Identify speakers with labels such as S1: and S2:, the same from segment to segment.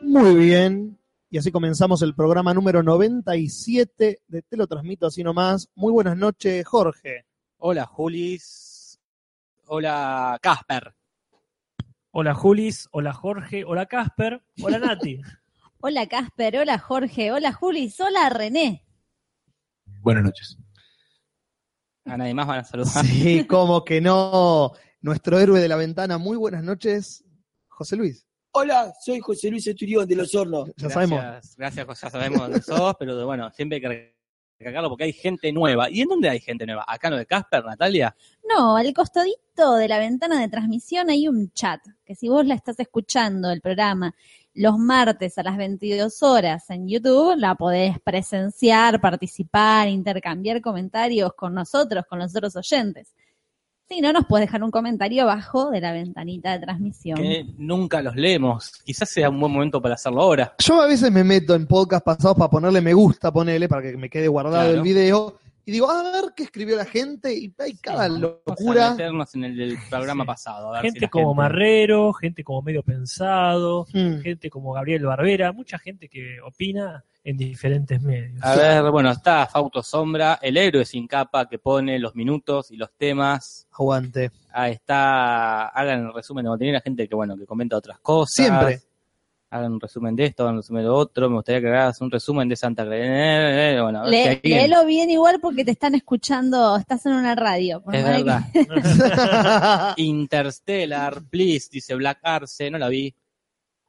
S1: Muy bien. Y así comenzamos el programa número 97 de Te lo transmito así nomás. Muy buenas noches, Jorge.
S2: Hola, Julis. Hola, Casper.
S3: Hola Julis, hola Jorge, hola Casper, hola Nati.
S4: Hola Casper, hola Jorge, hola Juli, hola René.
S5: Buenas noches.
S2: A nadie más van a saludar.
S1: Sí, como que no. Nuestro héroe de la ventana, muy buenas noches, José Luis.
S6: Hola, soy José Luis Esturión de Los Hornos.
S1: Ya sabemos.
S2: Gracias, gracias, pues, ya sabemos dónde sos, pero bueno, siempre hay que recargarlo porque hay gente nueva. ¿Y en dónde hay gente nueva? ¿Acá en lo de Casper, Natalia?
S4: No, al costadito de la ventana de transmisión hay un chat, que si vos la estás escuchando el programa los martes a las 22 horas en YouTube, la podés presenciar, participar, intercambiar comentarios con nosotros, con los otros oyentes. Si no, nos podés dejar un comentario abajo de la ventanita de transmisión.
S2: Que nunca los leemos. Quizás sea un buen momento para hacerlo ahora.
S1: Yo a veces me meto en podcast pasados para ponerle me gusta, ponele, para que me quede guardado
S2: Claro.
S1: el video. Y digo, a ver qué escribió la gente. Y hay cada
S2: Vamos a
S1: locura.
S2: meternos en el del programa pasado. a ver si
S3: gente
S2: la
S3: como
S2: gente-
S3: Marrero, gente como Medio Pensado,
S1: Mm.
S3: gente como Gabriel Barbera, mucha gente que opina en diferentes medios.
S2: A ver, bueno, está Fauto Sombra, el héroe sin capa que pone los minutos y los temas.
S1: Aguante.
S2: Ah, está, hagan el resumen de contenido, la gente que, bueno, que comenta otras cosas.
S1: Siempre.
S2: Hagan un resumen de esto, hagan un resumen de lo otro. Me gustaría que hagas un resumen de Santa Clara. Eh, Bueno, a ver si
S4: Le,
S2: alguien-
S4: léelo bien igual porque te están escuchando, estás en una radio. Por
S2: Es
S4: más que-
S2: verdad. Interstellar, please, dice Black Arce, no la vi.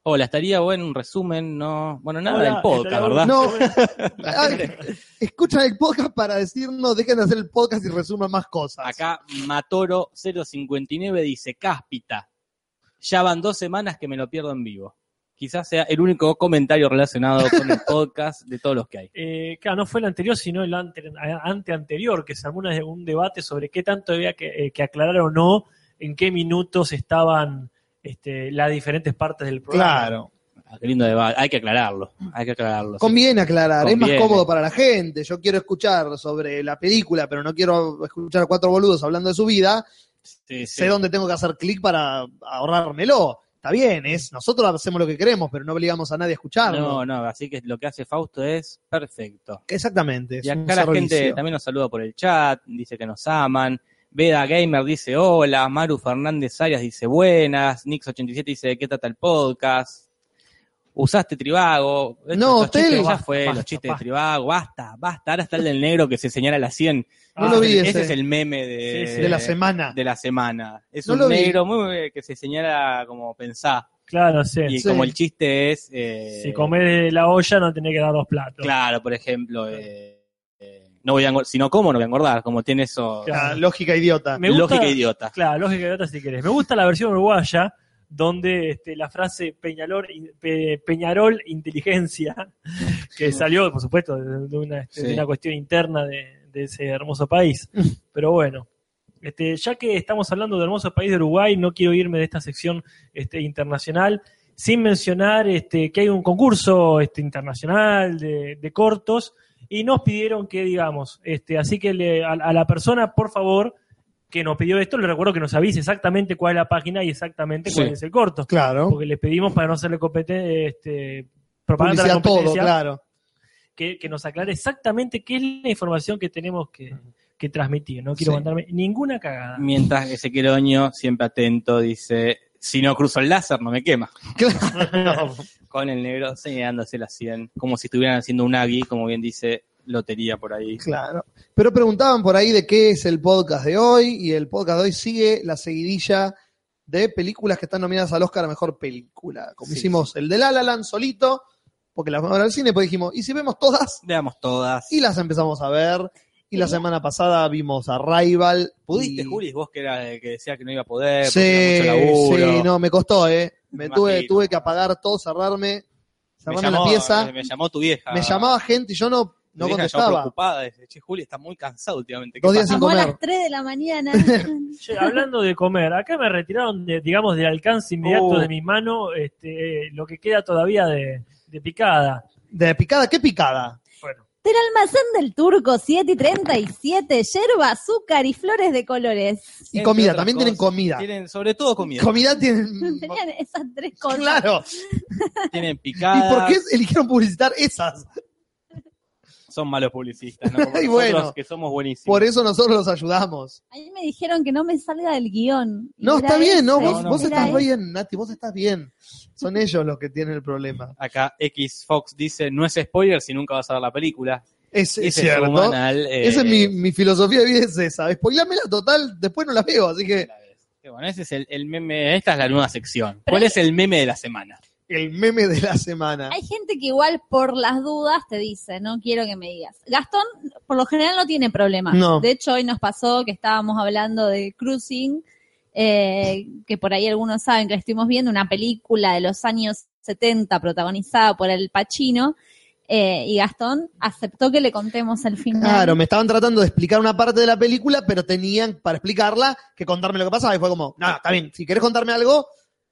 S2: Hola, estaría bueno un resumen, no. Bueno, nada del podcast, ¿verdad?
S1: No.
S2: La gente-
S1: Escuchan el podcast para decirnos, dejen de hacer el podcast y resuman más cosas.
S2: Acá Matoro 059 dice, cáspita, ya van dos semanas que me lo pierdo en vivo. Quizás sea el único comentario relacionado con el podcast de todos los que hay.
S3: Eh, claro, no fue el anterior, sino el ante, anteanterior, que se armó una- un debate sobre qué tanto había que, eh, que aclarar o no, en qué minutos estaban este, las diferentes partes del programa.
S1: Claro.
S2: Ah, qué lindo debate, hay que aclararlo, hay que aclararlo. sí.
S1: Conviene aclarar, es
S2: Conviene.
S1: más cómodo para la gente. Yo quiero escuchar sobre la película, pero no quiero escuchar a cuatro boludos hablando de su vida.
S2: Sí, sí.
S1: Sé dónde tengo que hacer clic para ahorrármelo. Está bien, es nosotros hacemos lo que queremos, pero no obligamos a nadie a escucharlo.
S2: No, no, así que lo que hace Fausto es perfecto.
S1: Exactamente. es
S2: Y
S1: un
S2: acá la gente
S1: servicio.
S2: también nos saluda por el chat, dice que nos aman. Veda Gamer dice hola, Maru Fernández Arias dice buenas, Nix87 dice de qué trata el podcast. Usaste Tribago. Estos-
S1: No,
S2: los
S1: hotel.
S2: chistes Ya
S3: Basta,
S2: fue, los
S3: basta,
S2: chistes
S3: basta.
S2: de Tribago, basta, basta. Ahora está el del negro que se señala la 100.
S1: No
S3: Ah,
S1: lo vi
S2: ese.
S1: ese.
S2: es el meme de,
S3: Sí, sí.
S1: de la semana.
S2: de la semana. Es
S1: No
S2: un
S1: lo vi.
S2: negro muy, que se señala como pensá.
S3: Claro, sí.
S2: Y
S1: Sí.
S2: como el chiste es... eh,
S3: Si comés de la olla no tenés que dar dos platos.
S2: Claro, por ejemplo, eh, eh, no voy a engordar, si no como no voy a engordar, como tiene eso
S1: Ah, lógica idiota.
S3: Me gusta-
S2: lógica idiota.
S3: Claro, lógica de otra si querés. Me gusta la versión uruguaya, donde este, la frase Peñalor, Pe- Peñarol inteligencia, que salió, por supuesto, de de una, este, de
S2: Sí.
S3: una cuestión interna de, de ese hermoso país. Pero bueno. Este, ya que estamos hablando del hermoso país de Uruguay, no quiero irme de esta sección este, internacional sin mencionar este, que hay un concurso este, internacional de, de cortos y nos pidieron que digamos, este, así que le- a, a la persona, por favor, que nos pidió esto, le recuerdo que nos avise exactamente cuál es la página y exactamente cuál
S2: Sí.
S3: es el corto,
S1: Claro.
S3: porque les pedimos para no hacerle competen- este, propaganda a la
S1: Publicidad todo,
S3: competencia,
S1: claro.
S3: que, que nos aclare exactamente qué es la información que tenemos que, que transmitir. No quiero
S2: Sí.
S3: mandarme ninguna cagada.
S2: Mientras Ezequiel Oño, siempre atento, dice, si no cruzo el láser no me quema.
S1: Claro.
S2: Con el negro señalándose la 100, como si estuvieran haciendo un agui, como bien dice Lotería por ahí.
S1: Claro. Pero preguntaban por ahí de qué es el podcast de hoy y el podcast de hoy sigue la seguidilla de películas que están nominadas al Oscar a Mejor Película. Como
S2: Sí,
S1: hicimos el de La La Land solito, porque las vamos a ver al cine, pues dijimos, ¿y si vemos todas?
S2: Veamos todas.
S1: Y las empezamos a ver. Y la semana pasada vimos Arrival.
S2: ¿Pudiste,
S1: y-
S2: Julis, vos que era el que decía que no iba a poder?
S1: Sí,
S2: porque era mucho laburo?
S1: sí, no, me costó, ¿eh? Me
S2: Imagino.
S1: tuve, tuve que apagar todo, cerrarme,
S2: Me
S1: cerrarme
S2: llamó- eh,
S1: la pieza.
S2: Me, me llamó tu vieja.
S1: Me llamaba gente y yo no, No
S2: Mi vieja ya
S1: contestaba.
S2: preocupada, dice, che, Juli está muy cansado últimamente. ¿qué
S1: Dos días
S2: pasa?".
S1: sin
S4: Llamó a
S1: comer.
S4: las 3 de la mañana.
S3: Che, hablando de comer, acá me retiraron, de, digamos, del alcance inmediato
S2: Oh.
S3: de mi mano este, lo que queda todavía de, de picada.
S1: ¿De picada? ¿Qué picada?
S3: Bueno,
S4: Del almacén del turco 7 y 37, yerba, azúcar y flores de colores.
S1: Y
S2: Entre
S1: comida,
S2: otras
S1: también tienen
S2: cosas.
S1: comida.
S2: Tienen, sobre todo comida.
S1: Comida tienen.
S4: Tenían esas tres cosas.
S1: Mm, Claro. ¿Y
S2: tienen
S1: por
S2: picada.
S1: qué eligieron publicitar esas?
S2: Son malos publicistas, ¿no? Como
S1: Y
S2: nosotros
S1: bueno.
S2: que somos buenísimos.
S1: Por e- eso nosotros los ayudamos.
S4: A mí me dijeron que no me salga del guión. Y
S1: No,
S4: era
S1: está bien, no,
S4: ese,
S1: vos,
S2: no,
S1: vos
S4: era
S1: estás
S4: ese.
S1: bien, Nati, vos estás bien. Son ellos los que tienen el problema.
S2: Acá X Fox dice, no es spoiler si nunca vas a ver la película.
S1: Es, es
S2: Ese
S1: cierto.
S2: semanal, eh,
S1: Esa es mi, mi filosofía de vida, es esa. Spoilámela total, después no la veo, así que
S2: que Bueno, ese es el, el meme, esta es la nueva sección. ¿Cuál es el meme de la semana?
S1: el meme de la semana.
S4: Hay gente que igual por las dudas te dice, no quiero que me digas. Gastón por lo general no tiene problemas.
S1: No.
S4: De hecho, hoy nos pasó que estábamos hablando de Cruising, eh, que por ahí algunos saben que la estuvimos viendo, una película de los años 70 protagonizada por el Pacino, eh, y Gastón aceptó que le contemos el final.
S1: Claro, me estaban tratando de explicar una parte de la película, pero tenían para explicarla que contarme lo que pasaba. Y fue como, no, está bien, si querés contarme algo,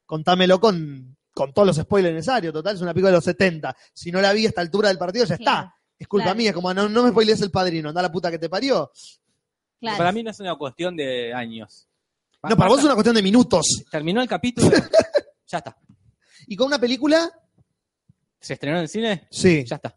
S1: contámelo con, con todos los spoilers necesarios. Total, es una película de los 70. Si no la vi a esta altura del partido, ya
S4: Claro,
S1: está. Es culpa
S4: claro.
S1: mía, como no, no me spoilees el padrino, anda la puta que te parió.
S4: claro.
S2: Para mí no es una cuestión de años.
S1: No, para vos es una cuestión de minutos.
S2: Terminó el capítulo, ya está.
S1: Y con una película,
S2: ¿Se estrenó en el cine?
S1: sí,
S2: Ya está.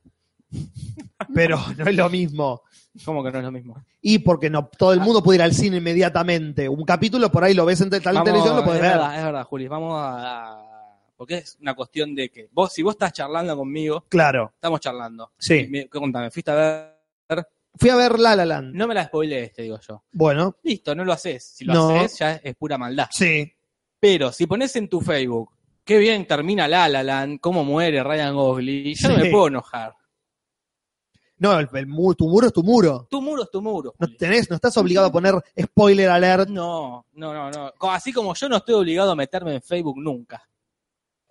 S1: pero no es lo mismo.
S2: ¿Cómo que no es lo mismo?
S1: Y porque no todo
S2: Ah.
S1: el mundo puede ir al cine inmediatamente. Un capítulo por ahí lo ves en tal
S2: Vamos,
S1: televisión, lo podés
S2: es
S1: ver.
S2: verdad, es verdad, Juli. Vamos a... Porque es una cuestión de que vos, si vos estás charlando conmigo,
S1: Claro,
S2: estamos charlando. Y
S1: sí.
S2: Me, contame, fuiste a ver...
S1: Fui a ver La La Land.
S2: No me la spoilees, te digo yo.
S1: Bueno,
S2: Listo, no lo haces. Si lo
S1: No.
S2: haces, ya es, es pura maldad.
S1: sí.
S2: Pero si pones en tu Facebook, qué bien termina La La Land, cómo muere Ryan Gosling, yo no
S1: Sí.
S2: me puedo enojar.
S1: No, el, el mu- tu muro es tu muro.
S2: Tu muro es tu muro.
S1: No
S2: Juli.
S1: tenés, no estás obligado a poner spoiler alert.
S2: No, no, no, no. Co- Así como yo no estoy obligado a meterme en Facebook nunca.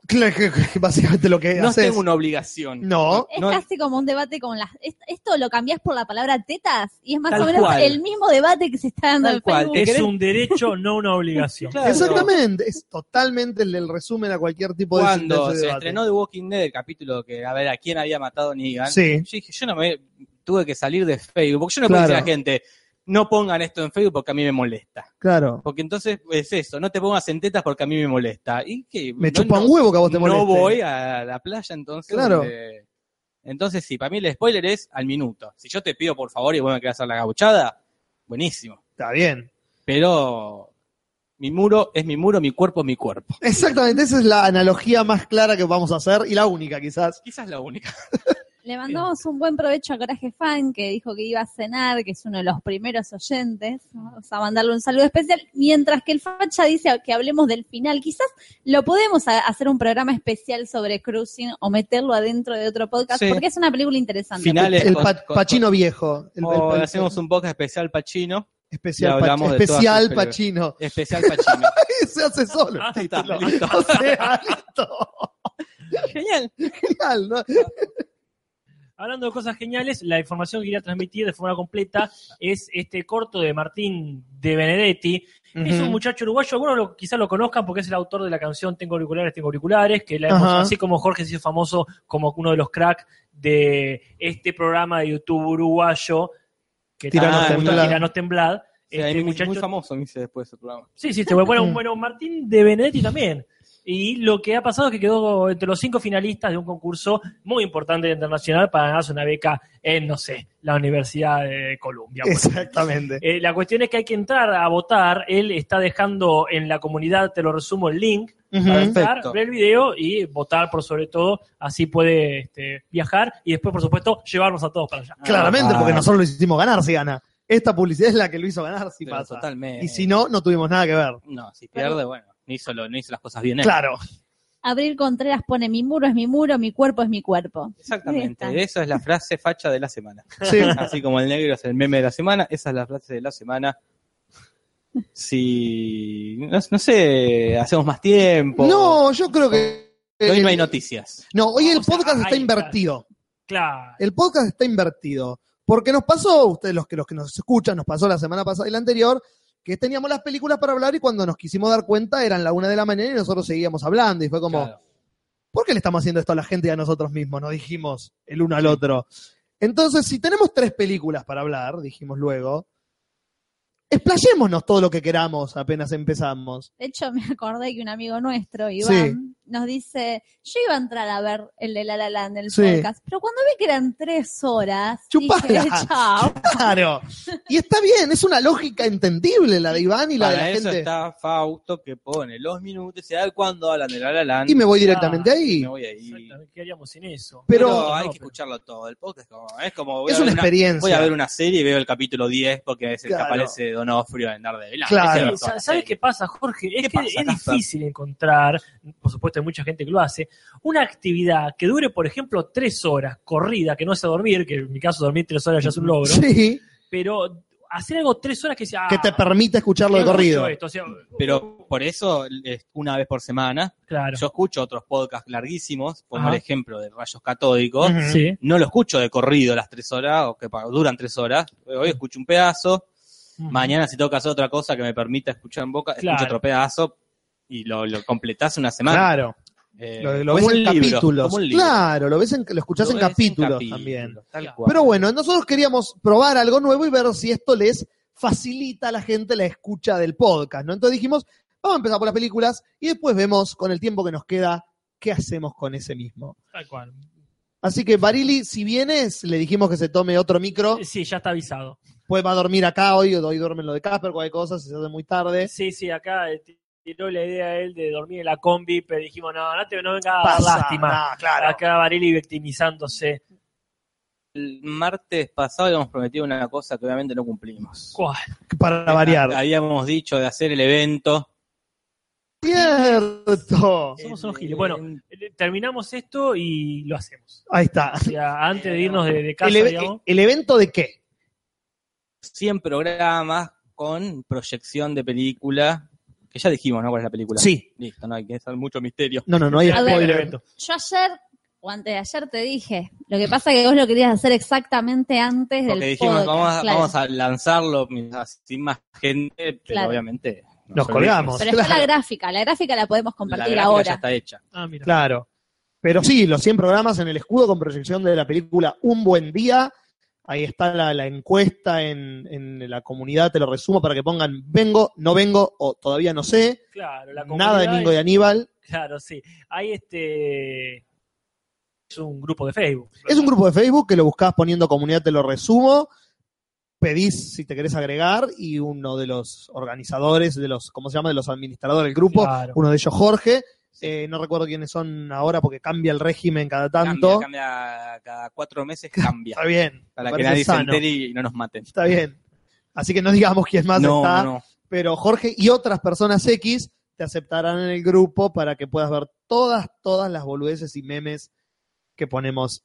S1: Claro, que- que Básicamente lo que
S2: No
S1: haces.
S2: tengo una obligación.
S1: No.
S4: Es
S2: No-
S4: casi como un debate con las. est- Esto lo cambias por la palabra tetas y es más
S2: Tal
S4: o menos
S2: cual.
S4: el mismo debate que se está dando
S2: Tal
S4: en
S2: cual.
S4: Facebook.
S2: ¿Te
S3: es
S2: querés?
S3: un derecho, no una obligación.
S2: Claro.
S1: Exactamente, es totalmente el, el resumen a cualquier tipo de de
S2: Cuando
S1: ese
S2: se
S1: debate.
S2: estrenó The Walking Dead, el capítulo que, a ver, a quién había matado Negan,
S1: Sí.
S2: yo dije, yo no me tuve que salir de Facebook, porque yo no puedo
S1: Claro.
S2: decir a la gente, no pongan esto en Facebook porque a mí me molesta.
S1: Claro.
S2: Porque entonces es eso, no te pongas en tetas porque a mí me molesta. Y que
S1: Me
S2: no,
S1: chupa
S2: no,
S1: un huevo que a vos te moleste.
S2: no voy a la playa entonces.
S1: Claro.
S2: donde- Entonces sí, para mí el spoiler es al minuto. Si yo te pido por favor y vos me querés hacer la gauchada, buenísimo.
S1: Está bien.
S2: Pero mi muro es mi muro, mi cuerpo es mi cuerpo.
S1: Exactamente, esa es la analogía más clara que vamos a hacer y la única quizás.
S2: Quizás la única.
S4: Le mandamos un buen provecho a Coraje Fan, que dijo que iba a cenar, que es uno de los primeros oyentes. Vamos a mandarle un saludo especial. Mientras que el Facha dice que hablemos del final, quizás lo podemos a- hacer un programa especial sobre Cruising o meterlo adentro de otro podcast,
S2: Sí.
S4: porque es una película interesante.
S2: Finales.
S1: El
S2: con-
S1: pa-
S2: con-
S1: Pachino viejo. El,
S2: O
S1: el- el-
S2: hacemos un podcast especial Pachino. y
S1: especial,
S2: hablamos
S1: Pach-
S2: de todas
S1: especial
S2: sus películas.
S1: Pachino.
S2: Especial Pachino.
S1: Se hace solo.
S3: Ah,
S1: el
S2: está,
S1: título.
S2: listo.
S1: O sea, listo.
S2: Genial.
S1: Genial, ¿no?
S3: Hablando de cosas geniales, la información que quería transmitir de forma completa es este corto de Martín de Benedetti. Es un
S1: Ujú.
S3: muchacho uruguayo, algunos lo- quizás lo conozcan porque es el autor de la canción Tengo auriculares, tengo auriculares, que la hemos-
S1: Ajá.
S3: así como Jorge se hizo famoso como uno de los cracks de este programa de YouTube uruguayo, que
S1: Tiranos
S3: tanto nos gusta,
S1: Temblad.
S3: Tiranos Temblad.
S2: Sí, a
S3: Este
S2: mí me-
S3: muchacho
S2: Muy famoso me hice después del programa.
S3: Sí, sí, te voy a poner un
S1: Mm.
S3: bueno Martín de Benedetti también. Y lo que ha pasado es que quedó entre los cinco finalistas de un concurso muy importante internacional para ganarse una beca en, no sé, la Universidad de Columbia. por ejemplo.
S1: Exactamente.
S3: Eh, la cuestión es que hay que entrar a votar. Él está dejando en la comunidad, te lo resumo, el link para
S1: Ujú.
S3: entrar,
S2: Perfecto.
S3: ver el video y votar por sobre todo. Así puede este, viajar y después, por supuesto, llevarnos a todos para allá.
S1: Claramente,
S2: Ah.
S1: porque nosotros lo hicimos ganar si gana. Esta publicidad es la que lo hizo ganar si
S2: Pero
S1: pasa.
S2: Totalmente.
S1: Y si no, no tuvimos nada que ver.
S2: No, si pierde, bueno, no hizo, lo- no hizo las cosas bien. él.
S1: Claro.
S4: Abril Contreras pone: Mi muro es mi muro, mi cuerpo es mi cuerpo. Ahí
S2: Exactamente.
S4: está.
S2: Esa es la frase facha de la semana.
S1: Sí.
S2: Así como el negro es el meme de la semana, esa es la frase de la semana. Si. No, no sé, hacemos más tiempo.
S1: No, yo creo que.
S2: Hoy no hay
S1: eh,
S2: noticias.
S1: no, hoy el
S3: O sea,
S1: podcast
S3: ahí
S1: está
S3: está.
S1: invertido.
S3: Claro.
S1: El podcast está invertido. Porque nos pasó, ustedes los que, los que nos escuchan, nos pasó la semana pasada y la anterior, que teníamos las películas para hablar y cuando nos quisimos dar cuenta eran la una de la mañana y nosotros seguíamos hablando. Y fue como,
S2: Claro.
S1: ¿por qué le estamos haciendo esto a la gente y a nosotros mismos? Nos dijimos el uno al otro. Entonces, si tenemos tres películas para hablar, dijimos luego, explayémonos todo lo que queramos apenas empezamos.
S4: De hecho, me acordé que un amigo nuestro, Iván, nos dice, yo iba a entrar a ver el de La La Land, el
S1: Sí.
S4: podcast, pero cuando vi que eran tres horas,
S1: Chupala.
S4: dije, chao.
S1: Claro. Y está bien, es una lógica entendible la de Iván y la
S2: Para
S1: de la
S2: eso
S1: gente.
S2: está Fausto que pone los minutos y a ver cuándo hablan de la la Land.
S1: Y me voy directamente ahí.
S2: Ah, Me voy ahí.
S3: Exactamente, ¿Qué haríamos sin eso?
S1: Pero-
S2: Pero,
S3: No,
S2: hay que
S3: pero-
S2: escucharlo todo. El podcast como- es como. voy a
S1: Es
S2: ver
S1: una experiencia.
S2: Voy a ver una serie y veo el capítulo 10 porque es el
S1: Claro.
S2: que aparece Donofrio en Daredevil. No,
S1: Claro.
S2: ese no
S3: Sí,
S2: es una
S3: sa- ¿Sabes
S2: serie.
S3: qué pasa, Jorge? Es
S2: ¿Qué
S3: que
S2: pasa,
S3: es
S2: Casper?
S3: difícil encontrar, por supuesto hay mucha gente que lo hace, una actividad que dure, por ejemplo, tres horas corrida, que no sea dormir, que en mi caso dormir tres horas ya es un logro,
S1: Sí,
S3: pero hacer algo tres horas que sea...
S1: que te permite
S3: "Ah,
S1: escucharlo de
S3: escucho
S1: corrido.
S3: esto", o sea,
S2: Pero por eso, es una vez por semana,
S3: claro.
S2: yo escucho otros podcasts larguísimos, como
S3: Ajá.
S2: el ejemplo de Rayos Catódicos.
S1: Ujú.
S3: Sí.
S2: No lo escucho de corrido las tres horas, o que pa- duran tres horas. Hoy escucho un pedazo, mañana si tengo que hacer otra cosa que me permita escuchar en boca,
S3: Claro.
S2: escucho otro pedazo y lo, lo completás en una semana.
S1: Claro.
S2: Eh,
S1: Lo, lo ves
S2: como un
S1: en
S2: libro,
S1: capítulos.
S2: como un libro.
S1: Claro, lo ves en, lo escuchás
S2: Lo
S1: en
S2: ves en
S1: capítulos
S2: capítulos,
S1: también.
S2: tal cual.
S1: Pero bueno, nosotros queríamos probar algo nuevo y ver si esto les facilita a la gente la escucha del podcast, ¿no? Entonces dijimos, vamos a empezar por las películas y después vemos con el tiempo que nos queda qué hacemos con ese mismo.
S3: Tal cual.
S1: Así que Barili, si vienes, le dijimos que se tome otro micro,
S3: Sí, ya está avisado.
S1: pues va a dormir acá hoy, o hoy duermen lo de Casper, cualquier cosa, si se hace muy tarde.
S3: Sí, sí, acá eh, tiró la idea él de dormir en la combi, pero dijimos, no, no, te, no
S4: Ah,
S3: venga a dar
S1: Pasa,
S3: lástima.
S1: no, claro.
S3: Acá Barili victimizándose.
S2: El martes pasado habíamos prometido una cosa que obviamente no cumplimos.
S3: ¿Cuál?
S1: Para variar.
S2: Habíamos dicho de hacer el evento.
S1: Cierto.
S3: Somos
S2: El
S3: unos giles. Bueno,
S2: evento.
S3: Eh, terminamos esto y lo hacemos.
S1: Ahí está.
S3: O sea, antes de irnos de, de casa,
S1: el, eve-
S3: digamos.
S1: el evento de qué?
S2: 100 programas con proyección de película. Que ya dijimos, ¿no? ¿Cuál es la película?
S1: Sí.
S2: Listo, no hay que hacer mucho misterio.
S1: No, no, no hay
S4: A ver,
S1: spoiler.
S4: Yo ayer, o antes de ayer, te dije, lo que pasa es que vos lo querías hacer exactamente antes del
S2: Porque dijimos,
S4: podcast,
S2: vamos, a-
S4: claro.
S2: vamos a lanzarlo mientras- sin más gente, pero
S4: Claro.
S2: obviamente. no
S1: Nos
S2: soy
S1: colgamos.
S4: Pero está la gráfica, la gráfica la podemos
S2: Luis. La
S4: compartir
S2: gráfica ya
S4: ahora.
S2: está hecha.
S3: Ah, mira.
S1: Claro. Pero sí, los 100 programas en el escudo con proyección de la película Un Buen Día. Ahí está la, la encuesta en, en la comunidad, te lo resumo para que pongan vengo, no vengo o todavía no sé.
S3: Claro, la
S1: Nada de
S3: comunidad
S1: Mingo
S3: es-
S1: y Aníbal.
S3: Claro, sí. Hay este. Es un grupo de Facebook.
S1: Es un grupo de Facebook que lo buscás poniendo comunidad, te lo resumo. Pedís si te querés agregar y uno de los organizadores, de los, ¿cómo se llama? De los administradores del grupo,
S3: Claro.
S1: uno de ellos Jorge. Eh, no recuerdo quiénes son ahora porque cambia el régimen cada tanto.
S2: Cambia, cambia cada cuatro meses, cambia.
S1: Está bien.
S2: para
S1: me
S2: que
S1: parece
S2: nadie
S1: sano.
S2: se entere y no nos maten.
S1: Está bien. Así que no digamos quién más
S2: no,
S1: está,
S2: no, no.
S1: pero Jorge y otras personas X te aceptarán en el grupo para que puedas ver todas, todas las boludeces y memes que ponemos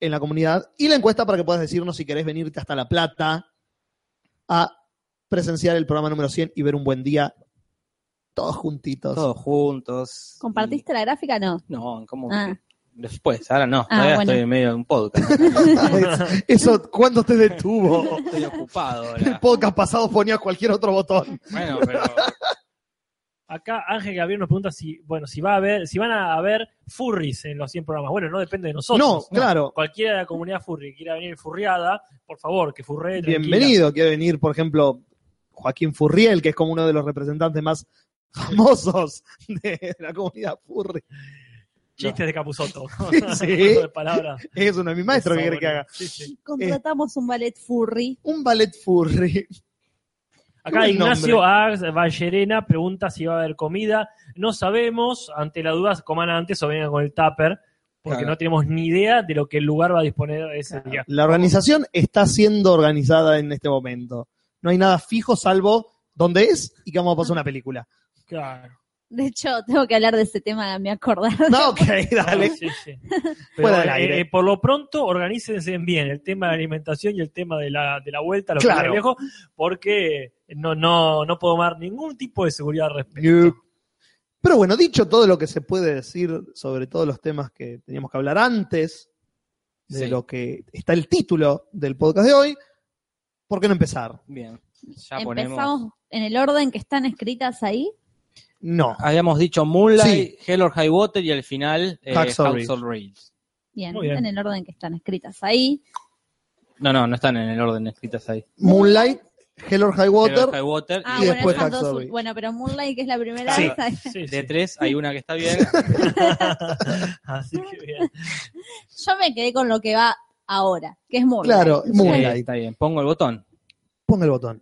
S1: en la comunidad. Y la encuesta para que puedas decirnos si querés venirte hasta La Plata a presenciar el programa número 100 y ver un buen día todos juntitos.
S2: Todos juntos.
S4: ¿Compartiste la gráfica? No.
S2: Y- No, ¿cómo?
S4: Ah.
S2: Después, ahora no.
S4: Ah,
S2: Todavía
S4: bueno.
S2: estoy en medio de un podcast.
S1: Eso, ¿cuándo te detuvo?
S2: estoy ocupado
S1: El
S2: ahora.
S1: podcast pasado ponías cualquier otro botón.
S2: Bueno, pero
S3: Acá Ángel Gabriel nos pregunta si, bueno, si va a haber, si van a haber furries en los 100 programas. Bueno, no depende de
S1: No,
S3: nosotros.
S1: claro.
S3: Cualquiera de la comunidad furry que quiera venir furriada, por favor, que furree. tranquila.
S1: Bienvenido, quiere venir, por ejemplo, Joaquín Furriel, que es como uno de los representantes más famosos de la comunidad Furri.
S3: Chistes de Capuzoto.
S1: Sí.
S3: de palabras.
S1: Es uno de mis maestros que quiere que haga.
S3: Sí,
S2: Eh.
S3: sí.
S4: Contratamos un ballet furry.
S1: Un ballet Furri.
S3: Acá
S1: Buen
S3: Ignacio
S1: nombre.
S3: Ags Vallerena pregunta si va a haber comida. No sabemos, ante la duda, coman antes o vengan con el tupper, porque
S2: Claro.
S3: no tenemos ni idea de lo que el lugar va a disponer ese día.
S1: La organización está siendo organizada en este momento. No hay nada fijo salvo dónde es y que vamos a pasar una película.
S3: Claro.
S4: De hecho, tengo que hablar de ese tema, me acordar.
S1: No, ok, dale.
S3: Sí, sí. Pero,
S1: Fuera del
S3: eh,
S1: aire.
S3: eh, por lo pronto, organícense bien el tema de la alimentación y el tema de la, de la vuelta a los
S1: Claro.
S3: claro. viejos, porque no, no, no puedo tomar ningún tipo de seguridad al respecto.
S1: Yup. Pero bueno, dicho todo lo que se puede decir sobre todos los temas que teníamos que hablar antes, de
S2: Sí.
S1: lo que está el título del podcast de hoy, ¿por qué no empezar?
S2: Bien. Ya ponemos.
S4: Empezamos en el orden que están escritas ahí.
S1: No.
S2: Habíamos dicho Moonlight, Hell or High Water y al final eh,
S1: Hacksaw
S2: Hacksaw
S1: Ridge.
S2: Ridge.
S4: Bien,
S3: Muy bien.
S4: en el orden que están escritas ahí.
S2: No, no, no están en el orden escritas ahí.
S1: Moonlight, Hell or High
S2: Hell or
S1: Water.
S2: High Water
S1: Y
S4: Ah,
S2: y
S4: bueno,
S1: después
S4: esas
S1: Hacksaw
S4: dos-
S1: Ridge.
S4: bueno, pero Moonlight que es la primera
S2: Sí.
S4: esa-
S3: Sí,
S2: de
S3: sí.
S2: tres hay una que está bien.
S3: Así que bien.
S4: Yo me quedé con lo que va ahora, que es Moonlight.
S1: Claro,
S2: Sí,
S1: Moonlight.
S2: está bien. Pongo el botón.
S1: Ponga el botón.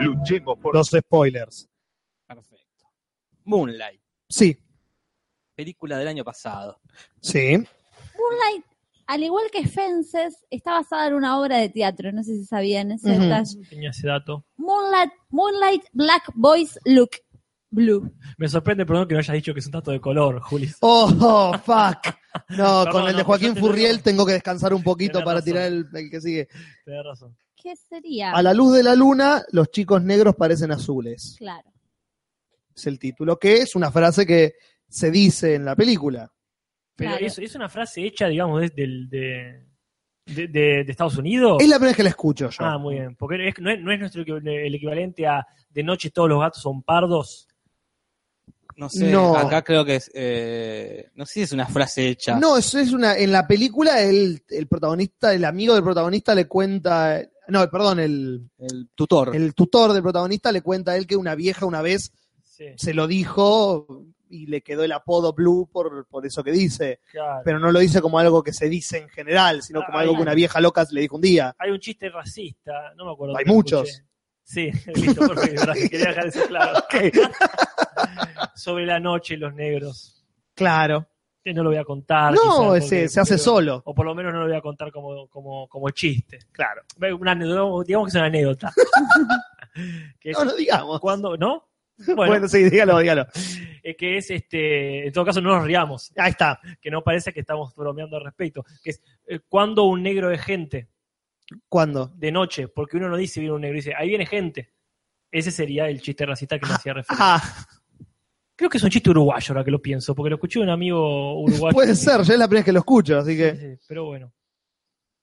S5: Luchemos por
S1: Los spoilers.
S2: Perfecto. Moonlight,
S1: Sí,
S2: película del año pasado.
S1: sí.
S4: Moonlight, al igual que Fences, está basada en una obra de teatro. No sé si sabían ese
S1: Ujú.
S4: detalle.
S3: Tenía ese dato.
S4: Moonlight, Moonlight Black Boys Look Blue.
S3: Me sorprende, perdón, que no hayas dicho que es un dato de color, Juli.
S1: Oh, oh, fuck. No,
S3: Perdón,
S1: con el de
S3: no,
S1: Joaquín
S3: yo te lo
S1: Furriel
S3: digo.
S1: tengo que descansar un poquito
S3: Tenés
S1: para
S3: razón.
S1: tirar el, el que sigue.
S3: Tenés razón.
S4: ¿Qué sería?
S1: A la luz de la luna, los chicos negros parecen azules.
S4: Claro.
S1: Es el título, que es una frase que se dice en la película.
S3: Pero
S4: Claro.
S3: es, es una frase hecha, digamos, desde el de, de, de- de Estados Unidos.
S1: Es la primera vez que la escucho yo.
S3: Oh. Ah, muy bien. Porque es- no, es, no es nuestro equi- el equivalente a de noche todos los gatos son pardos.
S2: No sé,
S1: No.
S2: acá creo que es. eh, no sé si es una frase hecha.
S1: No, es, es una. En la película, el, el protagonista, el amigo del protagonista le cuenta. No, perdón, el,
S2: El tutor.
S1: el tutor del protagonista le cuenta a él que una vieja una vez
S3: Sí,
S1: se lo dijo y le quedó el apodo Blue por, por eso que dice.
S3: claro.
S1: Pero no lo dice como algo que se dice en general, sino como
S3: Ah,
S1: algo que una vieja loca le dijo un día.
S3: Hay un chiste racista, no me acuerdo.
S1: Hay
S3: dónde lo
S1: muchos.
S3: escuché. Sí, listo, perfecto, gracias, quería dejar eso claro. Sobre la noche los negros.
S1: Claro.
S3: Que no lo voy a contar.
S1: No,
S3: quizás,
S1: ese
S3: porque-
S1: se hace
S3: pero-
S1: solo.
S3: O por lo menos no lo voy a contar como, como, como chiste. Claro. Una, anécdota, digamos que es una anécdota. que es
S1: No, no digamos.
S3: cuando, ¿no?
S1: Bueno,
S3: Bueno,
S1: sí, dígalo, dígalo.
S3: es que es este, en todo caso no nos riamos,
S1: Ahí está.
S3: que no parece que estamos bromeando al respecto, que es eh, cuando un negro es gente
S1: ¿Cuándo?
S3: de noche, porque uno no dice viene un negro y dice, ahí viene gente. Ese sería el chiste racista que me hacía referencia.
S1: Ah,
S3: Creo que es un chiste uruguayo ahora que lo pienso, porque lo escuché de un amigo uruguayo.
S1: puede ser, ya es la primera vez que lo escucho, así
S3: Sí,
S1: que.
S3: sí, Pero bueno,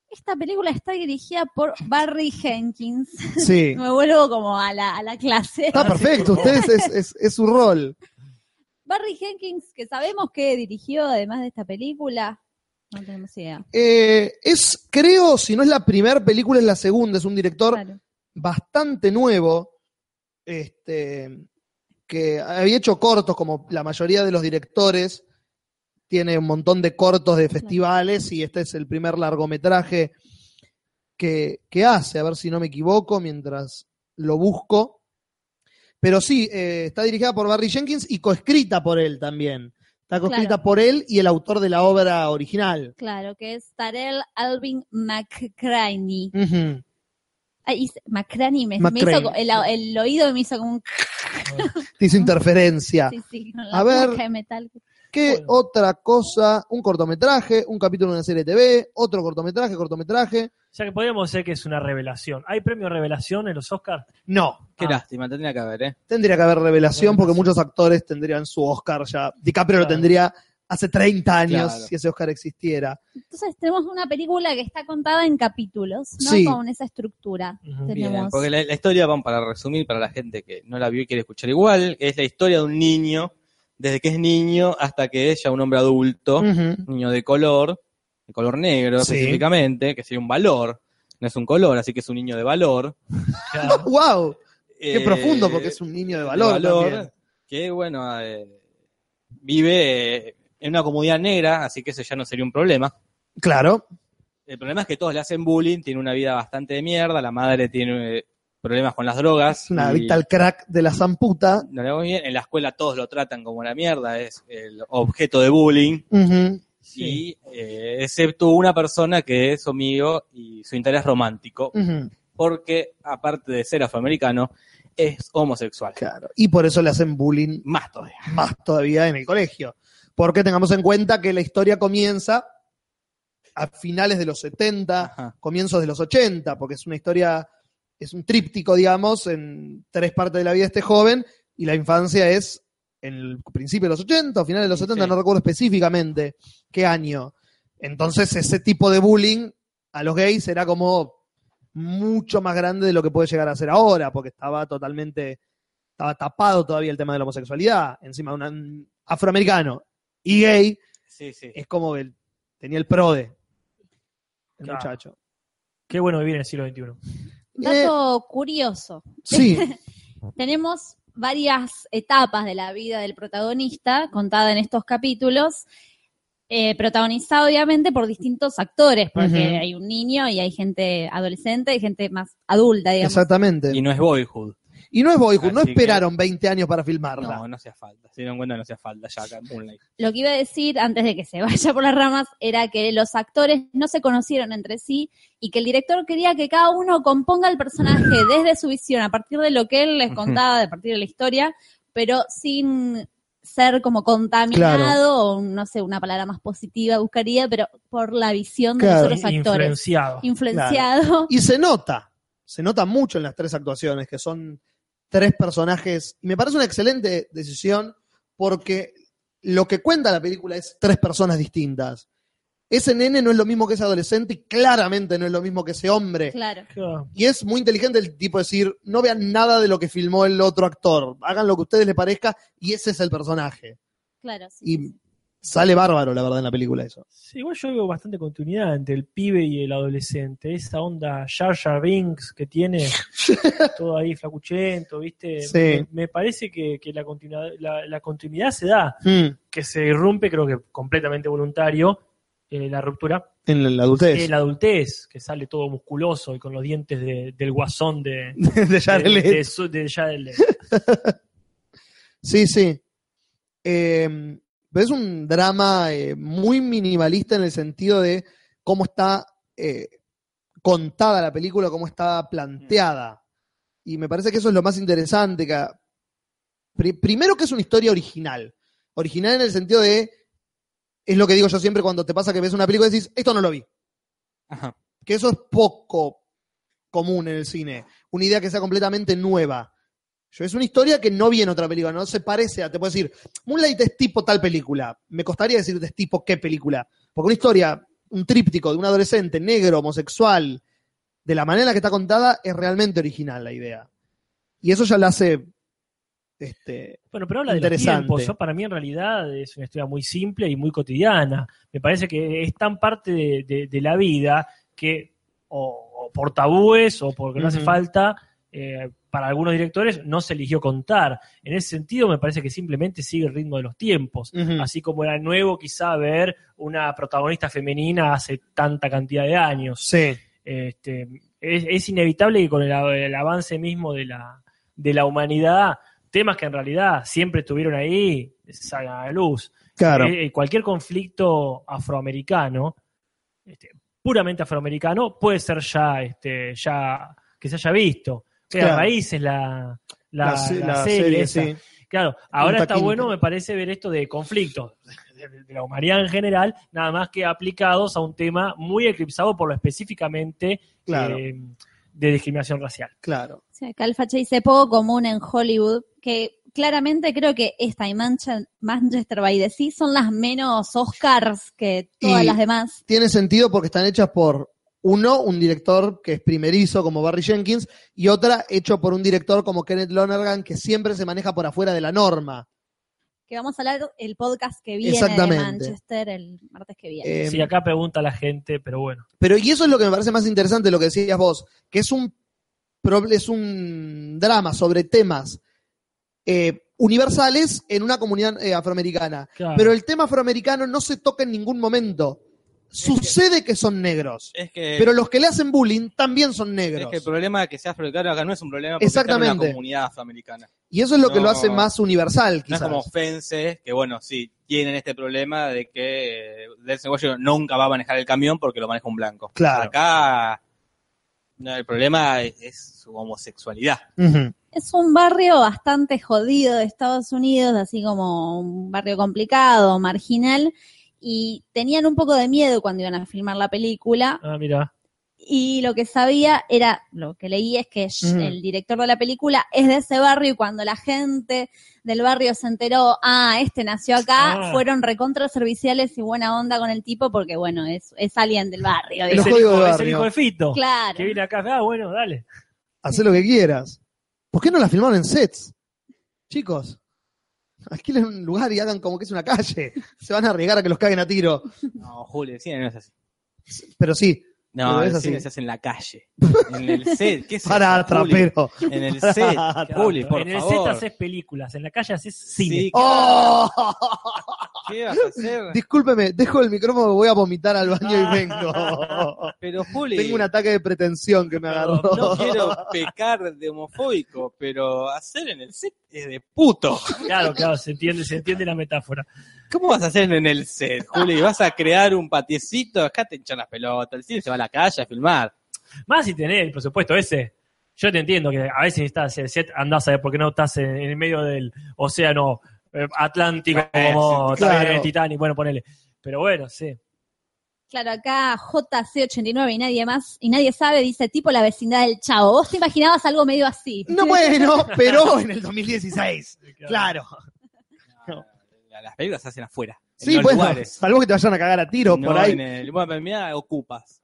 S4: Esta película está dirigida por Barry Jenkins.
S1: Sí.
S4: Me vuelvo como a la, a la clase.
S1: Está perfecto, ustedes es, es- es su rol.
S4: Barry Jenkins, que sabemos que dirigió además de esta película. No tenemos idea.
S1: Eh, es, creo, si no es la primera película, es la segunda, es un director
S4: Claro.
S1: bastante nuevo, este, que había hecho cortos, como la mayoría de los directores, tiene un montón de cortos de festivales y este es el primer largometraje que, que hace, a ver si no me equivoco mientras lo busco. Pero sí, eh, está dirigida por Barry Jenkins y coescrita por él también. Está coescrita
S4: Claro.
S1: por él y el autor de la obra original.
S4: Claro, que es Tarell Alvin McCraney.
S1: Ujú.
S4: Ay, hice- McCraney me, me
S1: McCraney.
S4: hizo co- el, el oído me hizo como un
S1: Te hizo interferencia.
S4: sí, sí, con
S1: A
S4: la
S1: ver.
S4: boca de metal.
S1: ¿Qué
S3: Bueno.
S1: otra cosa? Un cortometraje, un capítulo de una serie de TV, otro cortometraje, cortometraje.
S3: o sea que podríamos decir que es una revelación. ¿Hay premio revelación en los Oscars?
S1: No,
S2: Qué
S3: Ah.
S2: lástima, tendría que haber, ¿eh?
S1: tendría que haber revelación
S3: Revelación.
S1: porque muchos actores tendrían su Oscar ya. DiCaprio lo
S3: Claro.
S1: tendría hace 30 años
S2: Claro.
S1: si ese Oscar existiera.
S4: Entonces tenemos una película que está contada en capítulos, ¿no?
S1: Sí. Eh,
S4: Con esa estructura.
S3: Ujú.
S4: Tenemos-
S2: Bien, porque la, la historia, vamos para resumir, para la gente que no la vio y quiere escuchar igual, es la historia de un niño, desde que es niño hasta que es ya un hombre adulto,
S1: Ujú.
S2: niño de color, de color negro
S1: Mm. Sí.
S2: específicamente, que sería un valor, no es un color, así que es un niño de valor.
S3: Claro.
S1: ¡Wow! Qué
S2: Eh,
S1: profundo porque es un niño de valor.
S2: de valor,
S1: también.
S2: que bueno, eh, vive eh, en una comunidad negra, así que eso ya no sería un problema.
S1: Claro.
S2: El problema es que todos le hacen bullying, tiene una vida bastante de mierda, la madre tiene eh, problemas con las drogas.
S1: Es una
S2: y
S1: adicta al crack de la zamputa.
S2: no le va muy bien. En la escuela todos lo tratan como la mierda, es el objeto de bullying.
S1: Ujú.
S2: Y, eh, excepto una persona que es su amigo y su interés romántico,
S1: Ujú.
S2: porque aparte de ser afroamericano, es homosexual.
S1: Claro. Y por eso le hacen bullying
S2: Más todavía.
S1: más todavía en el colegio. Porque tengamos en cuenta que la historia comienza a finales de los 70,
S2: Ajá.
S1: Ah. comienzos de los 80, porque es una historia, es un tríptico, digamos, en tres partes de la vida de este joven, y la infancia es en el principio de los 80, o finales de los 70,
S2: Sí.
S1: no recuerdo específicamente qué año. Entonces, ese tipo de bullying a los gays era como mucho más grande de lo que puede llegar a ser ahora, porque estaba totalmente, estaba tapado todavía el tema de la homosexualidad, encima de un afroamericano y gay,
S2: Sí, sí.
S1: es como que el- tenía el prode, el
S3: Claro.
S1: muchacho.
S3: Qué bueno vivir en el siglo XXI.
S1: Eh,
S4: Dato curioso.
S1: sí,
S4: Tenemos varias etapas de la vida del protagonista contada en estos capítulos, eh, protagonizada obviamente por distintos actores, porque
S1: Ujú.
S4: hay un niño y hay gente adolescente, hay gente más adulta, digamos.
S1: exactamente.
S2: Y no es Boyhood.
S1: Y no es Boyhood, no
S2: Así que-
S1: esperaron 20 años para filmarla.
S2: No, no hacía falta. Se dieron cuenta que no hacía falta ya acá en Moonlight.
S4: Lo que iba a decir antes de que se vaya por las ramas era que los actores no se conocieron entre sí y que el director quería que cada uno componga el personaje desde su visión, a partir de lo que él les
S2: Ujú.
S4: contaba, a partir de la historia, pero sin ser como contaminado, o no sé, una palabra más positiva buscaría, pero por la visión de
S1: Claro.
S4: los otros actores.
S3: Influenciado.
S4: Influenciado.
S1: Y se nota, se nota mucho en las tres actuaciones, que son tres personajes. Y me parece una excelente decisión porque lo que cuenta la película es tres personas distintas. Ese nene no es lo mismo que ese adolescente y claramente no es lo mismo que ese hombre.
S4: Claro.
S3: Claro.
S1: Y es muy inteligente el tipo decir, no vean nada de lo que filmó el otro actor, hagan lo que a ustedes les parezca y ese es el personaje.
S4: Claro, sí.
S1: Y sale bárbaro, la verdad, en la película eso.
S3: Sí, igual yo veo bastante continuidad entre el pibe y el adolescente. Esa onda Jar Jar Binks que tiene, todo ahí flacuchento, ¿viste?
S1: Sí.
S3: Me, me parece que, que la, continuidad, la, la continuidad se da,
S1: Mm,
S2: Hmm.
S3: que se irrumpe, creo que completamente voluntario, eh, la ruptura.
S1: en la adultez.
S3: Eh, la adultez, que sale todo musculoso y con los dientes de- del guasón de,
S1: de Jared
S3: de,
S1: Leto.
S3: de su- de Jared Leto.
S1: Sí, sí. Eh, pero es un drama eh, muy minimalista en el sentido de cómo está eh, contada la película, cómo está planteada. Y me parece que eso es lo más interesante. que- pri- primero que es una historia original. Original en el sentido de, es lo que digo yo siempre cuando te pasa que ves una película y decís, esto no lo vi
S2: Ajá.
S1: que eso es poco común en el cine. Una idea que sea completamente nueva. Yo, es una historia que no vi en otra película, no se parece a, te puedo decir, Moonlight es tipo tal película. Me costaría decirte es tipo qué película. Porque una historia, un tríptico de un adolescente negro, homosexual, de la manera en la que está contada, es realmente original la idea. Y eso ya la hace, este,
S3: Bueno, pero habla de los
S1: Interesante.
S3: tiempos. Yo, para mí, en realidad, es una historia muy simple y muy cotidiana. Me parece que es tan parte de, de- de la vida que, o, o por tabúes o porque no hace
S1: Ujú.
S3: falta, eh, para algunos directores no se eligió contar. En ese sentido, me parece que simplemente sigue el ritmo de los tiempos.
S1: Ujú.
S3: Así como era nuevo, quizá, ver una protagonista femenina hace tanta cantidad de años.
S1: sí,
S3: Este, es, es inevitable que con el, av- el avance mismo de la, de la humanidad, temas que en realidad siempre estuvieron ahí, salgan a la luz.
S1: claro.
S3: Eh, cualquier conflicto afroamericano, este, puramente afroamericano, puede ser ya, este, ya que se haya visto. Que
S1: Claro.
S3: a raíz es la, la,
S1: se-
S3: la serie. esa.
S1: sí.
S3: Claro, ahora está
S1: taquín.
S3: bueno, me parece, ver esto de conflictos de, de- de la humanidad en general, nada más que aplicados a un tema muy eclipsado por lo específicamente
S1: Claro.
S3: eh, de discriminación racial.
S1: Claro.
S4: O sea, acá el facha dice poco común en Hollywood, que claramente creo que esta y Mancha- Manchester by the Sea son las menos Oscars que todas
S1: Y-
S4: las demás.
S1: tiene sentido porque están hechas por uno, un director que es primerizo como Barry Jenkins, y otra hecho por un director como Kenneth Lonergan que siempre se maneja por afuera de la norma.
S4: Que vamos a hablar el podcast que viene de
S1: Exactamente.
S4: Manchester el martes que viene.
S1: Eh,
S3: Sí, acá pregunta la gente, pero bueno.
S1: Pero y eso es lo que me parece más interesante, lo que decías vos, que es un, pro- es un drama sobre temas eh, universales en una comunidad eh, afroamericana.
S2: Ah.
S3: Claro.
S1: Pero el tema afroamericano no se toca en ningún momento. Sucede que son negros,
S2: Es que,
S1: pero los que le hacen bullying también son negros.
S2: Eh, es que el problema de que sea afroamericano acá no es un problema porque
S1: Exactamente.
S2: está en una comunidad afroamericana.
S1: Y eso es lo que lo
S2: No.
S1: hace más universal,
S2: No
S1: quizás.
S2: es como Fences, que bueno, sí, tienen este problema de que eh, Denzel Washington nunca va a manejar el camión porque lo maneja un blanco.
S1: Claro.
S2: Acá no, el problema es, es su homosexualidad.
S1: Ujú.
S4: Es un barrio bastante jodido de Estados Unidos, así como un barrio complicado, marginal, y tenían un poco de miedo cuando iban a filmar la película,
S3: Ah, mira.
S4: Y lo que sabía era, lo que leí es que
S1: Mm.
S4: el director de la película es de ese barrio y cuando la gente del barrio se enteró, ah, este nació acá,
S3: Ah.
S4: fueron recontra serviciales y buena onda con el tipo porque, bueno, es, es alguien del barrio.
S1: Los
S3: es,
S4: digamos.
S3: el
S1: códigos
S3: hijo,
S1: de
S3: es el
S1: barrio.
S3: hijo de Fito.
S4: Claro.
S3: Que viene acá, ah, bueno, dale.
S1: Hacé lo que quieras. ¿Por qué no la filmaron en sets? Chicos, alquilen un lugar y hagan como que es una calle. Se van a arriesgar a que los caguen a tiro.
S2: No, Julio, el cine no es así.
S1: Pero sí,
S2: No,
S1: Pero
S2: el
S1: es así.
S2: cine se hace en la calle. En el set. ¿Qué es
S1: para
S2: eso, Julio?
S1: trapero.
S2: En el
S1: Para
S2: set.
S1: trapero.
S2: Julio, por
S3: en el
S2: favor.
S3: Z haces películas, en la calle haces cine.
S2: Sí,
S1: ¡Oh!
S2: ¿Qué vas a hacer?
S1: Discúlpeme, dejo el micrófono, voy a vomitar al baño y vengo.
S2: Pero Juli,
S1: Tengo un ataque de pretensión que me agarró.
S2: no quiero pecar de homofóbico, pero hacer en el set es de puto.
S3: Claro, claro, se entiende, se entiende la metáfora.
S2: ¿Cómo vas a hacer en el set, Juli? ¿Vas a crear un patiecito? Acá te hinchan las pelotas, el cine se va a la calle a filmar.
S3: Más si tenés el presupuesto ese. Yo te entiendo que a veces estás en el set, andás a ver por qué no estás en, en el medio del océano eh, Atlántico
S2: Eh,
S3: como
S1: sí, claro.
S3: el Titanic, bueno, ponele. Pero bueno, sí.
S4: Claro, acá JC89 y nadie más, y nadie sabe, dice tipo la vecindad del chavo. ¿Vos te imaginabas algo medio así?
S1: No, bueno, pero en el 2016. Claro.
S2: La- Las películas se hacen afuera. En
S1: Sí,
S2: los
S1: bueno,
S2: lugares.
S1: salvo que te vayan a cagar a tiro
S2: No,
S1: por ahí.
S2: En el, bueno, mira, ocupas.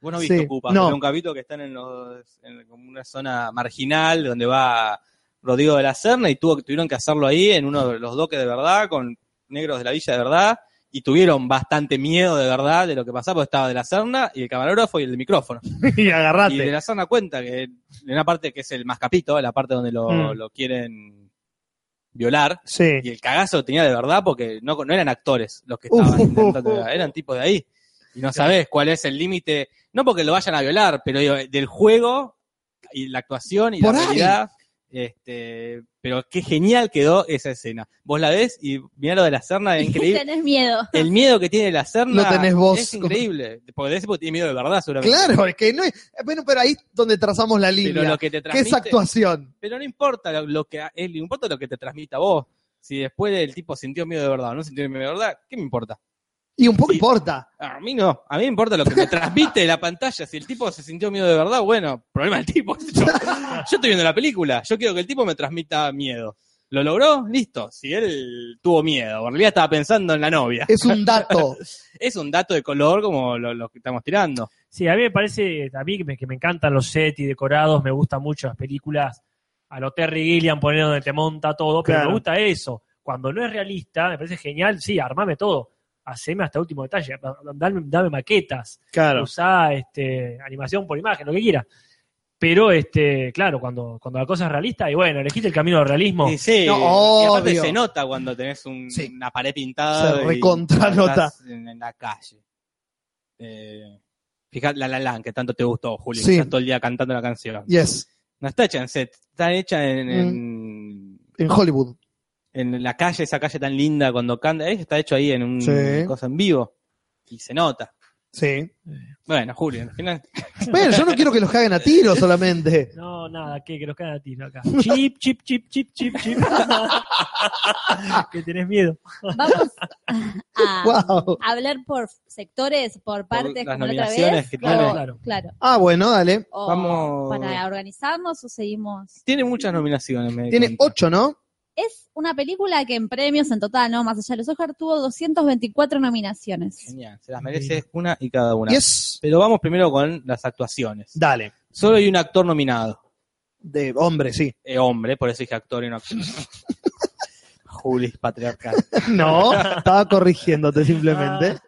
S2: Vos no viste
S1: Sí,
S2: ocupas,
S1: no.
S2: pero un capítulo que están en, los, en como una zona marginal donde va Rodrigo de la Serna y tuvo, tuvieron que hacerlo ahí en uno de los doques de verdad con negros de la villa de verdad y tuvieron bastante miedo de verdad de lo que pasaba porque estaba de la Serna y el camarógrafo y el micrófono.
S1: y
S2: Y de
S1: agarrate.
S2: la Serna cuenta que en una parte que es el más capito, la parte donde lo,
S1: Mm.
S2: lo quieren violar,
S1: Sí.
S2: y el cagazo tenía de verdad porque no, no eran actores los que
S1: Uf,
S2: estaban
S1: uf,
S2: intentando,
S1: uf.
S2: eran tipos de ahí. Y no sabés cuál es el límite, no porque lo vayan a violar, pero digo, del juego y la actuación y
S1: Por
S2: la
S1: ahí.
S2: realidad. Este, pero qué genial quedó esa escena. Vos la ves y mirá lo de la Serna, es increíble.
S4: Tenés miedo.
S2: El miedo que tiene la Serna
S1: Lo tenés vos.
S2: es increíble. Porque de ese tipo tiene miedo de verdad, seguramente.
S1: Claro, es que no es. Bueno, pero ahí es donde trazamos la
S2: pero
S1: línea.
S2: lo que te
S1: Que es
S2: transmite,
S1: actuación.
S2: pero no importa lo, lo que es, no importa lo que te transmita vos. Si después el tipo sintió miedo de verdad o no sintió miedo de verdad, ¿qué me importa?
S1: Y un poco
S2: Sí.
S1: importa.
S2: A mí no, a mí me importa lo que me transmite la pantalla. Si el tipo se sintió miedo de verdad, bueno, problema del tipo. qué sé Yo, Yo estoy viendo la película, yo quiero que el tipo me transmita miedo. ¿Lo logró? Listo. Si él tuvo miedo, en realidad estaba pensando en la novia.
S1: Es un dato.
S2: Es un dato de color como lo, lo que estamos tirando.
S3: Sí, a mí me parece, a mí que me, que me encantan los sets y decorados, me gustan mucho las películas a lo Terry Gilliam poner donde te monta todo, pero
S1: Claro.
S3: me gusta eso. Cuando no es realista, me parece genial, sí, armame todo, haceme hasta último detalle, dame, dame maquetas,
S1: Claro.
S3: usá este, animación por imagen, lo que quieras. Pero, este, claro, cuando, cuando la cosa es realista, y bueno, elegiste el camino del realismo.
S2: Y sí,
S1: Oh. No,
S2: y aparte
S1: obvio.
S2: se nota cuando tenés un-
S1: Sí.
S2: una pared pintada.
S1: Se
S2: y
S1: recontra
S2: estás
S1: nota.
S2: En, en la calle. Eh, fíjate, La La Land, que tanto te gustó, Julio,
S1: Sí.
S2: que estás todo el día cantando la canción.
S1: Yes.
S2: No está hecha en set, está hecha en, en,
S1: En Hollywood.
S2: en la calle, esa calle tan linda cuando canta. eh, Está hecho ahí en un
S1: Sí.
S2: cosa en vivo y se nota.
S1: Sí.
S2: Bueno, Julio, al final.
S1: Bueno, yo no quiero que los caguen a tiro solamente.
S3: No, nada, que, que los caen a tiro acá. Chip, chip, chip, chip, chip, chip. que tenés miedo.
S4: Vamos a
S1: Wow.
S4: hablar por sectores, por partes,
S2: las
S4: como la otra
S2: nominaciones
S4: vez.
S2: que
S3: tiene.
S4: O-
S3: Claro.
S4: claro.
S1: Ah, bueno, dale.
S4: O
S2: Vamos.
S4: Para organizarnos o seguimos.
S2: Tiene muchas nominaciones. me di
S1: Tiene
S2: cuenta.
S1: ocho, ¿no?
S4: Es una película que en premios en total, no más allá de los Oscar, tuvo 224 nominaciones.
S2: Genial, se las merece una y cada una.
S1: Yes.
S2: Pero vamos primero con las actuaciones.
S1: Dale.
S2: Solo hay un actor nominado.
S1: De hombre, sí.
S2: Eh, hombre, por eso dije actor y no actor. Julis patriarcal.
S1: No, estaba corrigiéndote simplemente.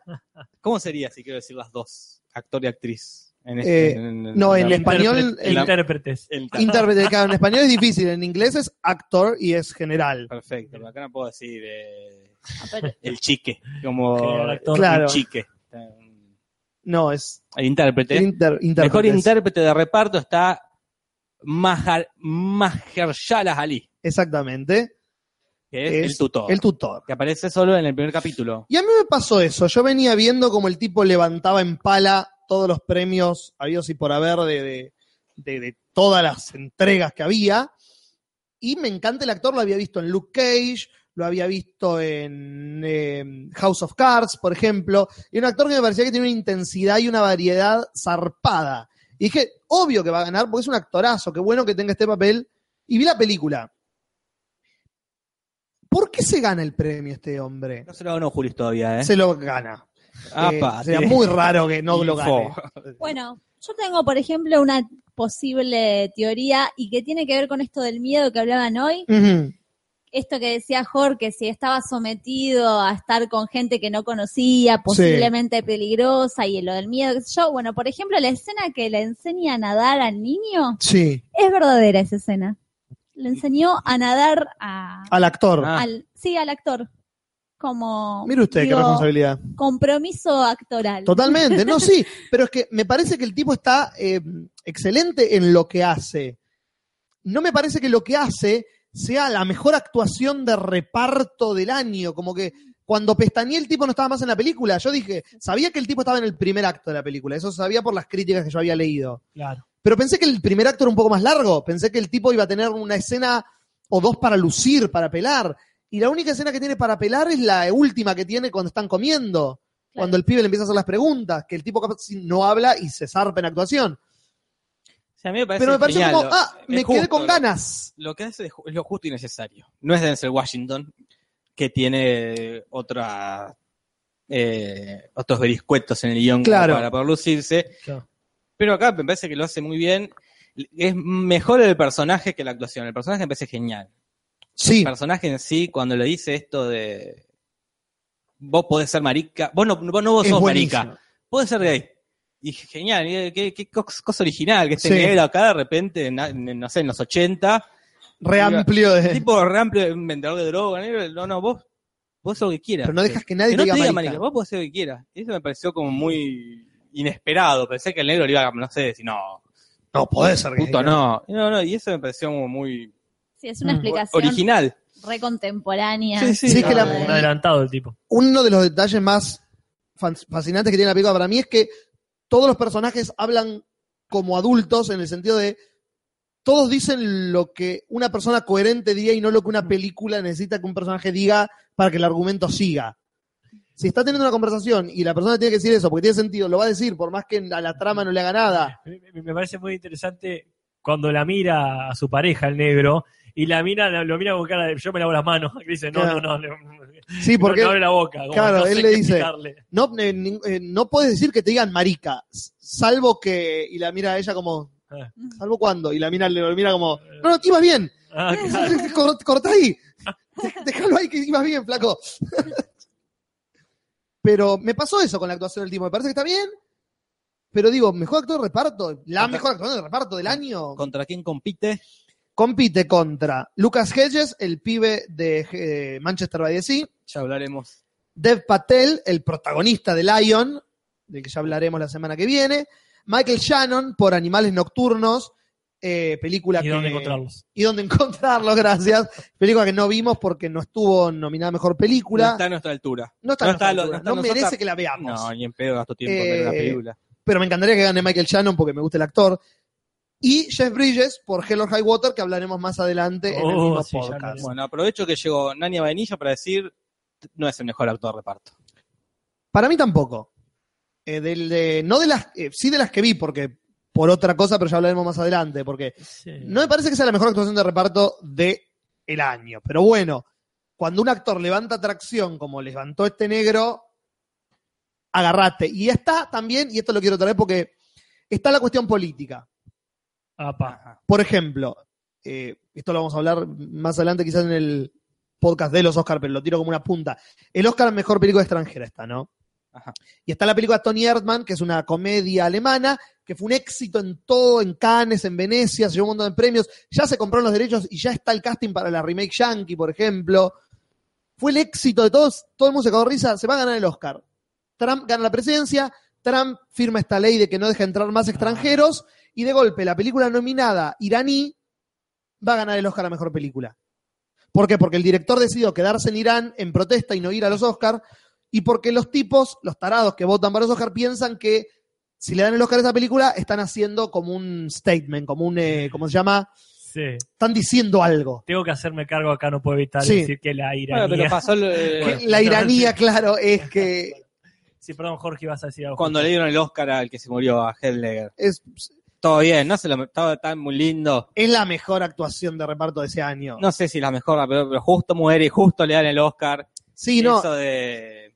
S2: ¿Cómo sería si quiero decir las dos? Actor y actriz. En este-
S1: Eh, no, en
S2: la-
S1: español,
S3: Intérprete-
S2: en la-
S3: intérpretes.
S2: en-
S1: Intérprete, claro, en español es difícil, en inglés es actor y es general.
S2: Perfecto, pero acá no puedo decir eh,
S4: Ah, pero-
S2: el chique, como
S3: Claro, el actor.
S1: Claro.
S2: un chique.
S1: No, es
S2: El intérprete.
S1: inter,
S2: Mejor
S1: intérpretes.
S2: intérprete de reparto está Mahar, Mahershala Ali,
S1: Exactamente.
S2: que es,
S1: Es
S2: el tutor.
S1: El tutor.
S2: que aparece solo en el primer capítulo.
S1: Y a mí me pasó eso. Yo venía viendo como el tipo levantaba en pala todos los premios habidos y por haber de, de- de- de todas las entregas que había. Y me encanta el actor, lo había visto en Luke Cage, lo había visto en eh, House of Cards, por ejemplo, y un actor que me parecía que tiene una intensidad y una variedad zarpada. Y dije, obvio que va a ganar porque es un actorazo, qué bueno que tenga este papel. Y vi la película. ¿Por qué se gana el premio este hombre?
S2: No se lo ganó Julis todavía, ¿eh?
S1: Se lo gana. Eh,
S2: Apa,
S1: sería
S2: tiene-
S1: muy raro que no lo
S2: Info.
S1: gane.
S4: Bueno, yo tengo, por ejemplo, una posible teoría y que tiene que ver con esto del miedo que hablaban hoy.
S1: Ujú.
S4: Esto que decía Jorge, si estaba sometido a estar con gente que no conocía, posiblemente peligrosa, y lo del miedo, qué sé yo. Bueno, por ejemplo, la escena que le enseña a nadar al niño,
S1: Sí,
S4: es verdadera esa escena. Le enseñó a nadar a,
S1: al actor.
S2: Ah.
S4: al, sí, al actor. Como
S1: Mire usted
S4: digo,
S1: qué responsabilidad.
S4: compromiso actoral.
S1: Totalmente, no, sí, pero es que me parece que el tipo está eh, excelente en lo que hace. No me parece que lo que hace sea la mejor actuación de reparto del año, como que cuando pestañé el tipo no estaba más en la película, yo dije, sabía que el tipo estaba en el primer acto de la película, eso sabía por las críticas que yo había leído.
S3: Claro.
S1: Pero pensé que el primer acto era un poco más largo. Pensé que el tipo iba a tener una escena o dos para lucir, para pelar. Y la única escena que tiene para pelar es la última que tiene cuando están comiendo. Cuando el pibe le empieza a hacer las preguntas, que el tipo capaz no habla y se zarpa en actuación.
S2: O sea, a mí me parece
S1: Pero me parece
S2: genial,
S1: como,
S2: lo-
S1: ah,
S2: es
S1: me quedé
S2: justo,
S1: con
S2: lo-
S1: ganas.
S2: Lo que hace es ju- es lo justo y necesario. No es Denzel Washington, que tiene otra, eh, otros veriscuetos en el guión como
S1: Claro.
S2: para poder lucirse.
S3: Claro.
S2: Pero acá me parece que lo hace muy bien. Es mejor el personaje que la actuación. El personaje me parece genial.
S1: Sí,
S2: El personaje en sí, cuando le dice esto de. Vos podés ser marica. Vos no, vos no vos
S1: es
S2: sos
S1: buenísimo.
S2: marica. Podés ser gay. Y dije, genial, eh, qué, qué cos- cosa original, que este
S1: Sí.
S2: negro acá de repente, na- en- no sé, en los 80,
S1: Reamplio. de-
S2: tipo re amplio, un vendedor de droga, negro, no, no, vos, vos sos lo que quieras.
S1: Pero no dejas que nadie
S2: Que no
S1: te diga marica.
S2: marica, vos podés ser lo que quieras. Y eso me pareció como muy inesperado, pensé que el negro le iba a, no sé, decir, no,
S1: No, podés ser gay.
S2: puto no. No, no, y eso me pareció como muy
S4: Sí, es una
S1: Mm.
S4: explicación
S2: original.
S4: recontemporánea.
S2: Sí, sí.
S1: Sí, es que la-
S3: Ah, un adelantado el tipo.
S1: uno de los detalles más fan- fascinantes que tiene la película para mí es que todos los personajes hablan como adultos en el sentido de todos dicen lo que una persona coherente diría y no lo que una película necesita que un personaje diga para que el argumento siga. Si está teniendo una conversación y la persona tiene que decir eso porque tiene sentido, lo va a decir por más que a la trama no le haga nada.
S3: Me, me- me parece muy interesante cuando la mira a su pareja, el negro, y la mira, lo mira con cara de yo me lavo las manos. Y dice, no,
S1: Claro.
S3: no, no, no,
S1: Sí, porque
S3: no abre la boca. como
S1: Claro,
S3: no sé
S1: él
S3: qué
S1: le dice,
S3: explicarle.
S1: no, eh, nin- eh, no puedes decir que te digan marica, s- salvo que... Y la mira a ella como...
S3: Ah.
S1: ¿Salvo cuándo? Y la mira, le mira como... No, no, te ibas bien.
S3: Ah, claro.
S1: Cor- Cortá ahí. Déjalo ahí que ibas bien, flaco. Pero me pasó eso con la actuación del tipo. Me parece que está bien. Pero digo, mejor actor de reparto, la
S2: Contra-
S1: mejor actuación de reparto del año.
S2: ¿Contra quién compite?
S1: Compite contra Lucas Hedges, el pibe de eh, Manchester by the Sea.
S2: Ya hablaremos
S1: Dev Patel, el protagonista de Lion, del que ya hablaremos la semana que viene. Michael Shannon por Animales Nocturnos, eh, película
S3: ¿Y
S1: que
S3: dónde encontrarlos?
S1: y dónde encontrarlo, gracias. Película que no vimos porque no estuvo nominada a mejor película.
S2: No está a nuestra altura.
S1: No está
S2: no
S1: en nuestra
S2: está lo-
S1: altura,
S2: no está
S1: no
S2: nosotras.
S1: merece que la veamos.
S2: No, ni en pedo gasto tiempo en ver una
S1: Eh,
S2: película.
S1: Pero me encantaría que gane Michael Shannon porque me gusta el actor. Y Jeff Bridges por Hell or High Water, que hablaremos más adelante en el
S3: Oh,
S1: mismo
S3: sí, ya
S1: podcast.
S3: hablaremos.
S2: Bueno, aprovecho que llegó Nania Vainilla para decir, no es el mejor actor de reparto.
S1: Para mí tampoco. Eh, del de- no de las, eh, sí de las que vi, porque por otra cosa, pero ya hablaremos más adelante, porque
S3: Sí.
S1: No me parece que sea la mejor actuación de reparto de el año. Pero bueno, cuando un actor levanta atracción como levantó este negro, agarrate. Y está también, y esto lo quiero traer porque está la cuestión política.
S3: Apa.
S1: Por ejemplo, eh, esto lo vamos a hablar más adelante quizás en el podcast de los Oscar, pero lo tiro como una punta. El Oscar a Mejor Película Extranjera está, ¿no?
S2: Ajá.
S1: Y está la película Tony Erdmann, que es una comedia alemana, que fue un éxito en todo, en Cannes, en Venecia, se llevó un montón de premios, ya se compraron los derechos y ya está el casting para la remake Yankee, por ejemplo. Fue el éxito de todos, todo el mundo se cagó de risa, se va a ganar el Oscar. Trump gana la presidencia, Trump firma esta ley de que no deja entrar más extranjeros y de golpe la película nominada iraní va a ganar el Oscar a Mejor Película. ¿Por qué? Porque el director decidió quedarse en Irán en protesta y no ir a los Oscar y porque los tipos, los tarados que votan para los Oscar piensan que si le dan el Oscar a esa película están haciendo como un statement, como un, eh, ¿cómo se llama?
S3: Sí.
S1: Están diciendo algo.
S3: Tengo que hacerme cargo acá, no puedo evitar
S1: Sí.
S3: decir que la
S2: Bueno,
S3: iranía.
S2: pero pasó eh,
S1: Que la iranía, claro, es que
S3: Sí, perdón, Jorge, vas a decir algo.
S2: cuando le dieron el Oscar al que se murió, a Hedlegger.
S1: es,
S2: Todo bien, no se lo estaba tan muy lindo.
S1: es la mejor actuación de reparto de ese año.
S2: No sé si la mejor, pero, pero justo muere y justo le dan el Oscar.
S1: sí, no.
S2: Eso de. e-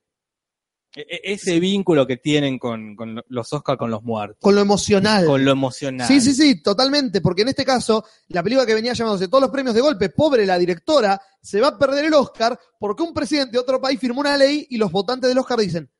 S2: e- Ese vínculo que tienen con, con los Oscar con los muertos,
S1: Con lo emocional.
S2: con lo emocional.
S1: Sí, sí, sí, totalmente, porque en este caso, la película que venía llamándose todos los premios de golpe, pobre la directora, se va a perder el Oscar porque un presidente de otro país firmó una ley y los votantes del Oscar dicen,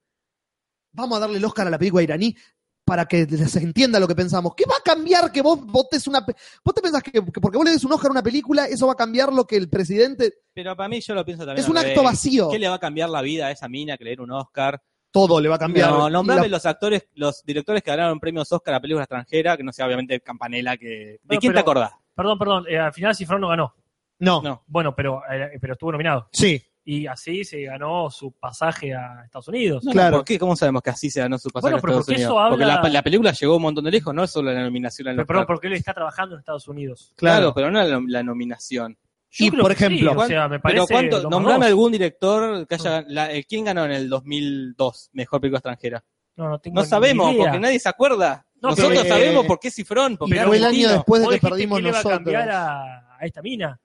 S1: vamos a darle el Oscar a la película iraní para que se entienda lo que pensamos. ¿Qué va a cambiar que vos votes una... pe- ¿Vos te pensás que, que porque vos le des un Oscar a una película, eso va a cambiar lo que el presidente...
S2: Pero para mí yo lo pienso también.
S1: es
S2: al
S1: un
S2: revés.
S1: acto vacío.
S2: ¿Qué le va a cambiar la vida a esa mina que le den un Oscar?
S1: Todo le va a cambiar.
S2: No, nombrame
S1: La-
S2: los actores, los directores que ganaron premios Oscar a película extranjera, que no sea obviamente Campanella, que... ¿De
S3: Bueno,
S2: quién
S3: pero-
S2: te acordás?
S3: Perdón, perdón, eh, al final Cifrón no ganó.
S1: No.
S2: No.
S3: Bueno, pero, eh, pero estuvo nominado.
S1: Sí.
S3: Y así se ganó su pasaje a Estados Unidos.
S2: No, no,
S1: Claro.
S2: ¿por qué? ¿Cómo sabemos que así se ganó su pasaje
S3: Bueno,
S2: a
S3: pero
S2: Estados
S3: porque eso
S2: Unidos?
S3: habla-
S2: Porque la, la película llegó un montón de lejos, no solo la nominación al
S3: pero,
S2: Oscar.
S3: perdón, porque él está trabajando en Estados Unidos.
S2: claro, pero no la, la nominación.
S1: Y,
S3: creo
S1: por
S3: que sí,
S1: ejemplo,
S3: o sea, me parece
S2: Pero cuánto,
S3: lo más
S2: nombrame
S3: dos.
S2: algún director que haya... la- eh, ¿Quién ganó en el 2002 Mejor Película Extranjera?
S3: No, no, tengo
S2: No
S3: ni
S2: sabemos,
S3: idea.
S2: porque nadie se acuerda.
S3: No, eh,
S2: Nosotros
S1: pero-
S2: sabemos por qué Cifrón, porque
S1: Pero
S2: era
S1: el año
S2: argentino.
S1: después de
S3: Vos
S1: que
S3: dijiste
S1: perdimos
S3: que le va a
S1: nosotros.
S3: cambiar a, a esta mina.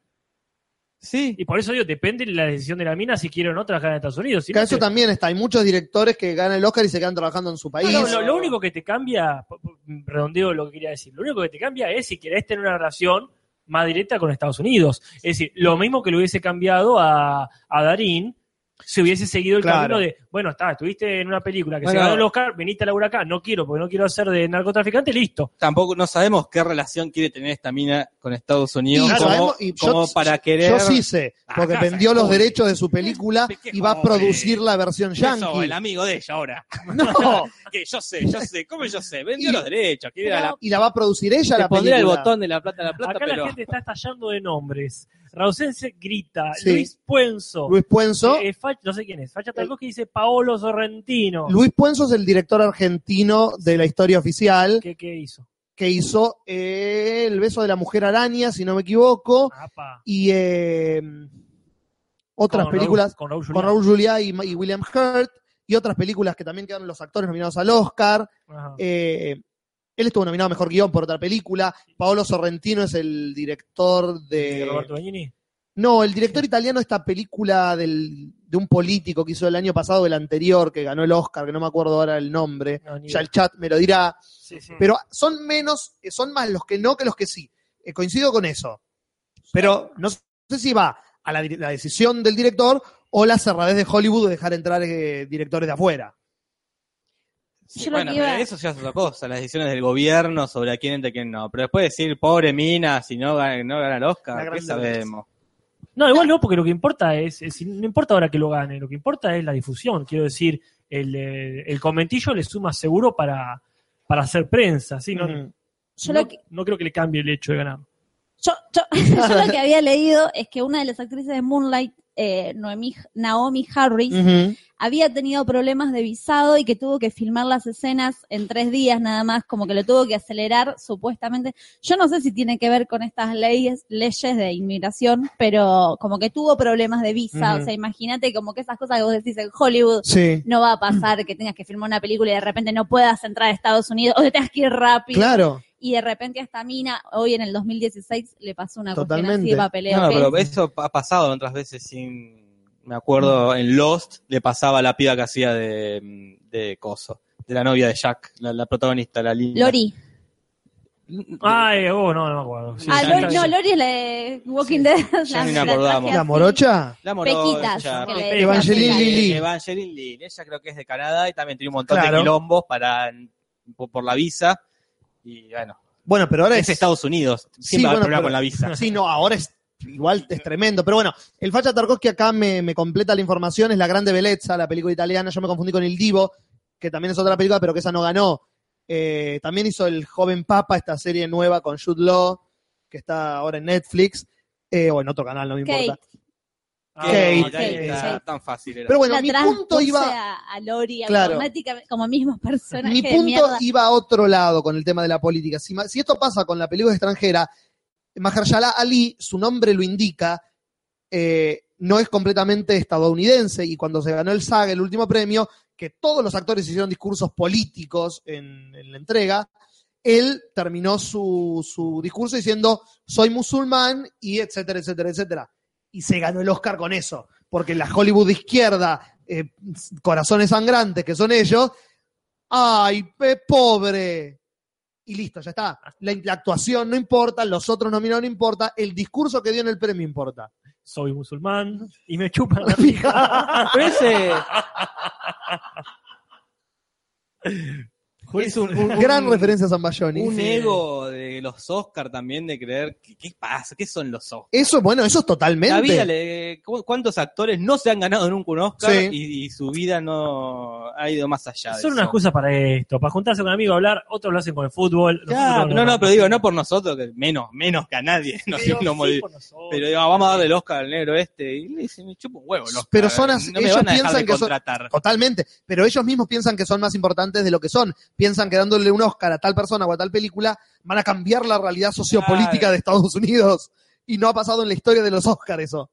S2: Sí.
S3: Y por eso digo, depende de la decisión de la mina si quiere o no trabajar en Estados Unidos. Si
S1: Que
S3: no,
S1: eso
S3: te-
S1: también está. Hay muchos directores que ganan el Oscar y se quedan trabajando en su país.
S3: No, lo, lo único que te cambia, p- p- redondeo lo que quería decir, lo único que te cambia es si querés tener una relación más directa con Estados Unidos. Es decir, lo mismo que le hubiese cambiado a, a Darín si hubiese seguido el
S1: Claro.
S3: camino de, bueno, está, estuviste en una película que
S2: Bueno.
S3: se ganó el Oscar, veniste a laburar acá, no quiero porque no quiero hacer de narcotraficante, listo.
S2: tampoco no sabemos qué relación quiere tener esta mina con Estados Unidos
S1: Y
S2: como,
S1: sabemos- y yo-
S2: como para querer
S1: Yo sí sé, porque
S2: Ajá,
S1: vendió los
S2: joder.
S1: derechos de su película
S2: Qué
S1: y va a
S2: joder.
S1: producir la versión
S2: Yo soy
S1: yankee.
S2: el amigo de ella ahora
S1: No,
S2: que yo sé yo sé cómo yo sé vendió
S1: Y-
S2: los derechos quiere a la,
S1: y la va a producir ella
S2: le
S1: la
S2: pondría
S1: película.
S2: el botón de la plata la plata
S3: Acá
S2: pero
S3: la gente está estallando de nombres. Rausense grita,
S1: Sí.
S3: Luis Puenzo,
S1: Luis Puenzo.
S3: eh, Fach- no sé quién es, Facha que dice Paolo Sorrentino.
S1: Luis Puenzo es el director argentino de la historia oficial
S3: ¿Qué, qué hizo?
S1: que hizo eh, El beso de la mujer araña, si no me equivoco,
S3: Apa.
S1: y eh, otras
S3: Con Raúl-
S1: películas
S3: con Raúl
S1: con
S3: Julián.
S1: Raúl Juliá y, y William Hurt, y otras películas que también quedaron los actores nominados al Oscar.
S3: Ajá.
S1: Eh, él estuvo nominado a mejor guión por otra película. Paolo Sorrentino es el director
S3: de Roberto
S1: de.
S3: Benigni.
S1: No, el director italiano de esta película del, de un político que hizo el año pasado, el anterior, que ganó el Oscar, que no me acuerdo ahora el nombre.
S3: No, ni
S1: Ya
S3: idea. Mm.
S1: el chat me lo dirá.
S3: Sí, sí.
S1: Pero son menos, eh, son más los que no que los que sí. Eh, coincido con eso. Pero no sé si va a la, dir- la decisión del director o la cerradez de Hollywood de dejar entrar eh, directores de afuera.
S2: Sí,
S4: Yo lo
S2: bueno
S4: que iba-
S2: pero eso ya es otra cosa las decisiones del gobierno sobre a quién entra y quién no pero después decir pobre mina si no gana, no gana el
S1: La
S2: Oscar
S1: gran
S2: qué sabemos
S3: No, igual no, porque lo que importa es, es- no importa ahora que lo gane, lo que importa es la difusión. Quiero decir, el, eh, el comentillo le suma seguro para, para hacer prensa. ¿sí? No,
S1: Mm.
S4: Yo
S3: no-
S4: lo que-
S3: no creo que le cambie el hecho de ganar.
S4: Yo, yo- yo lo que había leído es que una de las actrices de Moonlight, eh, Noemi- Naomi Harris,
S1: Ujú.
S4: había tenido problemas de visado y que tuvo que filmar las escenas en tres días nada más, como que lo tuvo que acelerar supuestamente. Yo no sé si tiene que ver con estas leyes, leyes de inmigración, pero como que tuvo problemas de visa.
S1: Ujú.
S4: O sea, imagínate como que esas cosas que vos decís en Hollywood.
S1: Sí.
S4: No va a pasar que tengas que filmar una película y de repente no puedas entrar a Estados Unidos o te tengas que ir rápido
S1: Claro.
S4: y de repente a esta mina, hoy en el 2016, le pasó una cuestión así
S1: Totalmente.
S4: de papeleo.
S2: No,
S4: que
S2: pero
S4: es-
S2: eso ha pasado otras veces sin. Me acuerdo en Lost le pasaba a la piba que hacía de, de Coso, de la novia de Jack, la, la protagonista, la linda.
S4: Lori.
S3: Ah, eh, oh, no, no me acuerdo. Sí,
S4: Mm. ah,
S3: sí,
S4: Lori,
S3: sí.
S4: no, Lori es la de Walking Dead.
S2: Ya ni
S4: la-
S2: nos acordamos.
S4: traje
S1: ¿La
S4: así.
S1: morocha?
S2: La
S4: Pequitas.
S2: morocha.
S4: que
S3: Pequitas.
S4: le decía
S1: Evangeline
S4: Pequitas.
S1: Lili.
S2: Evangeline Lin, ella creo que es de Canadá y también tiene un montón
S1: Claro.
S2: de quilombos para, por, por la visa. Y bueno,
S1: Bueno, pero ahora
S2: es
S1: es.
S2: Estados Unidos,
S1: Sí,
S2: siempre va a
S1: bueno,
S2: problema
S1: pero-
S2: con la visa.
S1: Sí, no, ahora es. Igual es tremendo. Pero bueno, el Facha Tarkovsky acá me, me completa la información. Es La Grande Bellezza, la película italiana. Yo me confundí con El Divo, que también es otra película, pero que esa no ganó. Eh, también hizo El Joven Papa, esta serie nueva con Jude Law, que está ahora en Netflix. eh, o en otro canal, no me
S4: Kate.
S1: importa.
S3: Ah,
S2: Que-
S1: Kate,
S2: ahí está,
S4: Kate.
S2: tan fácil era.
S1: Pero bueno,
S4: la
S1: mi punto
S4: transpuse
S1: iba.
S4: a, a Lori
S1: Claro.
S4: automáticamente como mismo personaje
S1: Mi
S4: de
S1: punto
S4: mierda.
S1: iba a otro lado con el tema de la política. Si, ma- si esto pasa con la película extranjera, Mahershala Ali, su nombre lo indica, eh, no es completamente estadounidense y cuando se ganó el SAG, el último premio, que todos los actores hicieron discursos políticos en, en la entrega, él terminó su, su discurso diciendo, soy musulmán y etcétera, etcétera, etcétera. Y se ganó el Oscar con eso, porque la Hollywood de izquierda, eh, corazones sangrantes que son ellos, ay, pe- pobre. Y listo, ya está. La, la actuación no importa, los otros nominados no importa, el discurso que dio en el premio importa.
S3: Soy musulmán y me chupan la
S1: pija.
S2: Pero ese es un, un-
S1: Gran
S2: un-
S1: referencia a Zambayoni.
S2: un ego de los Oscar también de creer que qué pasa, qué son los Oscars.
S1: Eso, bueno, eso es totalmente.
S2: La vida le- cu- ¿Cuántos actores no se han ganado nunca un Oscar
S1: Sí.
S2: y, y su vida no ha ido más allá? de
S3: Son
S2: eso?
S3: una excusa para esto, para juntarse con amigos a hablar, otros lo hacen con el fútbol.
S2: Claro,
S3: nosotros
S2: no, no, pero digo, no por nosotros, que menos, menos que a nadie. no,
S3: Pero
S2: no
S3: sí
S2: mol-
S3: por eh, nosotros.
S2: pero digo, ah, vamos a darle el Oscar al negro este. Y le dicen, me chupa un huevo. el Oscar,
S1: Pero son así-
S2: no me
S1: ellos
S2: van a dejar
S1: piensan
S2: de
S1: que son-
S2: contratar.
S1: Totalmente. Pero ellos mismos piensan que son más importantes de lo que son. Piensan que dándole un Oscar a tal persona o a tal película van a cambiar la realidad sociopolítica
S2: Claro.
S1: de Estados Unidos. Y no ha pasado en la historia de los Oscars eso.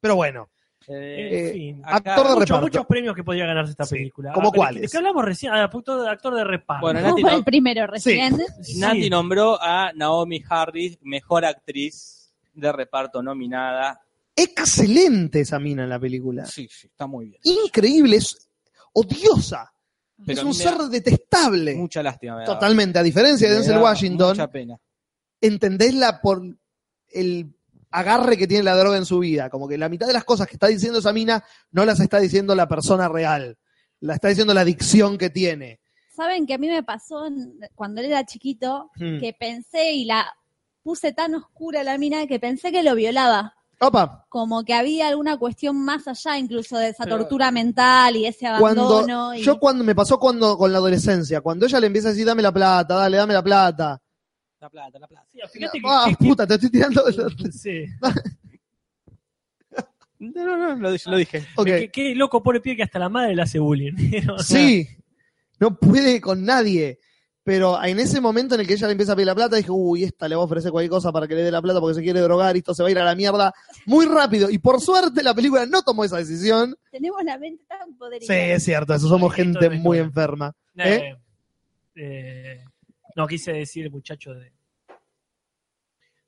S1: Pero bueno,
S2: Eh,
S3: En
S1: eh,
S3: fin.
S2: acá-
S1: actor de
S3: Muchos-
S1: reparto.
S3: muchos premios que podría ganarse esta
S1: Sí.
S3: película.
S1: ¿Cómo
S3: Ah, pero
S1: cuáles?
S3: ¿De qué hablamos recién? Ah, actor de, actor de reparto.
S2: Bueno,
S4: ¿Cómo
S2: Nati,
S4: fue
S2: Ah, no-
S4: el primero
S1: Sí.
S4: recién?
S3: Sí.
S2: Nati nombró a Naomi Harris mejor actriz de reparto nominada.
S1: excelente esa mina en la película.
S2: Sí, sí, está muy bien.
S1: Increíble, es odiosa.
S2: Pero
S1: es
S2: a mí
S1: un
S2: me
S1: ser
S2: da
S1: detestable.
S2: Mucha lástima. me daba.
S1: Totalmente. A diferencia
S2: Me
S1: de Denzel
S2: da
S1: Washington,
S2: Mucha pena.
S1: entendés la por el agarre que tiene la droga en su vida. Como que la mitad de las cosas que está diciendo esa mina no las está diciendo la persona real. La está diciendo la adicción que tiene.
S4: Saben que a mí me pasó en- cuando él era chiquito
S2: Mm.
S1: Hmm.
S4: que pensé y la puse tan oscura la mina que pensé que lo violaba.
S1: Opa,
S4: Como que había alguna cuestión más allá incluso de esa
S2: Pero-
S4: tortura mental y ese abandono.
S1: cuando
S4: y-
S1: yo cuando me pasó cuando con la adolescencia, cuando ella le empieza a decir dame la plata, dale, dame la plata.
S2: La plata, la plata.
S3: Sí, fíjate que-
S1: Ah,
S3: que- que-
S1: puta, te estoy tirando.
S3: Sí.
S2: No, no, no, lo, lo dije.
S1: Ok.
S3: Qué, qué loco pobre pibe que hasta la madre le hace bullying. O sea,
S1: Sí, no puede con nadie. Pero en ese momento en el que ella le empieza a pedir la plata, dije, uy, esta le va a ofrecer cualquier cosa para que le dé la plata porque se quiere drogar y esto se va a ir a la mierda muy rápido. Y por suerte la película no tomó esa decisión.
S4: Tenemos la mente tan
S1: Sí,
S4: poderosa.
S1: es cierto, eso somos
S3: Ay, esto
S1: gente
S3: es
S1: muy
S3: mejor.
S1: enferma.
S3: eh, eh, no, quise decir el muchacho de,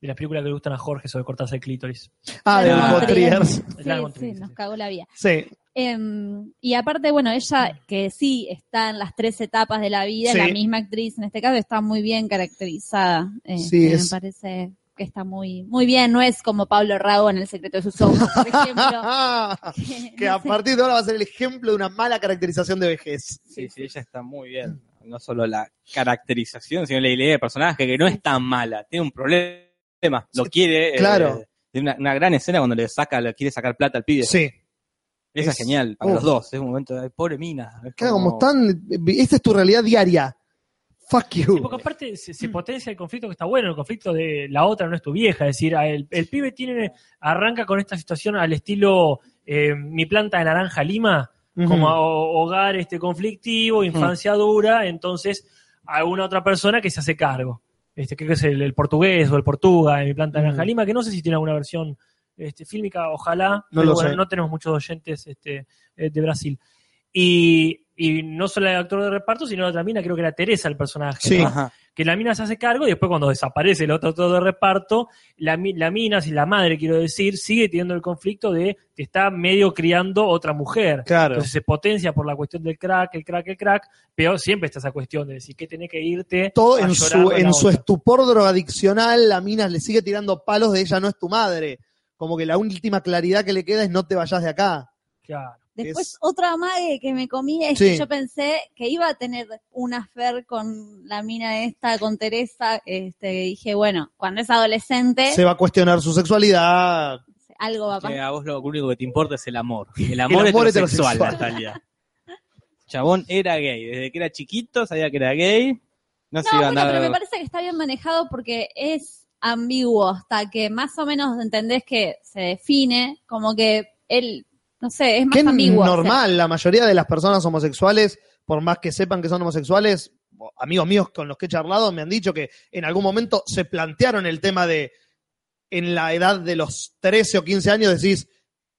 S3: de las películas que le gustan a Jorge sobre cortarse el clítoris.
S1: Ah, de
S2: Claro.
S1: Hugo Triers.
S3: El
S4: Sí,
S3: árbol
S4: sí,
S3: trivial,
S4: nos
S3: sí.
S4: cagó la vida.
S1: Sí,
S4: Em, y aparte, bueno, ella que sí está en las tres etapas de la vida,
S1: Mm. Sí.
S4: es la misma actriz en este caso, está muy bien caracterizada. eh,
S1: Sí,
S4: que
S1: es-
S4: Me parece que está muy, muy bien, no es como Pablo Rago en El secreto de sus ojos, por ejemplo. que,
S1: que
S4: no
S1: a
S4: sé,
S1: partir de ahora va a ser el ejemplo de una mala caracterización de vejez.
S2: Sí, sí, ella está muy bien. No solo la caracterización, sino la idea de personaje, que no es tan mala. Tiene un problema. Lo quiere. eh,
S1: claro.
S2: tiene una, una gran escena cuando le saca, le quiere sacar plata al pibe.
S1: Sí,
S2: Esa es
S1: Es-
S2: genial, para
S1: Uf.
S2: los dos. Es un momento de, "Ay, pobre mina. Es
S1: claro, como están. Esta es tu realidad diaria. Fuck
S3: Sí,
S1: you.
S3: porque aparte se,
S1: Mm.
S3: se potencia el conflicto que está bueno, el conflicto de la otra no es tu vieja, es decir, a el, el pibe tiene arranca con esta situación al estilo eh, mi planta de naranja lima, como a- o- hogar este
S1: Mm.
S3: conflictivo, infancia dura, entonces alguna otra persona que se hace cargo. Este, creo que es el, el portugués o el portuga de mi planta de naranja
S1: Ujú.
S3: lima, que no sé si tiene alguna versión este, fílmica, ojalá,
S1: Mm. No
S3: pero
S1: lo
S3: bueno,
S1: sé.
S3: no tenemos muchos oyentes este, eh, de Brasil. Y, y no solo el actor de reparto, sino la otra mina, creo que era Teresa el personaje.
S1: Sí.
S3: ¿no?
S2: Ajá.
S3: que la mina se hace cargo y después cuando desaparece el otro todo de reparto, la, mi- la mina, si la madre quiero decir, sigue teniendo el conflicto de que está medio criando otra mujer.
S1: Claro.
S3: Entonces se potencia por la cuestión del crack, el crack, el crack, pero siempre está esa cuestión de decir que tenés que irte.
S1: todo
S3: a
S1: en
S3: llorar
S1: su,
S3: con la
S1: en su
S3: otra.
S1: estupor drogadiccional, la mina le sigue tirando palos de ella no es tu madre. Como que la última claridad que le queda es no te vayas de acá.
S3: Claro.
S4: Después
S1: es-
S4: otra mague que me comí es
S1: Sí.
S4: que yo pensé que iba a tener una fer con la mina esta, con Teresa, este, y dije, bueno, cuando es adolescente,
S1: Se va a cuestionar su sexualidad.
S4: algo va a pasar.
S2: Que a vos lo único que te importa es el amor. El amor,
S1: amor
S2: heterosexual,
S1: heterosexual.
S2: Natalia. Chabón era gay. Desde que era chiquito sabía que era gay. No, se iba a
S4: Ah, bueno,
S2: andar.
S4: pero me parece que está bien manejado porque es ambiguo hasta que más o menos entendés que se define como que él, no sé, es
S1: Que
S4: más
S1: es
S4: ambiguo. o sea,
S1: normal, la mayoría de las personas homosexuales, por más que sepan que son homosexuales, amigos míos con los que he charlado me han dicho que en algún momento se plantearon el tema de, en la edad de los 13 o 15 años, decís,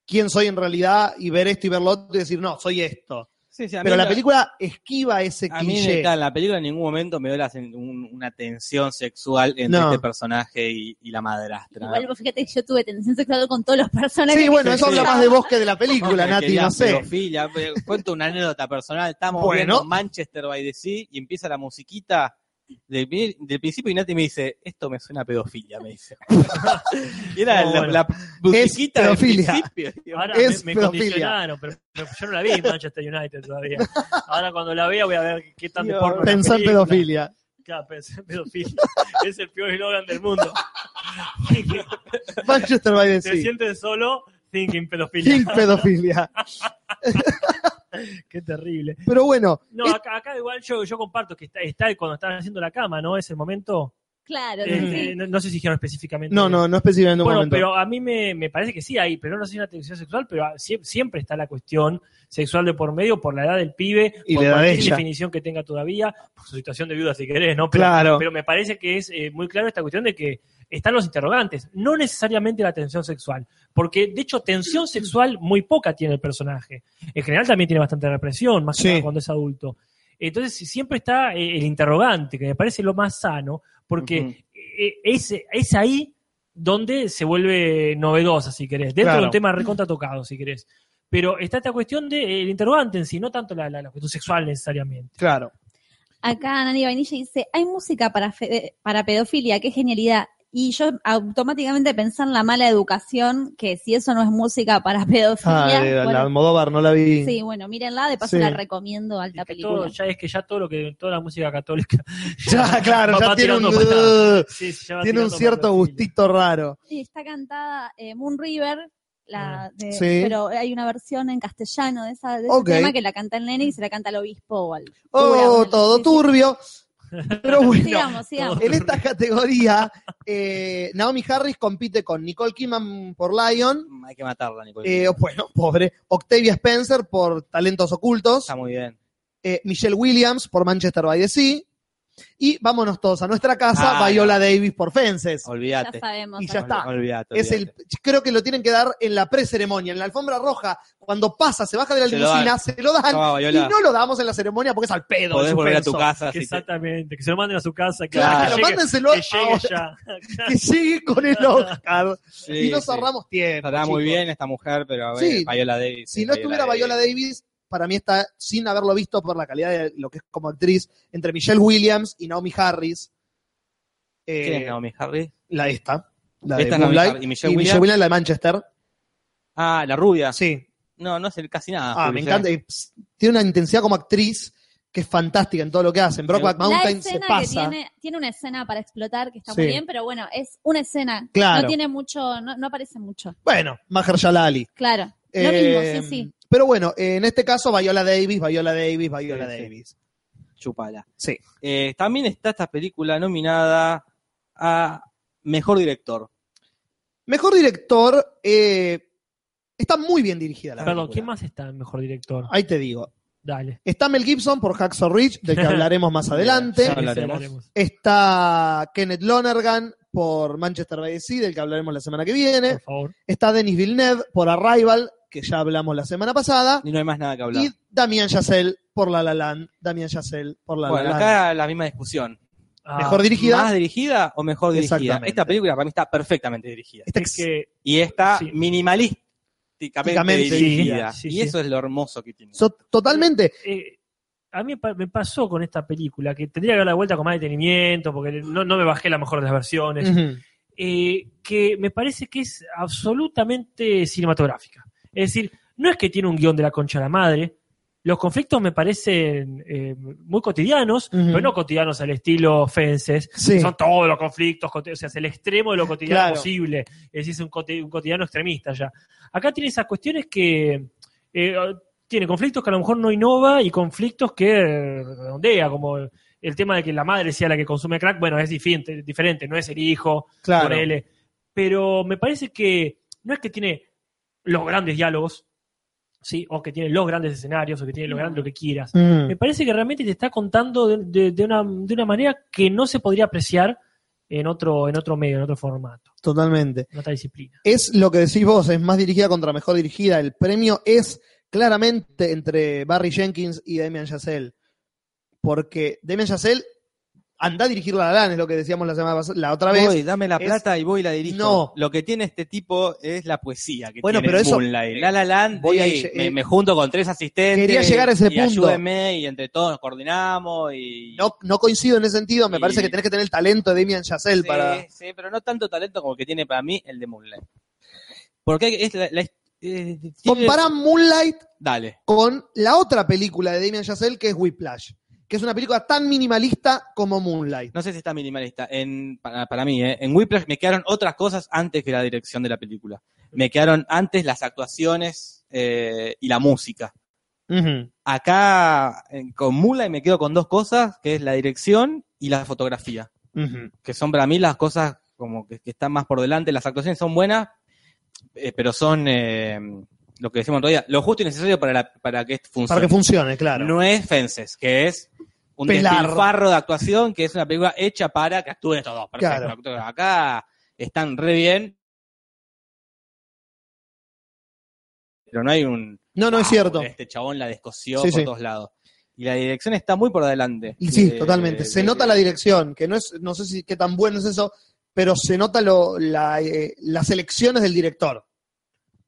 S1: ¿quién soy en realidad? Y ver esto y ver lo otro y decir, no, soy esto.
S2: Sí, sí, a mí
S1: Pero la
S2: lo-
S1: película esquiva ese
S2: A mí
S1: este cliché.
S2: claro, en la película en ningún momento me dio la sen- un- una tensión sexual entre
S1: No.
S2: este personaje y, y la madrastra.
S4: Igual vos fíjate que yo tuve tensión sexual con todos los personajes.
S1: Sí,
S4: que
S1: bueno,
S4: se
S1: eso
S2: sí.
S1: habla más de vos que de la película,
S2: Porque
S1: Nati,
S2: quería
S1: no sé.
S2: pedofilia. Pero Cuento una anécdota personal. Estamos
S1: Bueno.
S2: viendo Manchester by the Sea y empieza la musiquita del, pri- del principio y Nati me dice, esto me suena a pedofilia, me dice. y era
S3: No,
S2: la,
S3: bueno.
S2: la musiquita del
S1: pedofilia.
S2: principio. Digo,
S3: Ahora
S1: Es
S3: me, me
S1: pedofilia.
S3: condicionaron, pero pero yo no la vi en Manchester United todavía. Ahora cuando la vea voy a ver qué tan de
S2: Dios.
S3: porno es la
S1: Pensá en
S3: película.
S1: pedofilia.
S3: Claro, pensé en pedofilia. es el peor eslogan del mundo.
S1: Manchester by the
S3: Se
S1: Sea.
S3: sienten solo thinking pedofilia.
S1: King pedofilia.
S3: Qué terrible.
S1: Pero bueno,
S3: No, acá, acá igual yo, yo comparto que está, está cuando están haciendo la cama, ¿no? Es el momento.
S4: Claro,
S3: Eh,
S4: sí.
S3: no, no sé si dijeron específicamente.
S1: no, no, no específicamente un
S3: Bueno,
S1: momento.
S3: pero a mí me, me parece que sí hay, pero no sé si una tensión sexual, pero ah, sie- siempre, está la cuestión sexual de por medio por la edad del pibe,
S1: Y
S3: por
S1: la edad de
S3: cualquier
S1: ella.
S3: definición que tenga todavía, por su situación de viuda si querés, ¿no? Pero,
S1: claro.
S3: pero me parece que es eh, muy claro esta cuestión de que están los interrogantes, no necesariamente la tensión sexual, porque de hecho tensión sexual muy poca tiene el personaje. En general también tiene bastante represión, más que
S1: Sí.
S3: nada cuando es adulto. Entonces si- siempre está eh, el interrogante, que me parece lo más sano, porque
S2: Ujú.
S3: eh, es, es ahí donde se vuelve novedosa, si querés, dentro
S1: Claro.
S3: de un tema recontra tocado, si querés. Pero está esta cuestión del interrogante en sí, no tanto la, la- la cuestión sexual necesariamente.
S1: claro.
S4: Acá Nani Vainilla dice, hay música para, fe- eh, para pedofilia, qué genialidad. Y yo automáticamente pensé en la mala educación, que si eso no es música para
S1: Ah,
S4: pedofilia,
S1: de- la
S4: bueno,
S1: Almodóvar no la vi.
S4: sí, bueno, mírenla, de paso
S1: Sí.
S4: la recomiendo, alta
S3: Es que
S4: película.
S3: todo, ya es que ya todo lo que toda la música católica
S1: Ya, claro,
S3: Va-
S1: ya
S3: va
S1: tiene un, uh,
S3: tirando patadas. Sí, sí, ya va
S1: tiene un
S3: tirando
S1: cierto
S3: patadas.
S1: gustito raro.
S4: Y está cantada eh, Moon River, la de-
S1: Sí.
S4: pero hay una versión en castellano de, esa, de ese
S1: Ok.
S4: tema que la canta el nene y se la canta el obispo. o al-
S1: Oh,
S4: Seguramente.
S1: todo
S4: Sí, sí.
S1: turbio. Pero bueno,
S4: Sigamos, sigamos.
S1: en esta categoría, eh, Naomi Harris compite con Nicole Kidman por Lion,
S2: Hay que matarla, Nicole.
S1: eh, bueno, pobre, Octavia Spencer por Talentos Ocultos,
S2: Está muy bien.
S1: eh, Michelle Williams por Manchester by the Sea, y vámonos todos a nuestra casa,
S2: Ah,
S1: Viola Davis por Fences.
S4: Ya
S2: Olvídate.
S4: sabemos.
S1: Y ya
S4: Acá.
S1: está.
S2: Ol- olvídate,
S1: Es el,
S2: olvídate.
S1: creo que lo tienen que dar en la preceremonia, en la alfombra roja. Cuando pasa, se baja de la
S2: Se lo
S1: limusina,
S2: dan.
S1: se lo dan.
S2: Toma,
S1: y
S2: Viola.
S1: no lo damos en la ceremonia porque es al pedo.
S2: Podés
S1: es
S2: volver a
S1: ofenso.
S2: tu casa.
S3: que
S2: si te-
S3: exactamente, que se lo manden a su casa, que,
S2: Claro,
S3: que
S1: Claro,
S3: llegue,
S1: mándenselo
S3: que llegue
S1: ahora.
S3: ya.
S1: que sigue con el Oscar.
S2: Sí,
S1: y nos
S2: sí.
S1: ahorramos tiempo.
S2: Estará
S1: chicos.
S2: muy bien esta mujer, pero a ver,
S1: Sí.
S2: Viola Davis.
S1: Si
S2: es
S1: no estuviera Viola Davis, para mí está, sin haberlo visto por la calidad de lo que es como actriz, entre Michelle Williams y Naomi Harris. Eh,
S2: ¿Quién es Naomi Harris?
S1: La esta. La
S2: Esta es
S1: de
S2: Naomi
S1: Moonlight,
S2: Harris. ¿Y Michelle Williams?
S1: la de Manchester.
S2: Ah, la rubia.
S1: Sí.
S2: No, no hace casi nada.
S1: Ah, me
S2: Juli,
S1: encanta.
S2: ¿eh?
S1: Y, pss, Tiene una intensidad como actriz que es fantástica en todo lo que hace. En Brockback
S4: la
S1: Mountain se
S4: escena que
S1: pasa.
S4: tiene, tiene una escena para explotar que está
S1: Sí.
S4: muy bien, pero bueno, es una escena.
S1: Claro.
S4: No tiene mucho, no, no aparece mucho.
S1: Bueno, Mahershala Ali.
S4: Claro. Lo
S1: Eh,
S4: mismo, sí, sí.
S1: Pero bueno, eh, en este caso, Viola Davis, Viola Davis, Viola
S2: Sí, sí.
S1: Davis.
S2: Chupala.
S1: Sí.
S2: Eh, también está esta película nominada a Mejor Director.
S1: Mejor director, eh, está muy bien dirigida la
S3: Perdón,
S1: película.
S3: ¿quién más está en mejor director?
S1: Ahí te digo.
S3: Dale.
S1: Está Mel Gibson por Hacksaw Ridge, del que hablaremos más adelante.
S2: Ya hablaremos.
S1: Está Kenneth Lonergan por Manchester by the Sea, del que hablaremos la semana que viene.
S3: Por favor.
S1: Está Denis Villeneuve por Arrival, que ya hablamos la semana pasada.
S2: Y no hay más nada que hablar.
S1: Y Damián Chazelle por La La Land. Damián Chazelle por La
S2: bueno,
S1: La Land.
S2: acá la misma discusión.
S3: Ah,
S1: Mejor dirigida.
S2: ¿Más dirigida o mejor dirigida?
S1: Exactamente.
S2: Esta película para mí está perfectamente dirigida.
S1: Está
S3: es que
S2: Y está
S3: Sí.
S2: minimalísticamente
S1: Sí,
S2: dirigida.
S3: sí,
S2: y
S3: sí.
S2: eso es lo hermoso que tiene.
S1: so- totalmente.
S3: eh, a mí pa- me pasó con esta película, que tendría que dar la vuelta con más detenimiento, porque no, no me bajé la mejor de las versiones,
S1: Ujú.
S3: eh, que me parece que es absolutamente cinematográfica. Es decir, no es que tiene un guión de la concha a la madre, los conflictos me parecen eh, muy cotidianos,
S1: Ujú.
S3: pero no cotidianos al estilo Fences,
S1: Sí.
S3: son todos los conflictos, coti- o sea, es el extremo de lo cotidiano
S1: Claro.
S3: posible. Es decir, es un, coti- un cotidiano extremista ya. Acá tiene esas cuestiones que. eh, tiene conflictos que a lo mejor no innova y conflictos que eh, redondea, como el tema de que la madre sea la que consume crack. Bueno, es diferente, diferente no es el hijo,
S1: Claro.
S3: ponele. Pero me parece que no es que tiene los grandes diálogos, ¿sí? o que tiene los grandes escenarios, o que tiene los grandes, lo que quieras.
S1: Mm.
S3: Me parece que realmente te está contando de, de- de una, de una manera que no se podría apreciar en otro, en otro medio, en otro formato,
S1: Totalmente.
S3: en otra disciplina.
S1: es lo que decís vos, es más dirigida contra mejor dirigida. El premio es claramente entre Barry Jenkins y Damien Chazelle. Porque Damien Chazelle anda a dirigir La La Land, es lo que decíamos la semana pas- la otra vez.
S2: Voy, dame la
S1: es-
S2: plata y voy y la dirijo.
S1: No.
S2: Lo que tiene este tipo es la poesía que
S1: Bueno,
S2: tiene
S1: pero eso-
S2: Moonlight. La La Land,
S1: Voy a-
S2: sí, me,
S1: eh,
S2: me junto con tres asistentes.
S1: quería llegar a ese
S2: y
S1: punto.
S2: ayúdenme y entre todos nos coordinamos y...
S1: No, no coincido en ese sentido, me
S2: Y-
S1: parece que tenés que tener el talento de Damien Chazelle
S2: Sí,
S1: para.
S2: sí, pero no tanto talento como que tiene para mí el de Moonlight. Porque es la... la- eh, tiene-
S1: Compará Moonlight
S2: Dale.
S1: con la otra película de Damien Chazelle que es Whiplash, que es una película tan minimalista como Moonlight.
S2: No sé si está minimalista. En, para, para mí, ¿eh? en Whiplash me quedaron otras cosas antes que la dirección de la película. Me quedaron antes las actuaciones eh, y la música.
S1: Ujú.
S2: Acá en- con Mula y me quedo con dos cosas, que es la dirección y la fotografía,
S1: Ujú.
S2: que son para mí las cosas como que, que están más por delante. Las actuaciones son buenas, eh, pero son eh, lo que decimos todavía, lo justo y necesario para, la- para que funcione.
S1: Para que funcione, claro.
S2: No es Fences, que es un
S1: Pelar.
S2: despilfarro de actuación, que es una película hecha para que actúen estos dos. Perfecto.
S1: Claro.
S2: actúen. Acá están re bien. Pero no hay un.
S1: no, eh, no es
S2: "Wow,
S1: cierto.
S2: Este chabón la descoció
S1: Sí,
S2: por
S1: sí.
S2: todos lados. Y la dirección está muy por delante.
S1: Y sí,
S2: de-
S1: totalmente.
S2: de-
S1: Se
S2: de-
S1: nota la dirección, que no es, no sé si qué tan bueno es eso, pero se nota lo, la, eh, las elecciones del director.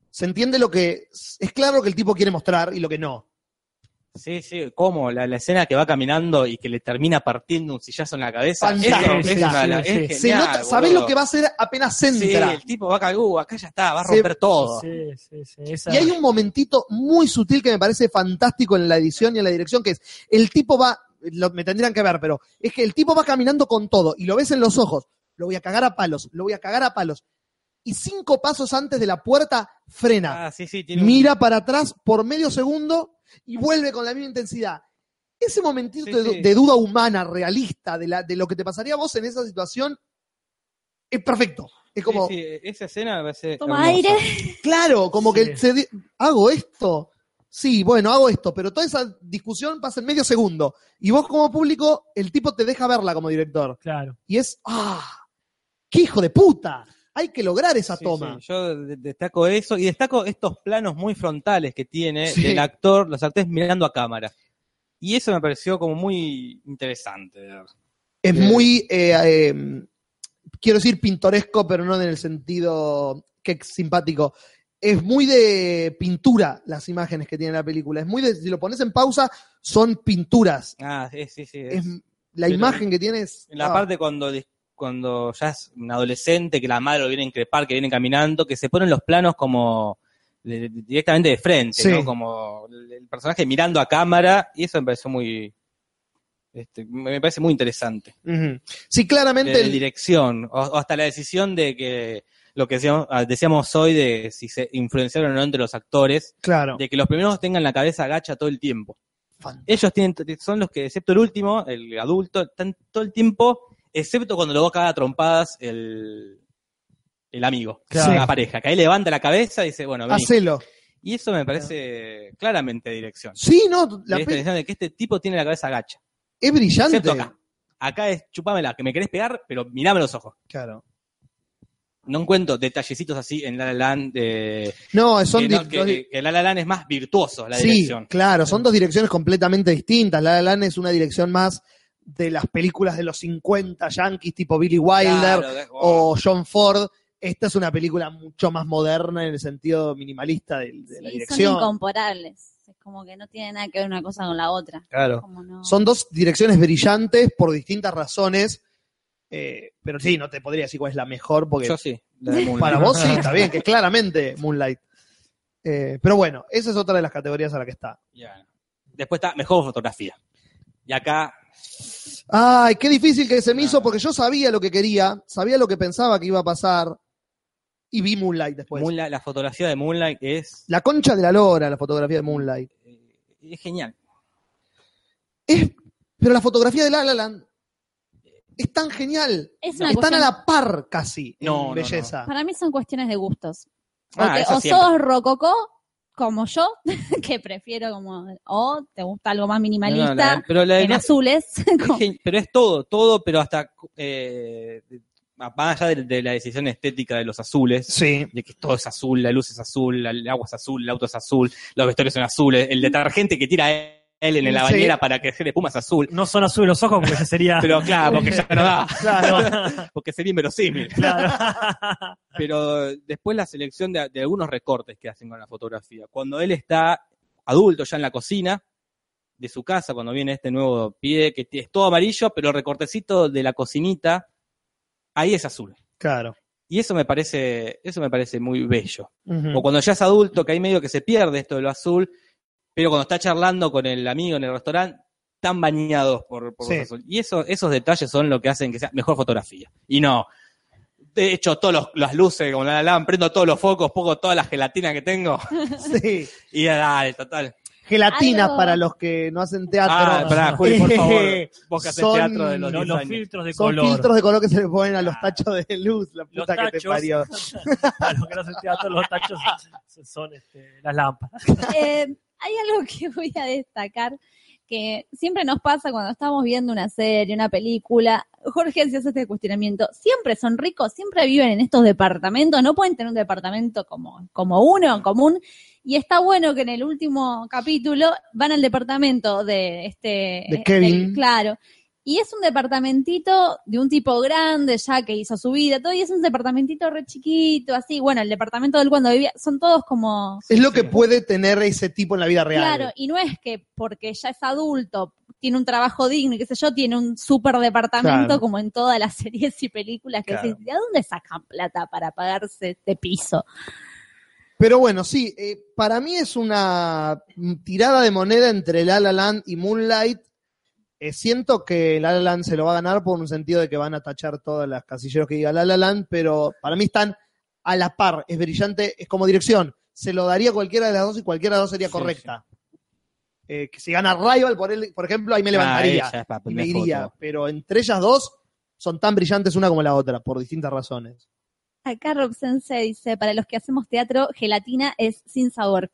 S1: Se entiende lo que. Es claro que el tipo quiere mostrar y lo que no.
S2: Sí, sí, cómo la, la escena que va caminando y que le termina partiendo un sillazo en la cabeza.
S1: Fantástico.
S2: Eso es
S1: Sí,
S2: una-
S3: sí,
S2: es
S3: sí.
S1: Se
S2: genial,
S1: nota, ¿sabés
S2: boludo.
S1: lo que va a hacer apenas
S2: Sí,
S1: entra?
S2: el tipo va a cagar, "Uh, acá ya está, va a
S1: Se-
S2: romper todo.
S3: Sí, sí, sí, esa-
S1: Oh. Y hay un momentito muy sutil que me parece fantástico en la edición y en la dirección, que es el tipo va, lo- me tendrían que ver, pero es que el tipo va caminando con todo y lo ves en los ojos, lo voy a cagar a palos, lo voy a cagar a palos. Y cinco pasos antes de la puerta, frena,
S2: Ah, sí, sí, tiene un-
S1: mira para atrás por medio segundo y vuelve con la misma intensidad. Ese momentito
S2: Sí,
S1: de,
S2: sí.
S1: de duda humana, realista, de, la, de lo que te pasaría a vos en esa situación, es perfecto. Es como,
S2: Sí, sí, esa escena me parece.
S4: Toma
S2: hermosa.
S1: Claro, como
S3: Sí.
S1: que se di- hago esto. Sí, bueno, hago esto, pero toda esa discusión pasa en medio segundo. Y vos como público, el tipo te deja verla como director.
S3: Claro.
S1: Y es, ¡ah! ¡Qué hijo de puta! Hay que lograr esa
S2: Sí,
S1: toma.
S2: sí, yo de- destaco eso y destaco estos planos muy frontales que tiene
S1: Sí.
S2: el actor, los actores mirando a cámara. Y eso me pareció como muy interesante. de ver.
S1: Es
S2: Sí.
S1: muy, eh, eh, quiero decir pintoresco, pero no en el sentido que es simpático. Es muy de pintura las imágenes que tiene la película. Es muy de, si lo pones en pausa, son pinturas.
S2: Ah, sí, sí, sí. es-
S1: Es, la
S2: Pero
S1: imagen que tienes.
S2: en la
S1: ah.
S2: parte cuando, dis- cuando ya es un adolescente, que la madre lo viene a increpar, que viene caminando, que se ponen los planos como de- de- directamente de frente,
S1: Sí.
S2: ¿no? Como el el personaje mirando a cámara, y eso me pareció muy. este, me me parece muy interesante.
S1: Ah. Ujú. Sí,
S2: de,
S1: claramente
S2: de
S1: el-
S2: dirección, o, o hasta la decisión de que lo que decíamos, ah, decíamos hoy de si se influenciaron o no entre los actores,
S1: Claro.
S2: de que los primeros tengan la cabeza gacha todo el tiempo.
S1: Fan.
S2: Ellos tienen, son los que, excepto el último, el adulto, están todo el tiempo, excepto cuando lo va a cagar a trompadas el, el amigo,
S1: Claro. Ah,
S2: la pareja, que ahí levanta la cabeza y dice, bueno, vení.
S1: Hacelo.
S2: Y eso me parece claramente dirección.
S1: Sí, no, la
S2: de, esta
S1: peli
S2: dirección de que este tipo tiene la cabeza gacha.
S1: es brillante.
S2: Excepto acá. Acá es chupámela, que me querés pegar, pero mirame los ojos.
S1: Claro.
S2: no encuentro detallecitos así en La La Land. eh,
S1: No, son
S2: que, no-
S1: di-
S2: que-
S1: dos di-
S2: que- que La La Land es más virtuoso, la
S1: Sí,
S2: dirección. Mm.
S1: claro, son dos direcciones completamente distintas. La La Land es una dirección más de las películas de los 50 yankees tipo Billy Wilder
S2: Claro, de-
S1: o John Ford. Esta es una película mucho más moderna en el sentido minimalista de, de la
S4: Sí, son
S1: dirección. Son,
S4: incomparables. Es como que no tiene nada que ver una cosa con la otra.
S2: claro.
S4: Como no-
S1: dos direcciones brillantes por distintas razones. eh, pero sí, no te podría decir cuál es la mejor porque
S2: Yo sí. la de Moonlight.
S1: Para vos sí, está bien, que es claramente Moonlight. Eh, pero bueno, esa es otra de las categorías a la que está.
S2: Ya. Después está mejor fotografía. Y acá,
S1: Ay, qué difícil que se me
S2: Ah.
S1: hizo porque yo sabía lo que quería, sabía lo que pensaba que iba a pasar y vi Moonlight después.
S2: Moonlight- la fotografía de Moonlight es,
S1: La concha de la lora, la fotografía de Moonlight.
S2: eh, es genial.
S1: Es, pero la fotografía de La La Land es tan genial.
S4: Es una
S1: Están a
S4: cuestión-
S1: la par casi en
S2: No, no, no.
S1: belleza.
S4: Para mí son cuestiones de gustos.
S2: Ah,
S4: Porque
S2: eso
S4: o
S2: siempre.
S4: sos rococó como yo, que prefiero como, o te gusta algo más
S2: No,
S4: minimalista,
S2: no, la- pero la de
S4: en
S2: no-
S4: azules. como-
S2: es que- pero es todo, todo, pero hasta eh, más allá de, de la decisión estética de los azules,
S1: Sí.
S2: de que todo es azul, la luz es azul, la- el agua es azul, el auto es azul, los vestuarios son azules, el detergente que tira él en la
S1: Sí.
S2: bañera para que se le espuma es azul.
S3: No son azules los ojos porque ya sería.
S2: Pero claro, porque ya no da,
S1: Claro.
S2: porque sería inverosímil.
S3: Claro.
S2: pero después la selección de, de algunos recortes que hacen con la fotografía. Cuando él está adulto ya en la cocina de su casa, cuando viene este nuevo pie que t- es todo amarillo, pero el recortecito de la cocinita, ahí es azul.
S1: claro.
S2: Y eso me parece, eso me parece muy bello.
S1: Ujú.
S2: O cuando ya es adulto, que hay medio que se pierde esto de lo azul, pero cuando está charlando con el amigo en el restaurante, están bañados por, por
S1: Sí.
S2: los azul. Y eso, esos detalles son lo que hacen que sea mejor fotografía. Y no, de hecho, todas las luces con la LAM, prendo todos los focos, pongo todas las gelatinas que tengo.
S1: Sí.
S2: Y dale, total.
S1: Gelatinas
S4: Algo-
S1: para los que no hacen teatro.
S2: Ah, pará, Juli, por favor. Vos que haces
S1: Son-
S2: teatro de los
S1: No,
S3: Los,
S2: 10
S3: los
S2: años.
S3: filtros de
S1: Son
S3: color.
S1: filtros de color que se le ponen a los tachos de luz, la
S3: Los
S1: puta que te
S3: tachos.
S1: parió.
S3: Para los que no hacen teatro, los tachos son, son, este, las lámparas.
S4: Eh, hay algo que voy a destacar que siempre nos pasa cuando estamos viendo una serie, una película. Jorge se hace este cuestionamiento. Siempre son ricos, siempre viven en estos departamentos, no pueden tener un departamento como, como uno en común. Y está bueno que en el último capítulo van al departamento de este.
S1: De Kevin.
S4: del- claro. Y es un departamentito de un tipo grande ya que hizo su vida, todo, y es un departamentito re chiquito, así, bueno, el departamento del cuando vivía, son todos como
S1: Es lo que puede tener ese tipo en la vida real.
S4: Claro, y no es que porque ya es adulto, tiene un trabajo digno y qué sé yo, tiene un super departamento
S1: Claro.
S4: como en todas las series y películas que
S1: Claro.
S4: decís, ¿de dónde sacan plata para pagarse este piso?
S1: Pero bueno, sí, eh, para mí es una tirada de moneda entre La La Land y Moonlight. Eh, siento que La La Land se lo va a ganar por un sentido de que van a tachar todas las casilleros que diga La La Land, pero para mí están a la par, es brillante, es como dirección. Se lo daría cualquiera de las dos y cualquiera de las dos sería
S2: Sí,
S1: correcta. Eh, que si gana Rival, por, él, por ejemplo, ahí me levantaría.
S2: Ah, ella es para
S1: y me
S2: poner
S1: iría,
S2: foto.
S1: pero entre ellas dos son tan brillantes una como la otra, por distintas razones.
S4: Acá Rob se dice, para los que hacemos teatro, gelatina es sin sabor.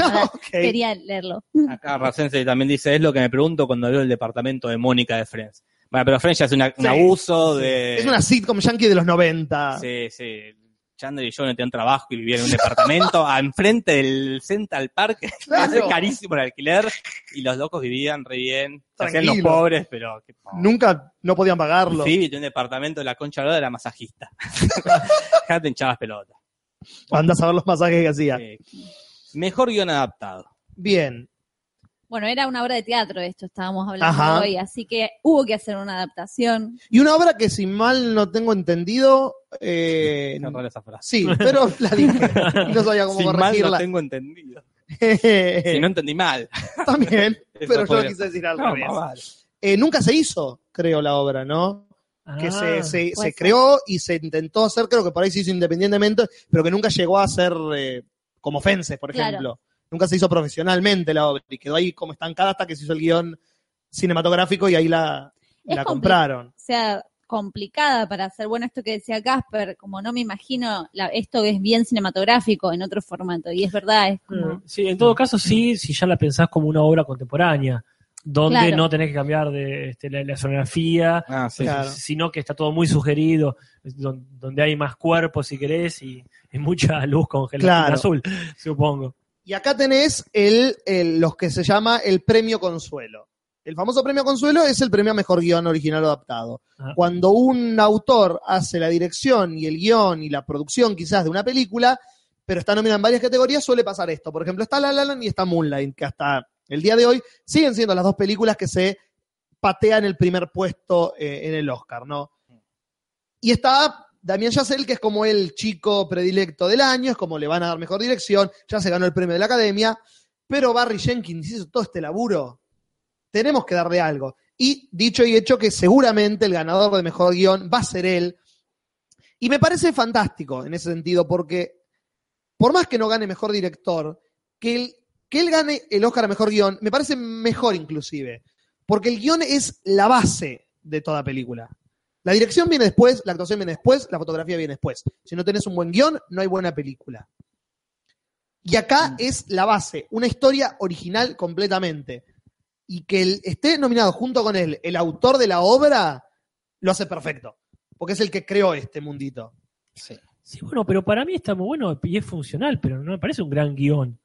S4: Ahora,
S1: Ok.
S4: Quería leerlo.
S2: Acá Racense también dice, es lo que me pregunto cuando veo el departamento de Mónica de Friends. Bueno, pero Friends ya es una- un
S1: Sí,
S2: abuso de...
S1: Es una sitcom yankee de los 90.
S2: Sí, sí. Chandler y yo no tenían trabajo y vivían en un departamento a- enfrente del Central Park.
S1: Claro.
S2: Es carísimo el alquiler. Y los locos vivían re bien. Se hacían los
S1: Tranquilo.
S2: pobres, pero qué pobre.
S1: Nunca no podían pagarlo.
S2: Phoebe tenía un departamento de la concha de era masajista. Dejate de hinchar las pelotas.
S1: Anda a saber los masajes que hacía.
S2: Eh, mejor guión adaptado.
S1: Bien.
S4: Bueno, era una obra de teatro esto, estábamos hablando
S1: Ajá.
S4: hoy, así que hubo que hacer una adaptación.
S1: Y una obra que si mal no tengo entendido, eh,
S2: No, todas esas frases.
S1: sí, pero la dije. Y no sabía cómo
S2: Si mal no
S1: corregirla. Eh,
S2: tengo entendido. Si no entendí mal.
S1: También,
S2: Eso
S1: pero yo lo
S2: podría
S1: quise decir al
S2: No,
S1: revés.
S2: más vale.
S1: Eh, nunca se hizo, creo, la obra, ¿no? que se,
S3: Ah,
S1: se-
S4: puede
S1: se
S4: ser.
S1: creó y se intentó hacer, creo que por ahí se hizo independientemente, pero que nunca llegó a ser eh, como Fences, por
S4: Claro.
S1: ejemplo. Nunca se hizo profesionalmente la obra y quedó ahí como estancada hasta que se hizo el guión cinematográfico y ahí la,
S4: Es
S1: la
S4: compli-
S1: compraron.
S4: sea complicada para hacer bueno esto que decía Casper, como no me imagino la- esto que es bien cinematográfico en otro formato, y es verdad, es
S1: Mm.
S4: como,
S3: Sí, en todo caso, sí, si ya la pensás como una obra contemporánea, donde
S4: Claro.
S3: no tenés que cambiar de este, la, la escenografía,
S2: Ah, sí.
S1: Claro.
S3: sino que está todo muy sugerido, don- donde hay más cuerpos, si querés, y, y mucha luz con gelatina
S1: Claro.
S3: azul, supongo.
S1: Y acá tenés el, el- los que se llama el premio consuelo. El famoso premio consuelo es el premio a mejor guión original adaptado.
S3: Ah.
S1: Cuando un autor hace la dirección y el guión y la producción quizás de una película, pero está nominada en varias categorías, suele pasar esto. Por ejemplo, está La La Land y está Moonlight, que hasta el día de hoy siguen siendo las dos películas que se patean el primer puesto eh, en el Oscar, ¿no? Y está Damián Yassel, que es como el chico predilecto del año, es como le van a dar mejor dirección, ya se ganó el premio de la academia, pero Barry Jenkins hizo todo este laburo. Tenemos que darle algo. Y dicho y hecho que seguramente el ganador de mejor guión va a ser él. Y me parece fantástico en ese sentido, porque por más que no gane mejor director, que él, que él gane el Oscar a mejor guión, me parece mejor inclusive. Porque el guión es la base de toda película. La dirección viene después, la actuación viene después, la fotografía viene después. Si no tenés un buen guión, no hay buena película. Y acá es la base, una historia original completamente. Y que el- esté nominado junto con él el autor de la obra, lo hace perfecto. Porque es el que creó este mundito.
S3: Sí, bueno, pero para mí está muy bueno y es funcional, pero no me parece un gran guión.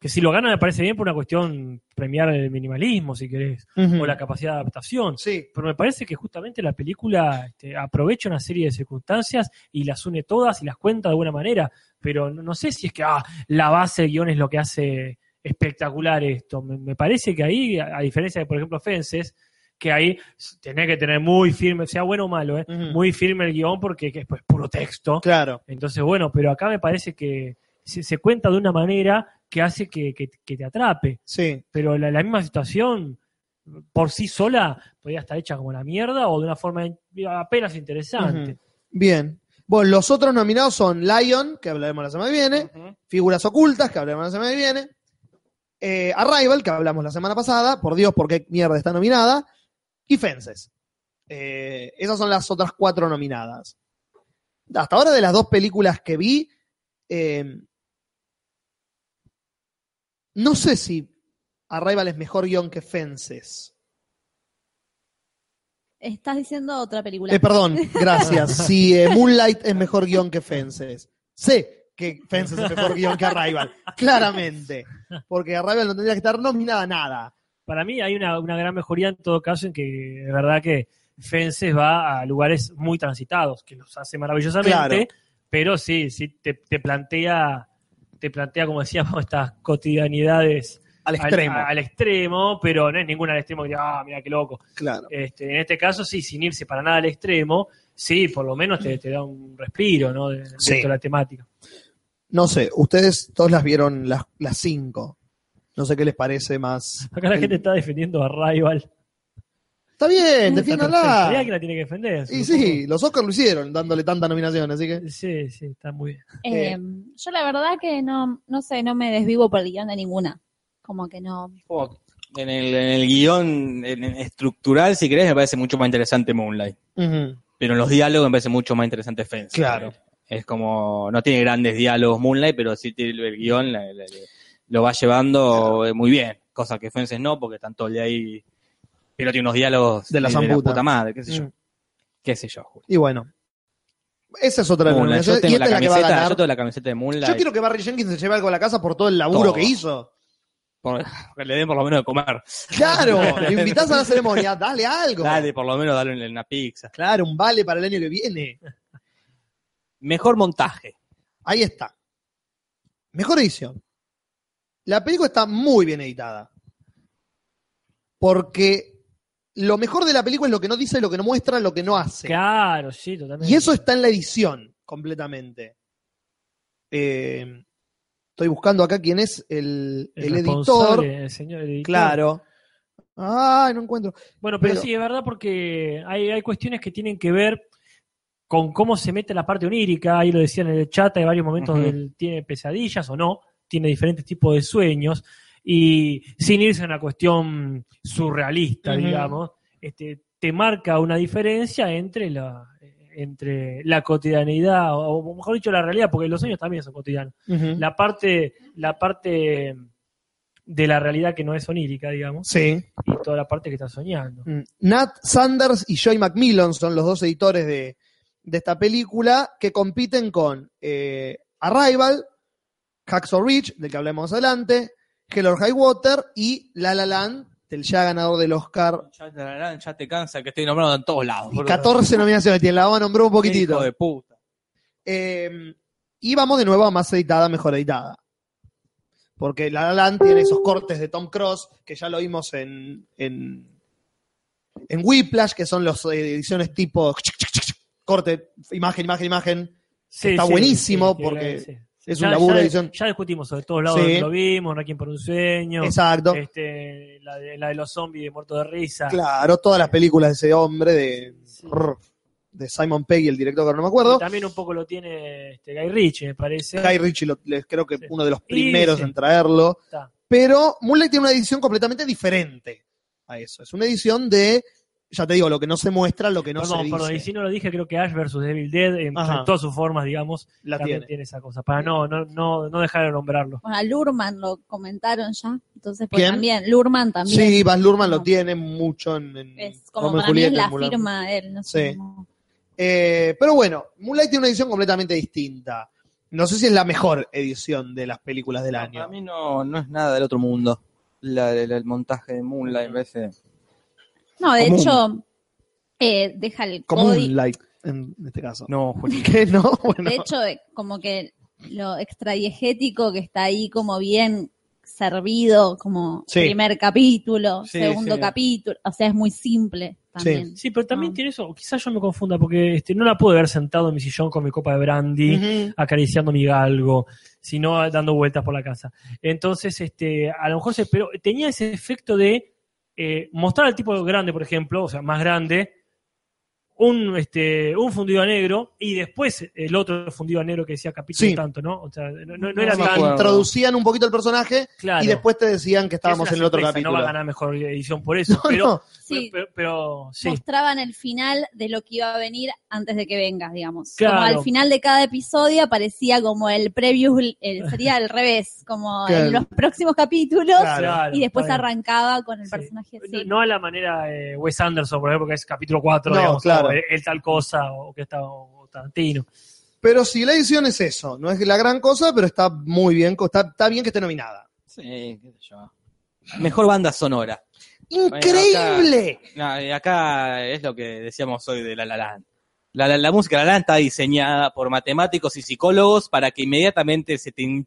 S3: Que si lo gana me parece bien por una cuestión premiar el minimalismo, si querés,
S1: Mm.
S3: o la capacidad de adaptación.
S1: Sí.
S3: Pero me parece que justamente la película este, aprovecha una serie de circunstancias y las une todas y las cuenta de buena manera. Pero no, no sé si es que ah, la base de guión es lo que hace espectacular esto. Me, me parece que ahí, a, a diferencia de, por ejemplo, Fences, que ahí tenés que tener muy firme, sea bueno o malo, ¿eh?
S1: Ujú.
S3: muy firme el guión porque que es pues, puro texto.
S1: Claro.
S3: Entonces, bueno, pero acá me parece que se, se cuenta de una manera que hace que, que- que te atrape.
S1: Sí.
S3: Pero la, la misma situación, por sí sola, podría estar hecha como la mierda o de una forma in- apenas interesante.
S1: Bien. Bueno, los otros nominados son Lion, que hablaremos la semana que viene, Figuras Ocultas, que hablaremos la semana que viene, eh, Arrival, que hablamos la semana pasada, por Dios, por qué mierda está nominada, y Fences. Eh, esas son las otras cuatro nominadas. Hasta ahora de las dos películas que vi, eh, no sé si Arrival es mejor guión que Fences.
S4: Estás diciendo otra película.
S1: Eh, perdón, gracias. Si eh, Moonlight es mejor guión que Fences. Sé que Fences es mejor guión que Arrival, claramente. Porque Arrival no tendría que estar nominada a nada.
S3: Para mí hay una, una gran mejoría en todo caso en que es verdad que Fences va a lugares muy transitados, que los hace maravillosamente,
S1: Claro.
S3: pero sí, sí te, te plantea, te plantea, como decíamos, estas cotidianidades
S1: Al extremo.
S3: Al, extremo, pero no es ninguna al extremo que diga, ah, mira qué loco.
S1: claro.
S3: Este, en este caso, sí, sin irse para nada al extremo, sí, por lo menos te, te da un respiro, ¿no? De,
S1: Sí.
S3: de toda la temática.
S1: No sé, ustedes todos las vieron las, las cinco. No sé qué les parece más.
S3: Acá la gente está defendiendo a Rival.
S1: Está bien,
S3: Sabía que
S1: defiéndanla.
S3: la tiene que defender.
S1: Y
S3: supongo.
S1: sí, los Oscars lo hicieron dándole tanta nominación, así que.
S3: Sí, sí, está muy bien.
S4: Eh,
S1: Eh.
S4: yo la verdad que no, no sé, no me desvivo por el guión de ninguna. Como que no.
S2: Como En el, en el guión en- en estructural, si querés, me parece mucho más interesante Moonlight.
S1: ujú,
S2: Pero en los diálogos me parece mucho más interesante Fence.
S1: Claro.
S2: Es como, no tiene grandes diálogos Moonlight, pero sí tiene el guión, la- la- la- lo va llevando eh, muy bien. Cosa que Fences no, porque tanto el de ahí, pero tiene unos diálogos
S1: De la zamputa.
S2: puta madre, qué sé yo.
S1: Mm.
S2: Qué sé yo, Julio.
S1: Y bueno. Esa es otra
S2: Moonlight.
S1: nominación.
S2: Yo
S1: y
S2: tengo
S1: esta
S2: la
S1: es la que va a
S2: camiseta,
S1: ganar.
S2: yo tengo la camiseta de
S1: Yo
S2: Moonlight.
S1: quiero que Barry Jenkins se lleve algo a la casa por todo el laburo
S2: Todo.
S1: que hizo.
S2: por- que le den por lo menos de comer.
S1: Claro, lo invitás a la ceremonia, dale algo.
S2: Dale, por lo menos dale una pizza.
S1: Claro, un vale para el año que viene.
S2: Mejor montaje.
S1: Ahí está. Mejor edición. La película está muy bien editada. Porque lo mejor de la película es lo que no dice, lo que no muestra, lo que no hace.
S3: Claro, sí, totalmente.
S1: Y eso está en la edición completamente. Eh, estoy buscando acá quién es el, el editor.
S3: responsable, el señor editor.
S1: Claro. Ay, no encuentro.
S3: Bueno, pero,
S1: Pero-
S3: sí, es verdad porque hay, hay cuestiones que tienen que ver con cómo se mete la parte onírica, ahí lo decían en el chat, hay varios momentos
S2: Ujú.
S3: donde él tiene pesadillas o no, tiene diferentes tipos de sueños, y sin irse a una cuestión surrealista,
S1: Ujú.
S3: digamos, este, te marca una diferencia entre la entre la cotidianidad, o o mejor dicho, la realidad, porque los sueños también son cotidianos la parte, la parte de la realidad que no es onírica, digamos,
S1: Sí.
S3: y toda la parte que está soñando.
S1: Mm. Nat Sanders y Joy McMillan son los dos editores de, de esta película que compiten con eh, Arrival, Hacksaw Ridge, del que hablamos adelante, Hello High Water y La La Land, del ya ganador del Oscar.
S2: Ya te, ya te cansa que estoy nombrando en todos lados.
S1: Y
S2: boludo.
S1: 14 nominaciones tiene, la vamos a nombrar un poquitito.
S2: Hijo de puta.
S1: Eh, y vamos de nuevo a más editada, mejor editada. Porque La La Land tiene esos cortes de Tom Cross que ya lo vimos en, en, en Whiplash, que son las ediciones tipo corte, imagen, imagen, imagen. Está buenísimo porque es un laburo de edición.
S3: Ya discutimos sobre todos lados,
S1: Sí.
S3: lo vimos, No hay quien por un sueño,
S1: Exacto.
S3: este, la, de, la de los zombies de Muerto de Risa.
S1: Claro, todas las películas de ese hombre, de,
S3: Sí.
S1: de Simon Pegg, el director que ahora no me
S3: Y
S1: acuerdo.
S3: También un poco lo tiene este, Guy Ritchie, me parece.
S1: Guy Ritchie lo- le- creo que
S3: Sí.
S1: uno de los
S3: Y
S1: primeros
S3: sí.
S1: en traerlo.
S3: Está.
S1: pero Moonlight tiene una edición completamente diferente a eso. Es una edición de ya te digo, lo que no se muestra, lo que no
S3: perdón,
S1: se
S3: perdón, y
S1: dice,
S3: si no lo dije, creo que Ash versus Evil Dead, en,
S1: Ajá.
S3: en todas sus formas, digamos,
S1: la
S3: también
S1: tiene.
S3: tiene. esa cosa. Para no, no, no, no dejar de nombrarlo.
S4: Bueno, a Lurman lo comentaron ya, entonces pues
S1: ¿Quién?
S4: también, Lurman también.
S1: Sí, Baz Luhrmann lo
S4: No.
S1: tiene mucho en, en
S4: Es como
S1: Romeo y
S4: para mí es
S1: Julieta,
S4: la
S1: en Mulan.
S4: firma él, no sé.
S1: Sí.
S4: cómo-
S1: Eh, pero bueno, Moonlight tiene una edición completamente distinta. No sé si es la mejor edición de las películas del
S2: Para
S1: año.
S2: mí no, no es nada del otro mundo. La- el, el montaje de Moonlight me parece.
S4: No, de
S2: Común.
S4: hecho, eh, deja el
S1: Como
S4: código.
S1: Moonlight, en este caso.
S2: No, Juli.
S1: ¿Qué no? Bueno,
S4: De hecho, eh, como que lo extradiegético que está ahí como bien servido, como
S1: Sí.
S4: primer capítulo,
S2: Sí,
S4: segundo
S2: sí.
S4: capítulo, o sea, es muy simple también.
S3: Sí, pero también
S4: Ah.
S3: tiene eso. Quizás yo me confunda, porque este, no la pude ver sentado en mi sillón con mi copa de brandy.
S1: Ujú.
S3: acariciando mi galgo, sino dando vueltas por la casa. Entonces, este, a lo mejor se pero tenía ese efecto de eh, mostrar al tipo grande, por ejemplo, o sea, más grande, un, este, un fundido a negro y después el otro fundido a negro que decía capítulo
S1: Sí.
S3: tanto, ¿no? O sea, no, no- no
S2: No
S3: era
S2: me
S3: tan
S2: acuerdo.
S1: Introducían un poquito el personaje
S3: claro.
S1: y después te decían que estábamos
S3: Es una
S1: en el otro
S3: sorpresa,
S1: capítulo.
S3: No va a ganar mejor edición por eso, pero,
S1: No,
S4: Sí,
S3: pero, pero- sí.
S4: mostraban el final de lo que iba a venir antes de que vengas, digamos.
S3: Claro.
S4: Como al final de cada episodio aparecía como el preview, el- sería al revés, como
S1: Claro.
S4: en los próximos capítulos
S1: Claro.
S4: y después
S3: está bien.
S4: arrancaba con el
S3: Sí.
S4: personaje.
S3: No,
S4: Sí.
S3: no a la manera eh, Wes Anderson, por ejemplo, que es capítulo 4,
S1: No,
S3: digamos,
S1: claro.
S3: o el, el tal cosa, o que está o Tarantino.
S1: Pero sí, la edición es eso. No es la gran cosa, pero está muy bien. co- Está, está bien que esté nominada.
S2: Sí, Eh, qué sé yo. Mejor banda sonora.
S1: ¡Increíble!
S2: No, y acá es lo que decíamos hoy de La La Land. La, la, la música de La La Land está diseñada por matemáticos y psicólogos para que inmediatamente se te in-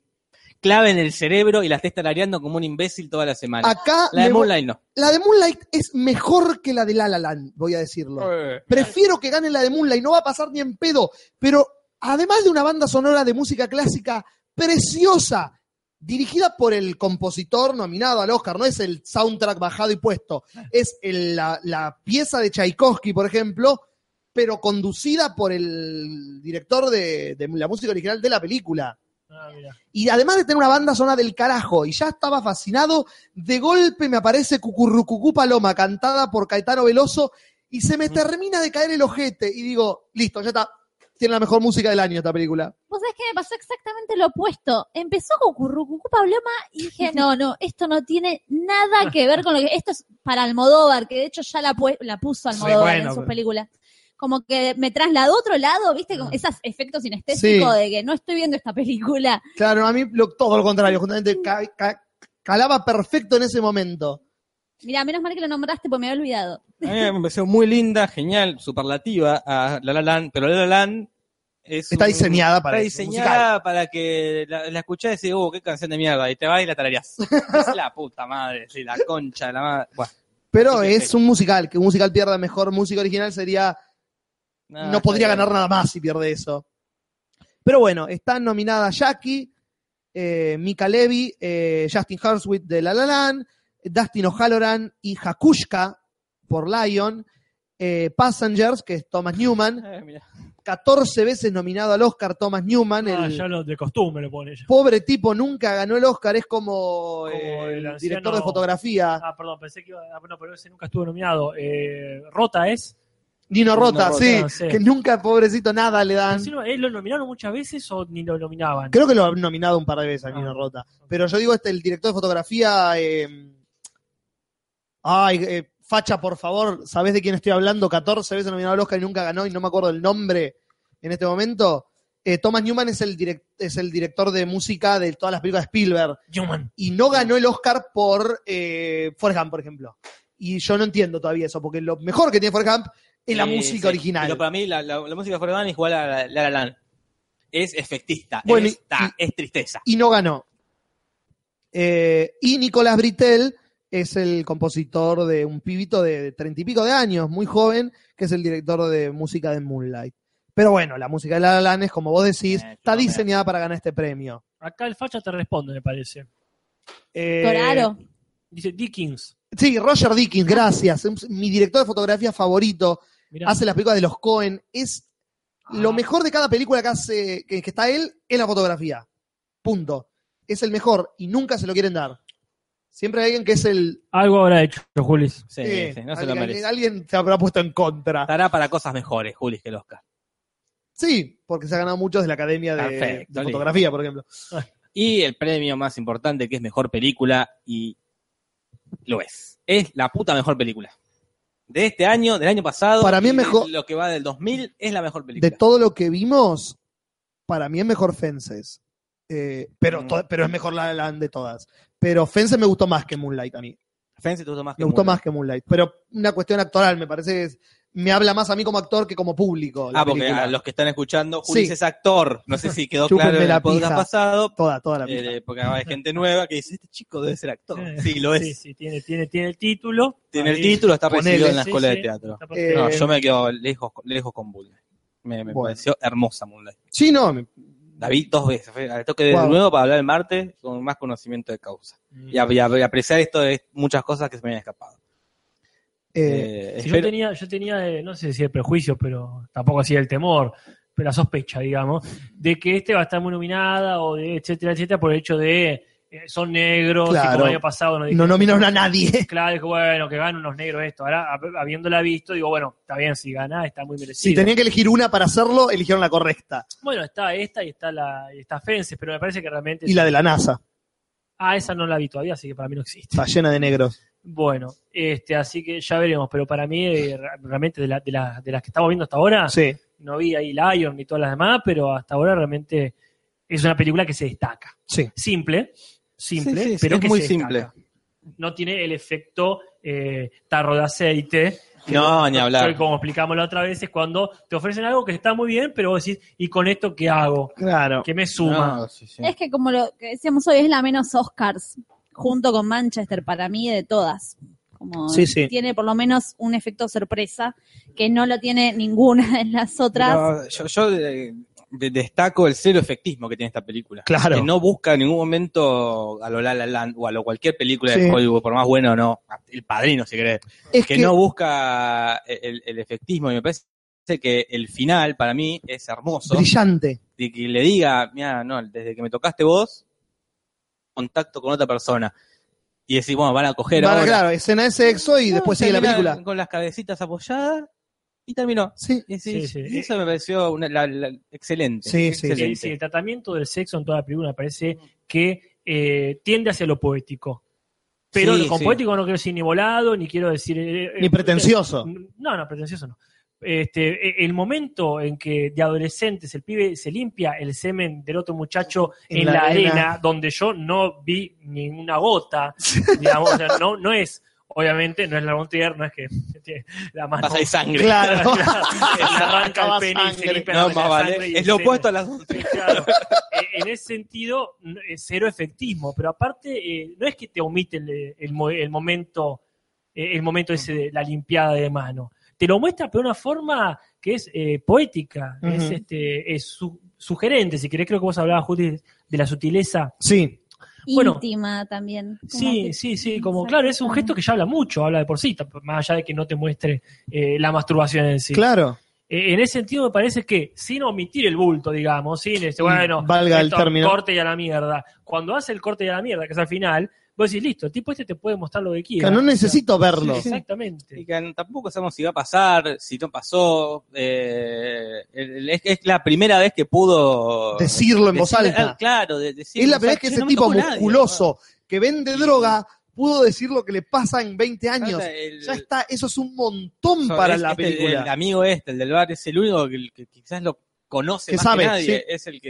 S2: clave en el cerebro y la estés tarareando como un imbécil toda la semana.
S1: Acá
S2: la de
S1: me-
S2: Moonlight no.
S1: la de Moonlight es mejor que la de La La Land, voy a decirlo.
S2: Eh,
S1: Prefiero que gane la de Moonlight, no va a pasar ni en pedo. Pero además de una banda sonora de música clásica preciosa, dirigida por el compositor nominado al Oscar, no es el soundtrack bajado y puesto, es el- la, la pieza de Tchaikovsky, por ejemplo, pero conducida por el director de, de la música original de la película.
S3: Ah, mira.
S1: Y además de tener una banda sonora del carajo, y ya estaba fascinado, de golpe me aparece Cucurrucucú Paloma, cantada por Caetano Veloso, y se me termina de caer el ojete. Y digo, listo, ya está. Tiene la mejor música del año esta película.
S4: Vos sabés que me pasó exactamente lo opuesto. Empezó Cucurrucucú Pabloma y dije, no, no, esto no tiene nada que ver con lo que... Esto es para Almodóvar, que de hecho ya la, pu- la puso Almodóvar
S3: bueno,
S4: en sus
S3: pero-
S4: películas. Como que me trasladó a otro lado, ¿viste?
S3: Ah.
S4: Con esos efectos sinestésicos
S1: Sí.
S4: de que no estoy viendo esta película.
S1: Claro, a mí lo- todo lo contrario, justamente ca- ca- calaba perfecto en ese momento.
S4: Mira, menos mal que lo nombraste porque me había olvidado.
S2: A mí me pareció muy linda, genial, superlativa a La La Land, pero La La Land es
S1: Está
S2: un-
S1: diseñada para
S2: está
S1: eso,
S2: diseñada para que la, la escuchás y decís, uh, qué canción de mierda, y te vas y la tarareás. es la puta madre, sí, la concha de la madre. Bueno,
S1: Pero
S2: Sí, sí,
S1: es
S2: sí.
S1: un musical, que un musical pierda mejor música original sería
S2: nada,
S1: no podría
S2: Ah, está bien.
S1: ganar nada más si pierde eso. Pero bueno, están nominadas Jackie, eh, Mika Levy, eh, Justin Hurwitz de La La Land, Dustin O'Halloran y Hakushka por Lion, eh, Passengers, que es Thomas Newman,
S2: Eh, mirá.
S1: 14 veces nominado al Oscar Thomas Newman,
S3: Ah,
S1: el
S3: ya lo de costumbre lo pone ella.
S1: pobre tipo nunca ganó el Oscar, es como, eh,
S3: el
S1: el
S3: anciano-
S1: director de fotografía,
S3: Ah, perdón, pensé que iba. Ah, no, pero ese nunca estuvo nominado. Eh, Rota es.
S1: Nino Rota,
S2: Rota,
S1: sí,
S3: sí.
S1: que nunca, pobrecito, nada le dan.
S3: Si no, ¿eh, ¿Lo nominaron muchas veces o ni lo nominaban?
S1: Ah. Creo que lo han nominado un par de veces a Nino
S3: Ah.
S1: Rota. Pero yo digo, este, el director de fotografía. eh, ay, eh, Facha, por favor, ¿sabés de quién estoy hablando? 14 veces nominado al Oscar y nunca ganó, y no me acuerdo el nombre en este momento. Eh, Thomas Newman es el, direc- es el director de música de todas las películas de Spielberg.
S3: Newman.
S1: Y no ganó el Oscar por eh, Forrest Gump, por ejemplo. Y yo no entiendo todavía eso, porque lo mejor que tiene Forrest Gump es la
S2: Sí,
S1: música
S2: sí.
S1: original.
S2: Pero para mí la, la- la música de Forrest Gump es igual a La La, La Land. Es efectista,
S1: Bueno,
S2: es,
S1: y-
S2: ta- es tristeza.
S1: y no ganó. Eh, y Nicolás Britel es el compositor de un pibito de treinta y pico de años, muy joven, que es el director de música de Moonlight. Pero bueno, la música de La La Land es, como vos decís,
S2: Eh,
S1: está
S2: yo no me-
S1: diseñada para ganar este premio.
S3: Acá el facha te responde, me parece.
S1: Eh,
S4: Claro.
S3: Dice Dickens.
S1: Sí, Roger Dickens, gracias. Es Mi director de fotografía favorito.
S3: Mirá.
S1: Hace las películas de los Cohen. Es lo
S3: Ah.
S1: mejor de cada película que hace, que, que está él, es la fotografía. Punto. Es el mejor y nunca se lo quieren dar. Siempre hay alguien que es el.
S3: Algo habrá hecho, Julis.
S2: Sí,
S1: eh,
S2: sí, no se lo
S1: alguien,
S2: merece.
S1: alguien se habrá puesto en contra.
S2: Estará para cosas mejores, Julis, que el Oscar.
S1: Sí, porque se ha ganado muchos de la Academia de,
S2: Perfecto,
S1: de
S2: listo.
S1: Fotografía, por ejemplo.
S2: Y el premio más importante, que es mejor película, y lo es. Es la puta mejor película. De este año, del año pasado.
S1: Para mí es
S2: y
S1: mejor-
S2: Lo que va del 2000 es la mejor película.
S1: De todo lo que vimos, para mí es mejor Fences. Eh,
S2: Mm.
S1: pero, to- pero es mejor la Land de todas. Pero Fences me gustó más que Moonlight a mí.
S2: Fences te gustó más que
S1: Me gustó
S2: Mulan.
S1: más que Moonlight. Pero una cuestión actoral, me parece que es- me habla más a mí como actor que como público. la
S2: Ah, porque
S1: película.
S2: a los que están escuchando, Julis
S1: Sí.
S2: es actor. No sé si quedó
S1: Chúpenme
S2: claro en
S1: la
S2: el podcast
S1: pija.
S2: pasado.
S1: Toda, toda la
S2: eh,
S1: pija. Eh,
S2: porque ahora hay gente nueva que dice, este chico debe ser actor. Sí, lo es.
S3: Sí, sí, tiene, tiene, tiene el título.
S2: Pues Tiene el
S3: Ahí,
S2: título, está
S1: Ponele.
S2: recibido en la
S3: Sí,
S2: escuela
S3: sí.
S2: de teatro.
S3: está
S1: Eh,
S3: perfecto.
S2: No, yo me quedo lejos, lejos con Moonlight. Me, me
S1: Bueno.
S2: pareció hermosa Moonlight.
S1: Sí, no. me-
S2: La vi dos veces. Fue- la toqué de
S1: Wow.
S2: nuevo para hablar el martes con más conocimiento de causa. Y, a- y a- y apreciar esto de muchas cosas que se me habían escapado.
S1: eh,
S2: Eh,
S3: Sí, yo
S2: espero-
S3: tenía, yo tenía eh, no sé si el prejuicio, pero tampoco así el temor, pero la sospecha, digamos, de que este va a estar muy nominada o de etcétera, etcétera, por el hecho de eh, son negros, y
S1: Claro.
S3: como el año pasado nos
S1: no
S3: dijeron,
S1: nominaron a nadie.
S3: claro, que bueno, que ganan unos negros esto. Ahora, hab- habiéndola visto, digo, bueno, está bien, si gana, está muy merecido.
S1: Si tenían que elegir una para hacerlo, eligieron la correcta.
S3: Bueno, está esta y está la y está Fences, pero me parece que realmente...
S1: Y la de la NASA.
S3: Ah, esa no la vi todavía, así que para mí no existe.
S1: Está llena de negros.
S3: Bueno, este, así que ya veremos, pero para mí, eh, ra- realmente, de, la- de, la- de las que estamos viendo hasta
S2: Ah.
S3: ahora...
S1: Sí.
S3: no vi ahí Lion ni todas las demás, pero hasta ahora realmente es una película que se destaca.
S1: Sí.
S3: Simple, simple,
S2: Sí, sí, sí,
S3: pero
S2: es
S3: que
S2: muy
S3: se
S2: simple.
S3: destaca. No tiene el efecto eh, tarro de aceite. que-
S2: No, ni hablar.
S3: que Como explicamos la otra vez, es cuando te ofrecen algo que está muy bien, pero vos decís, ¿y con esto qué hago?
S1: Claro.
S3: ¿Qué me suma?
S2: No, sí, sí.
S4: Es que como lo que decíamos hoy, es la menos Oscars, junto con Manchester, para mí, de todas. Como
S1: Sí, sí.
S4: tiene por lo menos un efecto sorpresa, que no lo tiene ninguna de las otras.
S2: No, yo yo de- de- destaco el cero efectismo que tiene esta película.
S1: Claro.
S2: Que no busca en ningún momento a lo La La Land o a lo cualquier película
S1: Sí.
S2: de Hollywood, por más bueno o no, el padrino si querés,
S1: Es
S2: que,
S1: que-
S2: no busca el, el efectismo y me parece que el final para mí es hermoso.
S1: Brillante.
S2: de que le diga, mira, no, desde que me tocaste vos, contacto con otra persona. Y decís, bueno, van a coger
S1: Vale,
S2: ahora.
S1: claro, escena de sexo y
S2: No,
S1: después sigue la
S2: termina
S1: película.
S2: Con las cabecitas apoyadas y terminó.
S1: Sí.
S2: Y decís,
S3: Sí, sí.
S2: Eso me pareció una- la- la- excelente.
S1: Sí, sí,
S3: Sí,
S2: excelente.
S3: sí, el tratamiento del sexo en toda la película me parece que eh, tiende hacia lo poético. Pero
S2: Sí,
S3: con
S2: sí.
S3: poético no quiero decir ni volado, ni quiero decir... eh,
S1: Ni
S3: eh,
S1: pretencioso.
S3: No, no, pretencioso no. Este, e- el momento en que de adolescentes el pibe se limpia el semen del otro muchacho en, la, arena, donde yo no vi ninguna gota, digamos, o sea, no, no es, obviamente, no es la Montier, no es que tiene la mano
S2: Pasa de sangre.
S1: Claro.
S3: le arranca
S1: Sacaba
S3: el pene y se
S1: sangre.
S3: limpia
S2: No,
S3: la
S2: más
S3: sangre y
S2: vale.
S3: el
S2: Es lo
S3: semen.
S2: opuesto a las dos.
S3: Claro. Eh, en ese sentido, n- eh, cero efectismo, pero aparte, eh, no es que te omite el, eh, el mo- el momento eh, el momento ese de la limpiada de mano. Te lo muestra pero de una forma que es eh, poética,
S1: Ujú.
S3: es, este, es su- sugerente. Si querés, creo que vos hablabas, Juti, de la sutileza.
S1: Sí.
S3: bueno.
S4: íntima también. como
S3: Sí,
S4: que-
S3: sí, sí, como claro, es un gesto que ya habla mucho, habla de por sí, tamp- más allá de que no te muestre eh, la masturbación en sí.
S1: Claro.
S3: Eh, en ese sentido, me parece que sin omitir el bulto, digamos, sin este,
S1: Mm,
S3: bueno,
S1: valga el
S3: esto,
S1: término.
S3: corte y a la mierda. Cuando hace el corte y a la mierda, que es al final, vos decís, listo, el tipo este te puede mostrar lo que
S1: Que
S3: quiera.
S1: no necesito verlo.
S3: Sí, Exactamente.
S2: Y que tampoco sabemos si va a pasar, si no pasó. eh, el- el- es, es la primera vez que pudo
S1: Decirlo en voz
S2: decir-
S1: alta.
S2: ah, Claro, de- decir
S1: Es la primera
S2: en voz
S1: vez
S2: alta,
S1: que
S2: "Che,
S1: ese
S2: no me
S1: tipo
S2: tocó nadie".
S1: musculoso que vende droga pudo decir lo que le pasa en 20 años.
S2: Pasa el-
S1: Ya está, eso es un montón
S2: so-
S1: para
S2: es-
S1: la
S2: este, El
S1: película.
S2: amigo este, el del bar, es el único que, que quizás lo conoce
S1: Que
S2: más
S1: sabe,
S2: que nadie.
S1: sí.
S2: Es el que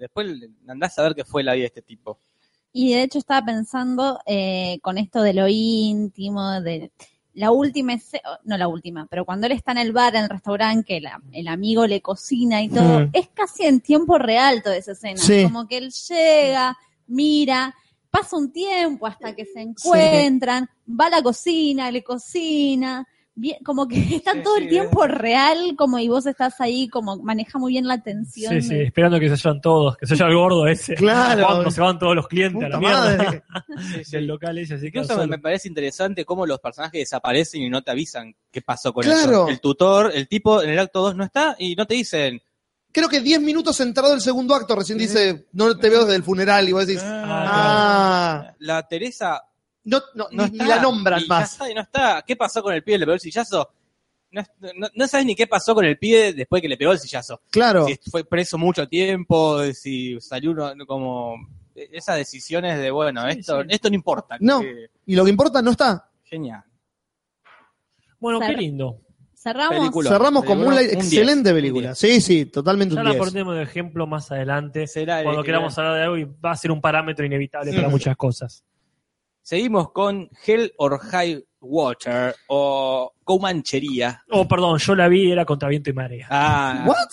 S2: después andás a ver qué fue la vida de este tipo.
S4: Y de hecho estaba pensando eh, con esto de lo íntimo, de la última, esce- no la última, pero cuando él está en el bar, en el restaurante, que la- el amigo le cocina y todo,
S1: Mm.
S4: es casi en tiempo real toda esa escena.
S1: Sí.
S4: Como que él llega, mira, pasa un tiempo hasta que se encuentran, va a la cocina, le cocina. Bien, como que está
S2: Sí,
S4: todo
S2: sí,
S4: el tiempo real, como y vos estás ahí, como maneja muy bien la tensión.
S3: Sí, sí, esperando que se vayan todos, que se vaya el gordo ese.
S1: Claro.
S3: Cuando se van todos los clientes a
S1: Puta
S3: la
S1: madre.
S3: mierda del local ese, así que
S2: Incluso me,
S3: solo-
S2: me parece interesante cómo los personajes desaparecen y no te avisan qué pasó con
S1: Claro.
S2: ellos. El tutor, el tipo en el acto 2 no está y no te dicen.
S1: Creo que 10 minutos entrado el segundo
S2: Ah,
S1: acto, recién dice, no te veo desde el funeral y vos decís,
S3: Ah,
S1: ah,
S2: La Teresa
S1: No, no,
S2: No
S1: ni, ni
S2: está,
S1: la nombran
S2: y ya
S1: más.
S2: está, y no está. ¿Qué pasó con el pibe que le pegó el sillazo? No, no- no sabes ni qué pasó con el pibe después que le pegó el sillazo.
S1: Claro.
S2: Si fue preso mucho tiempo, si salió uno como. e, Esas decisiones de, bueno,
S3: Sí,
S2: esto,
S3: sí.
S2: esto no importa.
S1: No.
S2: que-
S1: Y lo que importa no está.
S2: genial.
S3: Bueno, qué
S4: Claro.
S3: lindo.
S4: Cerramos.
S2: Película. Culo.
S1: Cerramos con
S2: Película,
S1: una
S2: un diez.
S1: excelente película.
S2: Un
S1: Sí, sí, totalmente
S3: Ya
S1: un
S3: la
S1: 10.
S3: pondremos de ejemplo más adelante.
S2: Será el-
S3: Cuando queramos hablar de algo y va a ser un parámetro inevitable
S1: Sí.
S3: para muchas cosas.
S2: Seguimos con Hell or High Water o Comanchería.
S3: Oh, perdón, yo la vi, era contra viento y marea.
S2: Ah,
S1: ¿What?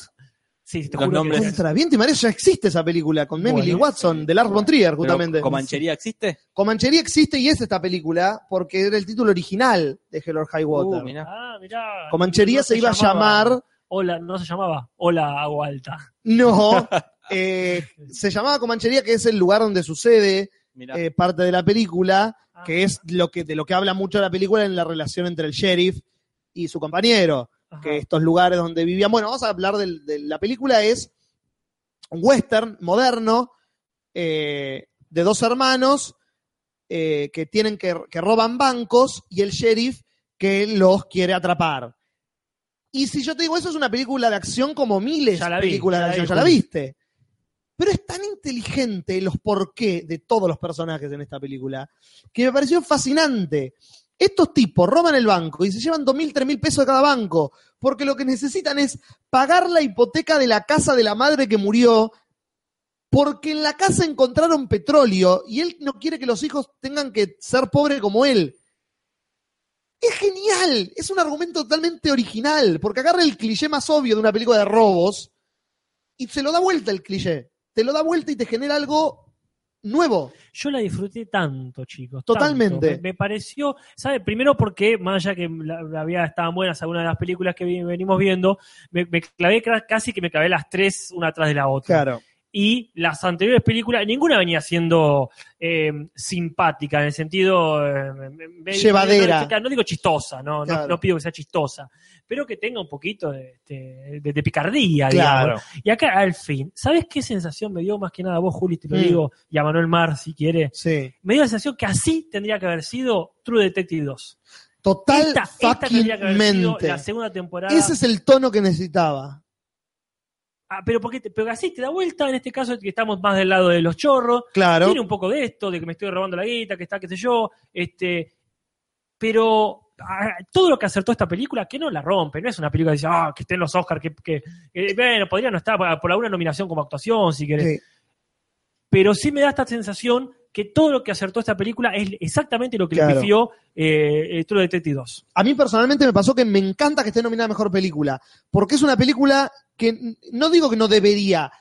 S3: Sí, te
S2: Los
S3: juro que
S2: nombres.
S3: era.
S1: Contra viento y marea ya existe esa película con
S3: Bueno,
S1: Emily Watson de Lars von Trier,
S2: pero
S1: justamente.
S2: ¿Comanchería existe?
S1: Comanchería existe y es esta película porque era el título original de Hell or High Water.
S2: Uh, mirá.
S3: Ah, mirá.
S1: Comanchería
S3: No
S1: se iba a
S3: llamaba-
S1: llamar.
S3: Hola, no se llamaba. Hola, agua alta.
S1: No. eh, se llamaba Comanchería, que es el lugar donde sucede
S2: Mirá.
S1: eh, parte de la película,
S3: Ah.
S1: que es lo que, de lo que habla mucho la película en la relación entre el sheriff y su compañero.
S3: Ajá.
S1: que estos lugares donde vivían. Bueno, vamos a hablar del- de, la película, es un western moderno eh, de dos hermanos eh, que tienen que, que roban bancos y el sheriff que los quiere atrapar. Y si yo te digo, eso es una película de acción como miles
S3: Ya
S1: de
S3: la vi,
S1: películas de
S3: ya la
S1: acción,
S3: vi,
S1: ya la
S3: Juli.
S1: viste. Pero es tan inteligente los porqué de todos los personajes en esta película que me pareció fascinante. Estos tipos roban el banco y se llevan 2.000, 3.000 pesos de cada banco, porque lo que necesitan es pagar la hipoteca de la casa de la madre que murió, porque en la casa encontraron petróleo y él no quiere que los hijos tengan que ser pobres como él. Es genial, es un argumento totalmente original, porque agarra el cliché más obvio de una película de robos y se lo da vuelta el cliché, te lo da vuelta y te genera algo nuevo.
S3: Yo la disfruté tanto, chicos.
S1: Totalmente.
S3: tanto. Me, me pareció, ¿sabe? Primero porque, más allá que la, la había, estaban buenas algunas de las películas que vi- venimos viendo, me, me clavé cra- casi que me clavé las tres una atrás de la otra. Y las anteriores películas, ninguna venía siendo eh, simpática, en el sentido... eh, me- me-
S1: Llevadera.
S3: No, digo chistosa, no, No-
S1: Claro.
S3: no, pido que sea chistosa, pero que tenga un poquito de, este, de- de picardía, digamos.
S1: Claro.
S3: Y acá, al fin, ¿sabes qué sensación me dio más que nada a vos, Juli? Te lo
S1: Mm.
S3: digo, y a Manuel Mar, si quiere.
S1: Sí.
S3: Me dio la sensación que así tendría que haber sido True Detective 2.
S1: Total
S3: esta, esta
S1: fucking
S3: tendría que haber sido
S1: mente.
S3: la segunda temporada.
S1: Ese es el tono que necesitaba.
S3: Ah, pero, porque te- pero así te da vuelta, en este caso, que estamos más del lado de los chorros.
S1: Claro.
S3: Tiene un poco de esto, de que me estoy robando la guita, que está, qué sé yo. este Pero ah, todo lo que acertó esta película, que no la rompe, no es una película que dice, ah, que estén los Oscars, que, que- que, bueno, podría no estar por por alguna nominación como actuación, si querés.
S1: Sí.
S3: pero sí me da esta sensación que todo lo que acertó esta película es exactamente lo que
S1: Claro.
S3: le pifió eh, eh, True Detective 2.
S1: A mí personalmente me pasó que me encanta que esté nominada a Mejor Película, porque es una película que n- no digo que no debería,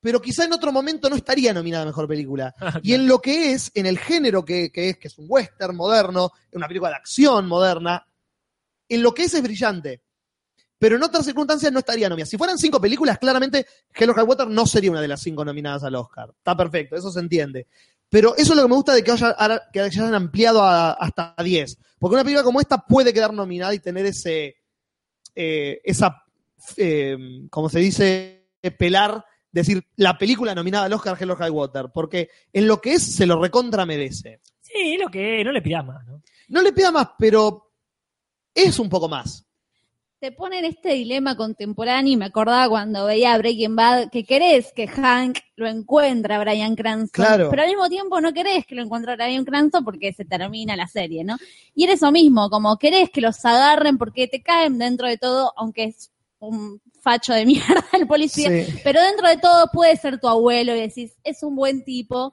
S1: pero quizá en otro momento no estaría nominada a Mejor Película. Y en lo que es, en el género que, que es, que es un western moderno, una película de acción moderna, en lo que es es brillante. Pero en otras circunstancias no estaría nominada. Si fueran cinco películas, claramente Hello High Water no sería una de las cinco nominadas al Oscar. Está perfecto, eso se entiende. Pero eso es lo que me gusta de que, haya- ahora- que hayan ampliado a- hasta 10. Porque una película como esta puede quedar nominada y tener ese. eh, esa. eh, como se dice, pelar, decir, la película nominada al Oscar Hello High Water. Porque en lo que es, se lo recontra merece.
S3: Sí, es lo que es, no le pidas más. ¿no?
S1: No le pida más, pero es un poco más.
S4: te ponen este dilema contemporáneo y me acordaba cuando veía Breaking Bad que querés que Hank lo encuentre a Brian Cranston,
S1: Claro.
S4: pero al mismo tiempo no querés que lo encuentre a Brian Cranston porque se termina la serie, ¿no? Y era eso mismo, como querés que los agarren porque te caen dentro de todo, aunque es un facho de mierda el policía,
S1: Sí.
S4: pero dentro de todo puede ser tu abuelo y decís, es un buen tipo,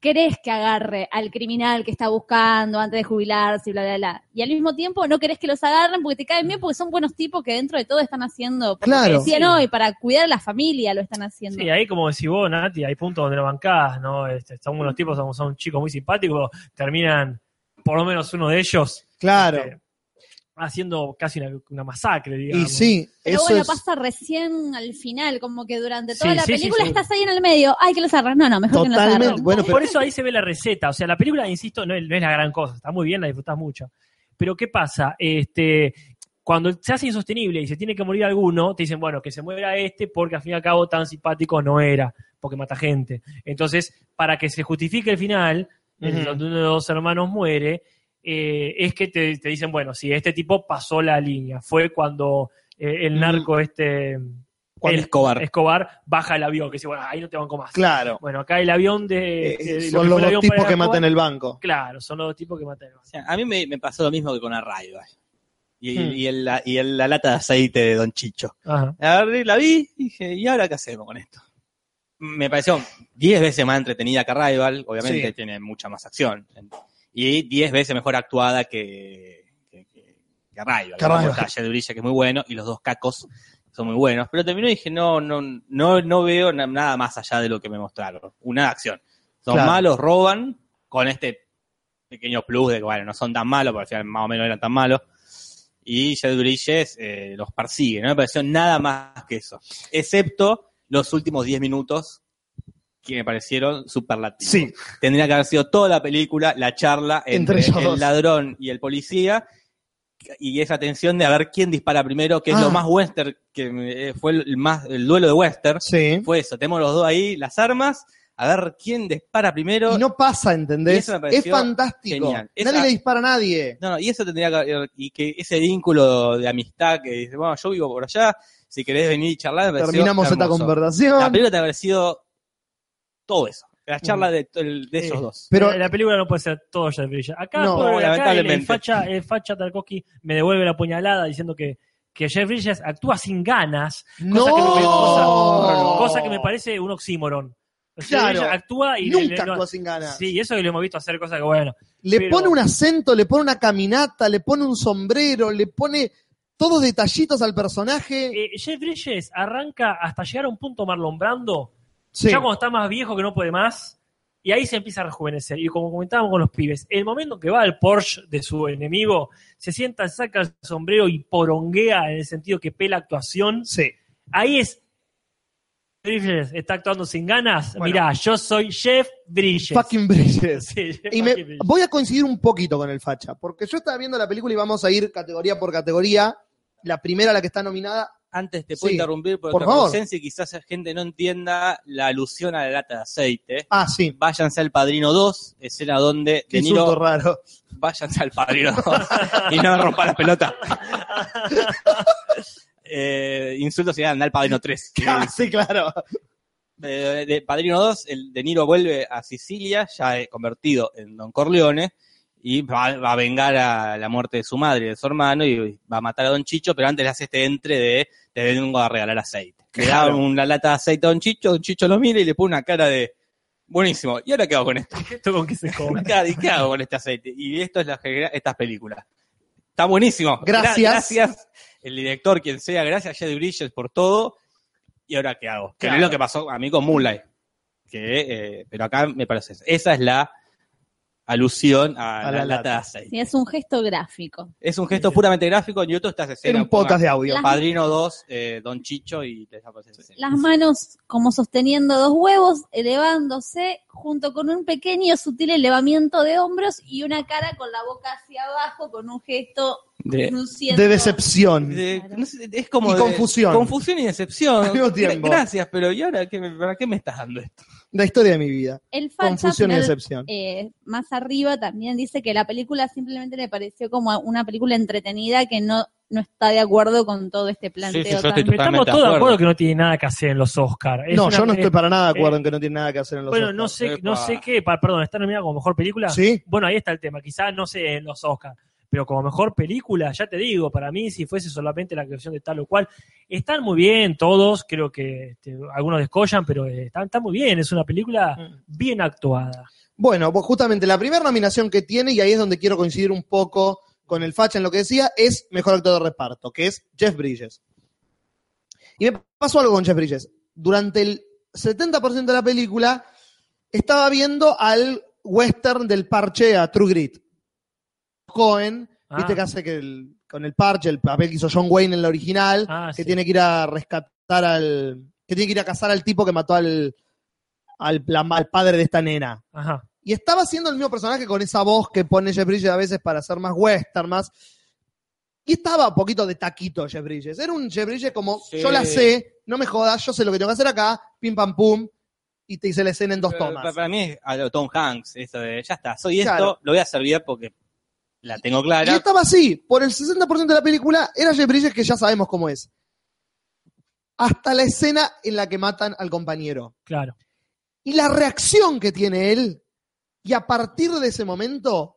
S4: querés que agarre al criminal que está buscando antes de jubilarse y bla, bla, bla. Y al mismo tiempo no querés que los agarren porque te caen bien, porque son buenos tipos que dentro de todo están haciendo, por lo
S1: Claro.
S4: que decían hoy, para cuidar a la familia lo están haciendo.
S3: Sí, ahí como decís vos, Nati, hay puntos donde lo bancás, ¿no? Este, son unos tipos, son, son chicos muy simpáticos, terminan por lo menos uno de ellos
S1: Claro.
S3: este, haciendo casi una, una masacre,
S1: y
S3: digamos.
S1: sí,
S4: Pero
S1: eso
S4: bueno,
S1: es.
S4: pasa recién al final, como que durante toda
S3: Sí,
S4: la
S3: sí, sí,
S4: película
S3: sí.
S4: estás ahí en el medio, ay, que los agarren, no, no, mejor que no los
S1: Totalmente.
S4: agarren.
S1: Bueno, pero-
S3: Por eso ahí se ve la receta. O sea, la película, insisto, no es, no es la gran cosa. Está muy bien, la disfrutás mucho. Pero ¿qué pasa? Este, cuando se hace insostenible y se tiene que morir alguno, te dicen, bueno, que se muera este porque al fin y al cabo tan simpático no era, porque mata gente. Entonces, para que se justifique el final,
S1: Ujú.
S3: en donde uno de los hermanos muere, eh, es que te, te dicen, bueno, si este tipo pasó la línea. Fue cuando eh, el
S1: Mm.
S3: narco este
S2: Juan
S3: el-
S2: Escobar.
S3: Escobar baja el avión, que dice, bueno, ahí no te banco más.
S1: Claro.
S3: Bueno, acá el avión de... de-
S1: Eh,
S3: de-
S1: son
S3: lo
S1: los
S3: que fue el avión
S1: dos tipos
S3: para
S1: que
S3: Escobar-
S1: matan el banco.
S3: Claro, son los dos tipos que matan el avión.
S2: O sea, a mí me, me pasó lo mismo que con Arraiva. Y,
S1: Hmm.
S2: y, el- y el- la lata de aceite de Don Chicho.
S3: Ajá.
S2: La, vi- la vi y dije, ¿y ahora qué hacemos con esto? Me pareció 10 veces más entretenida que Rival, obviamente
S1: Sí.
S2: tiene mucha más acción. Y 10 veces mejor actuada que, que, que, que Arrival.
S1: Que Arrival.
S2: El montaje de Brilla, que es muy bueno, y los dos cacos son muy buenos. Pero terminó y dije, no, no, no, no veo na- nada más allá de lo que me mostraron. Una acción. Son
S1: Claro.
S2: malos, roban, con este pequeño plus de que, bueno, no son tan malos, porque al final más o menos eran tan malos. Y Jed Bridges eh, los persigue, no me pareció nada más que eso. Excepto los últimos 10 minutos que me parecieron superlativos.
S1: Sí,
S2: Tendría que haber sido toda la película, la charla
S1: Entre
S2: entre,
S1: ellos
S2: el
S1: dos.
S2: ladrón y el policía y esa tensión de a ver quién dispara primero, que es
S1: Ah.
S2: lo más western, que me- eh, fue el, más, el duelo de western.
S1: sí.
S2: Fue eso, tenemos los dos ahí, las armas, a ver quién dispara primero.
S1: Y no pasa,
S2: Y
S1: ¿entendés?
S2: eso me
S1: Es
S2: pareció
S1: fantástico.
S2: genial. Esa-
S1: Nadie le dispara a nadie.
S2: No, no, y eso tendría que haber- y que ese vínculo de amistad que dice, bueno, yo vivo por allá, si querés venir y charlar, me pareció
S1: Terminamos esta
S2: hermoso. La
S1: conversación. Mm.
S2: película te haber sido todo eso, la charla de, el- de esos
S3: Sí.
S2: dos.
S1: Pero
S3: la película no puede ser todo Jack Brilla. Acá,
S1: No,
S3: por- acá
S2: lamentablemente.
S3: el facha, el facha Tarkovsky me devuelve la puñalada diciendo que, que Jeff Bridges actúa sin ganas,
S1: no.
S3: cosa, que me,
S1: No.
S3: cosa- cosa que me parece un oxímoron. O sea,
S1: Claro.
S3: ella actúa y le- le-
S1: Nunca
S3: no-
S1: actúa sin ganas.
S3: Sí, y eso que lo hemos visto hacer cosas que bueno.
S1: Le
S3: pero-
S1: pone un acento, le pone una caminata, le pone un sombrero, le pone todos detallitos al personaje.
S3: Eh, Jeff Bridges arranca hasta llegar a un punto Marlon Brando,
S1: Sí.
S3: ya cuando está más viejo que no puede más, y ahí se empieza a rejuvenecer. Y como comentábamos con los pibes, el momento que va al Porsche de su enemigo, se sienta, saca el sombrero y poronguea en el sentido que pela actuación,
S1: Sí.
S3: ahí es... Bridges está actuando sin ganas.
S1: Bueno.
S3: Mirá, yo soy Jeff Bridges.
S1: Fucking Bridges.
S3: Sí, Jeff
S1: Y me-
S3: fucking Bridges.
S1: voy a coincidir un poquito con el facha, porque yo estaba viendo la película y vamos a ir categoría por categoría. La primera, la que está nominada,
S2: Antes te puedo
S1: Sí.
S2: interrumpir por,
S1: Por
S2: otra
S1: favor.
S2: ausencia y quizás la gente no entienda la alusión a la lata de aceite.
S1: ah, sí,
S2: Váyanse al Padrino 2, escena donde
S1: qué
S2: De
S1: insulto
S2: Niro,
S1: raro.
S2: váyanse al Padrino 2 y no me rompa la pelota. eh, insultos serían andar al Padrino 3.
S1: Ah, sí, claro.
S2: de, Eh, de Padrino 2, el De Niro vuelve a Sicilia, ya eh, convertido en Don Corleone, y va, va a vengar a la muerte de su madre y de su hermano, y va a matar a Don Chicho, pero antes le hace este entre de te vengo a regalar aceite. Le da una lata de aceite a Don Chicho, Don Chicho lo mira y le pone una cara de buenísimo, ¿y ahora qué hago con esto?
S3: Esto con que se come.
S2: ¿Qué, y qué hago con este aceite? Y esto es la genera- estas películas. Está buenísimo. Gra-
S1: Gracias.
S2: gracias, el director, quien sea, gracias a Jed Bridges por todo. ¿Y ahora qué hago? Que
S3: Claro.
S2: es lo que pasó a mí con Moonlight. Que, eh, pero acá me parece eso. Esa es la alusión a,
S1: A
S2: la,
S1: la
S2: lata de
S1: lata.
S2: aceite.
S4: Sí, es un gesto gráfico.
S2: Es un gesto puramente gráfico. En YouTube estás
S1: Era
S2: escena.
S1: un podcast de audio.
S4: Las-
S2: Padrino 2, eh, Don Chicho y les aparece esa escena.
S4: Las manos como sosteniendo dos huevos, elevándose junto con un pequeño sutil elevamiento de hombros y una cara con la boca hacia abajo con un gesto
S2: De-
S4: frunciendo.
S1: Eh, De decepción.
S2: de-
S4: Claro.
S2: no sé, es como
S1: Y
S2: de-
S1: confusión.
S2: confusión y decepción.
S1: Al mismo tiempo.
S2: Gracias, pero ¿y ahora qué, me- para qué me estás dando esto?
S1: La historia de mi vida.
S4: El facha,
S1: Confusión y
S4: pero,
S1: decepción.
S4: eh, más arriba también dice que la película simplemente le pareció como una película entretenida que no, no está de acuerdo con todo este planteo.
S2: Sí, sí, yo
S4: tan-
S2: estoy totalmente
S3: Estamos todos
S2: de
S3: de
S2: acuerdo.
S3: acuerdo que no tiene nada que hacer en los Oscars.
S1: No, yo no estoy para nada de acuerdo en que no tiene nada que hacer en los
S3: eh, Bueno, no
S1: Oscars.
S3: sé, no
S2: Epa.
S3: sé qué, pa- perdón, está nominada como mejor película.
S1: ¿Sí?
S3: Bueno, ahí está el tema, quizás no sé en los Oscars, pero como mejor película, ya te digo, para mí si fuese solamente la creación de tal o cual, están muy bien todos, creo que este, algunos descollan, pero eh, están, están muy bien, es una
S1: Ah.
S3: película bien actuada.
S1: Bueno, pues justamente la primera nominación que tiene, y ahí es donde quiero coincidir un poco con el facha en lo que decía, es mejor actor de reparto, que es Jeff Bridges. Y me pasó algo con Jeff Bridges. Durante el 70% de la película estaba viendo al western del parche a True Grit. Cohen,
S3: Ah.
S1: viste que hace que el- con el parche, el papel que hizo John Wayne en la original,
S3: Ah,
S1: que
S3: sí.
S1: tiene que ir a rescatar al. que tiene que ir a cazar al tipo que mató al, al, la- al padre de esta nena.
S3: Ajá.
S1: Y estaba siendo el mismo personaje con esa voz que pone Jeff Bridges a veces para hacer más western, más. Y estaba un poquito de taquito Jeff Bridges. Era un Jeff Bridges como,
S2: Sí.
S1: yo la sé, no me jodas, yo sé lo que tengo que hacer acá, pim pam pum. y te hice la escena en dos
S2: Pero
S1: tomas.
S2: pa- Para mí es a lo Tom Hanks, eso de ya está, soy esto,
S1: Claro.
S2: lo voy a servir porque la tengo
S1: Y
S2: clara.
S1: estaba así, por el 60% de la película era Jeff Bridges, que ya sabemos cómo es. Hasta la escena en la que matan al compañero.
S3: Claro.
S1: Y la reacción que tiene él, y a partir de ese momento,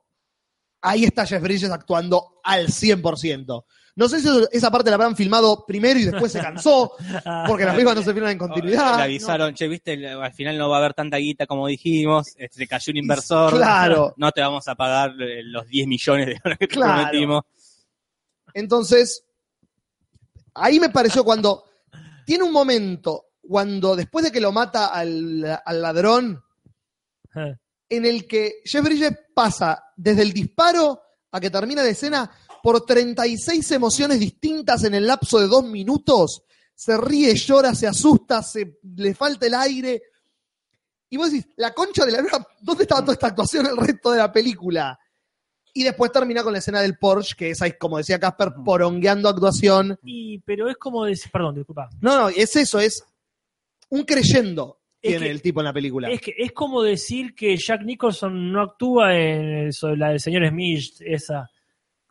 S1: ahí está Jeff Bridges actuando al 100%. No sé si eso- esa parte la habrán filmado primero y después se cansó, porque las películas no se filman en
S2: Le
S1: continuidad.
S2: avisaron, che, viste, le- al final no va a haber tanta guita como dijimos, este, se cayó un inversor.
S1: Claro.
S2: No te vamos a pagar eh, los 10 millones de dólares que te
S1: Claro.
S2: prometimos.
S1: Entonces, ahí me pareció cuando tiene un momento, cuando después de que lo mata al, al ladrón,
S3: Eh.
S1: en el que Jeff Bridges pasa desde el disparo a que termina la escena por 36 emociones distintas en el lapso de dos minutos. Se ríe, llora, se asusta, se, le falta el aire. Y vos decís, la concha de la luna, ¿dónde estaba toda esta actuación el resto de la película? Y después termina con la escena del Porsche, que es ahí, como decía Casper,
S3: Mm.
S1: porongueando actuación.
S3: Y- pero es como decir, perdón, disculpa.
S1: No, no, es eso, es un creyendo
S3: Es
S1: tiene
S3: que-
S1: el tipo en la película.
S3: Es que es como decir que Jack Nicholson no actúa en el- sobre la del señor Smith, esa.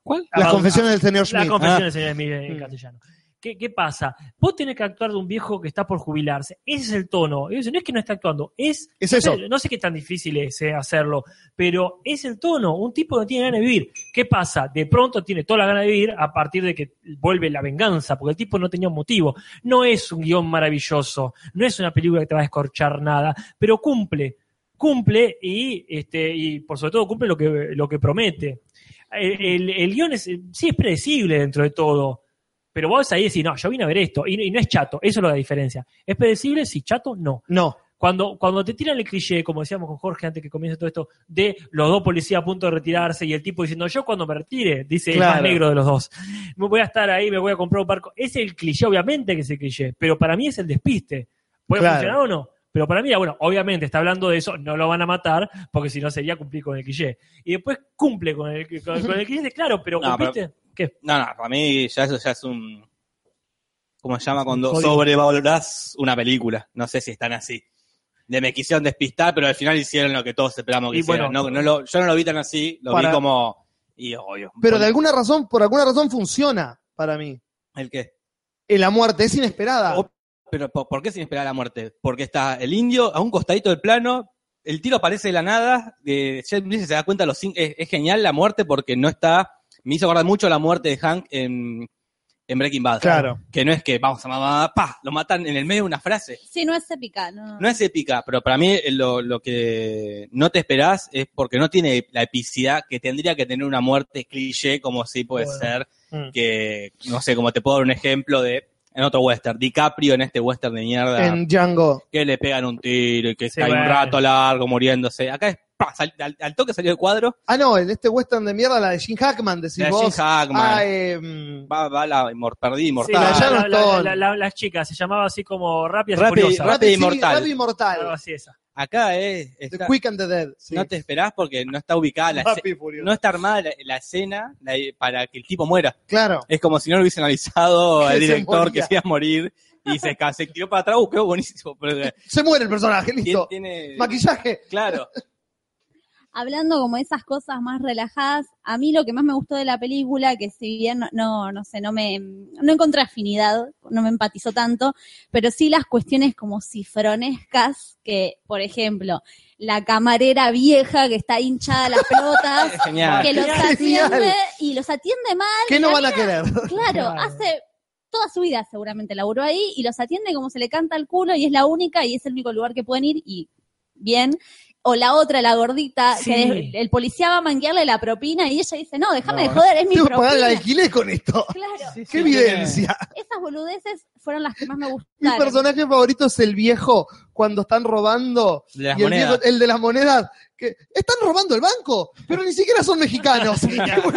S2: ¿Cuál?
S1: Las
S3: Ah,
S1: confesiones del señor
S3: La
S1: Schmidt.
S3: confesión del señor Smith en
S1: Mm.
S3: castellano. ¿Qué, qué pasa? Vos tenés que actuar de un viejo que está por jubilarse. Ese es el tono. Ellos dicen, no es que no está actuando, es.
S1: Ah, Es eso.
S3: No sé qué tan difícil es eh, hacerlo, pero es el tono. Un tipo no tiene ganas de vivir. ¿Qué pasa? De pronto tiene toda la ganas de vivir a partir de que vuelve la venganza, porque el tipo no tenía un motivo. No es un guión maravilloso, no es una película que te va a escorchar nada, pero cumple. Cumple y, este, y por sobre todo cumple lo que, lo que promete el, el- el guión es, sí es predecible dentro de todo. Pero vos ahí decís, no, yo vine a ver esto. Y, y no es chato, eso es lo de la diferencia. ¿Es predecible? Sí, chato, no.
S1: No,
S3: Cuando, cuando te tiran el cliché, como decíamos con Jorge antes que comience todo esto, de los dos policías a punto de retirarse y el tipo diciendo, yo cuando me retire, dice el
S1: Claro.
S3: más negro de los dos, me voy a estar ahí, me voy a comprar un barco. Es el cliché, obviamente que es el cliché, pero para mí es el despiste. ¿Puede
S1: Claro.
S3: funcionar o no? Pero para mí, era, bueno, obviamente está hablando de eso, no lo van a matar, porque si no sería cumplir con el cliché. Y después cumple con el, con, con el cliché, claro, pero
S2: No, pero-
S3: cumpliste. ¿Qué?
S2: No, no, para mí ya eso ya es un. ¿Cómo se llama? Cuando
S3: Código.
S2: sobrevalorás una película. No sé si están así. De me quisieron despistar, pero al final hicieron lo que todos esperamos que
S3: Y
S2: hicieran.
S3: bueno.
S2: No- no lo- yo no lo vi tan así, lo
S1: Para-
S2: vi como. Y obvio.
S1: pero de alguna razón, por alguna razón funciona para mí.
S2: ¿El qué?
S1: Eh, La muerte es inesperada.
S2: O- Pero ¿por, por qué sin esperar la muerte? Porque está el indio a un costadito del plano, el tiro aparece de la nada, eh, Jeff Bridges se da cuenta, los cin- es, es genial la muerte porque no está, me hizo acordar mucho la muerte de Hank en, en Breaking Bad. ¿eh?
S1: Claro.
S2: Que no es que vamos a mamá, pa, lo matan en el medio de una frase.
S4: Sí, no es épica, no.
S2: No es épica, pero para mí eh, lo, lo que no te esperás es porque no tiene la epicidad que tendría que tener una muerte cliché como sí puede
S3: Bueno.
S2: ser
S3: Mm.
S2: que, no sé, como te puedo dar un ejemplo de, en otro western, DiCaprio en este western de mierda,
S1: En Django.
S2: que le pegan un tiro y que
S3: Sí,
S2: está ahí un
S3: bueno.
S2: rato largo muriéndose. Acá es, pa, sal- al, al toque salió el cuadro,
S1: Ah, no, en este western de mierda, la de Jim Hackman, decís
S2: la de Jim
S1: vos.
S2: Hackman,
S1: Ah, eh, mm,
S2: va, va la inmor- perdida
S3: Sí,
S2: inmortal.
S3: la,
S1: Mortal.
S3: la- la- la-
S1: Johnston.
S3: la- las chicas, se llamaba así como Rápida y
S2: Rápido-
S3: Furiosa.
S2: Rápido y
S1: sí,
S2: Mortal.
S1: Rápido y Mortal.
S3: Algo así, esa.
S2: Acá es,
S1: The
S2: está-
S1: Quick and the Dead. sí.
S2: no te esperás porque no está ubicada la escena.
S1: Rápido y furioso.
S2: No está armada la, la escena la- para que el tipo muera.
S1: Claro.
S2: Es como si no lo hubiesen avisado
S1: Que se
S2: al director que
S1: moría.
S2: se iba a morir y se, ca- se tiró para atrás. Uh, quedó buenísimo. Pero, eh,
S1: Se muere el personaje, listo.
S2: tiene,
S1: Maquillaje.
S2: Claro.
S4: hablando como esas cosas más relajadas, a mí lo que más me gustó de la película, que si bien no- no, no sé, no me, no encontré afinidad, no me empatizó tanto, pero sí las cuestiones como cifronescas, que por ejemplo, la camarera vieja que está hinchada las pelotas,
S2: Es genial.
S4: que los
S3: Genial.
S4: atiende y los atiende mal,
S1: ¿Qué no van a querer?
S4: claro,
S3: Claro.
S4: hace toda su vida seguramente laburó ahí y los atiende como se le canta el culo y es la única y es el único lugar que pueden ir y bien. O la otra, la gordita,
S3: Sí.
S4: que el, el policía va a manguearle la propina y ella dice, no, déjame
S2: No.
S4: de joder, es mi
S1: Tengo que
S4: propina.
S1: pagar el alquiler con esto.
S4: Claro,
S1: ¡Qué evidencia!
S4: esas boludeces fueron las que más me
S1: Mi
S4: gustaron.
S1: personaje favorito es el viejo cuando están robando.
S2: De las
S1: y el,
S2: monedas.
S1: viejo- el de las monedas. Que, están robando el banco, pero ni siquiera son mexicanos.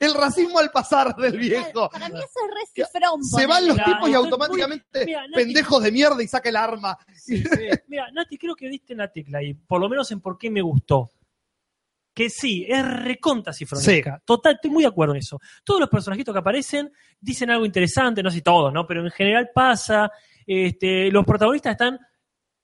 S1: el racismo al pasar del viejo.
S4: Para mí eso es re cifrón,
S1: Se
S4: ponele.
S1: van los
S3: Claro,
S1: tipos y
S3: estoy
S1: automáticamente
S3: muy- mira, Nati-
S1: pendejos de mierda y saca el arma.
S3: Sí, sí. Mira, Nati, creo que diste en la tecla y por lo menos en por qué me gustó. Que sí, es reconta cifronesca. Total, estoy muy de acuerdo en eso. Todos los personajitos que aparecen dicen algo interesante, no sé si todos, ¿no? Pero en general pasa. Este, los protagonistas están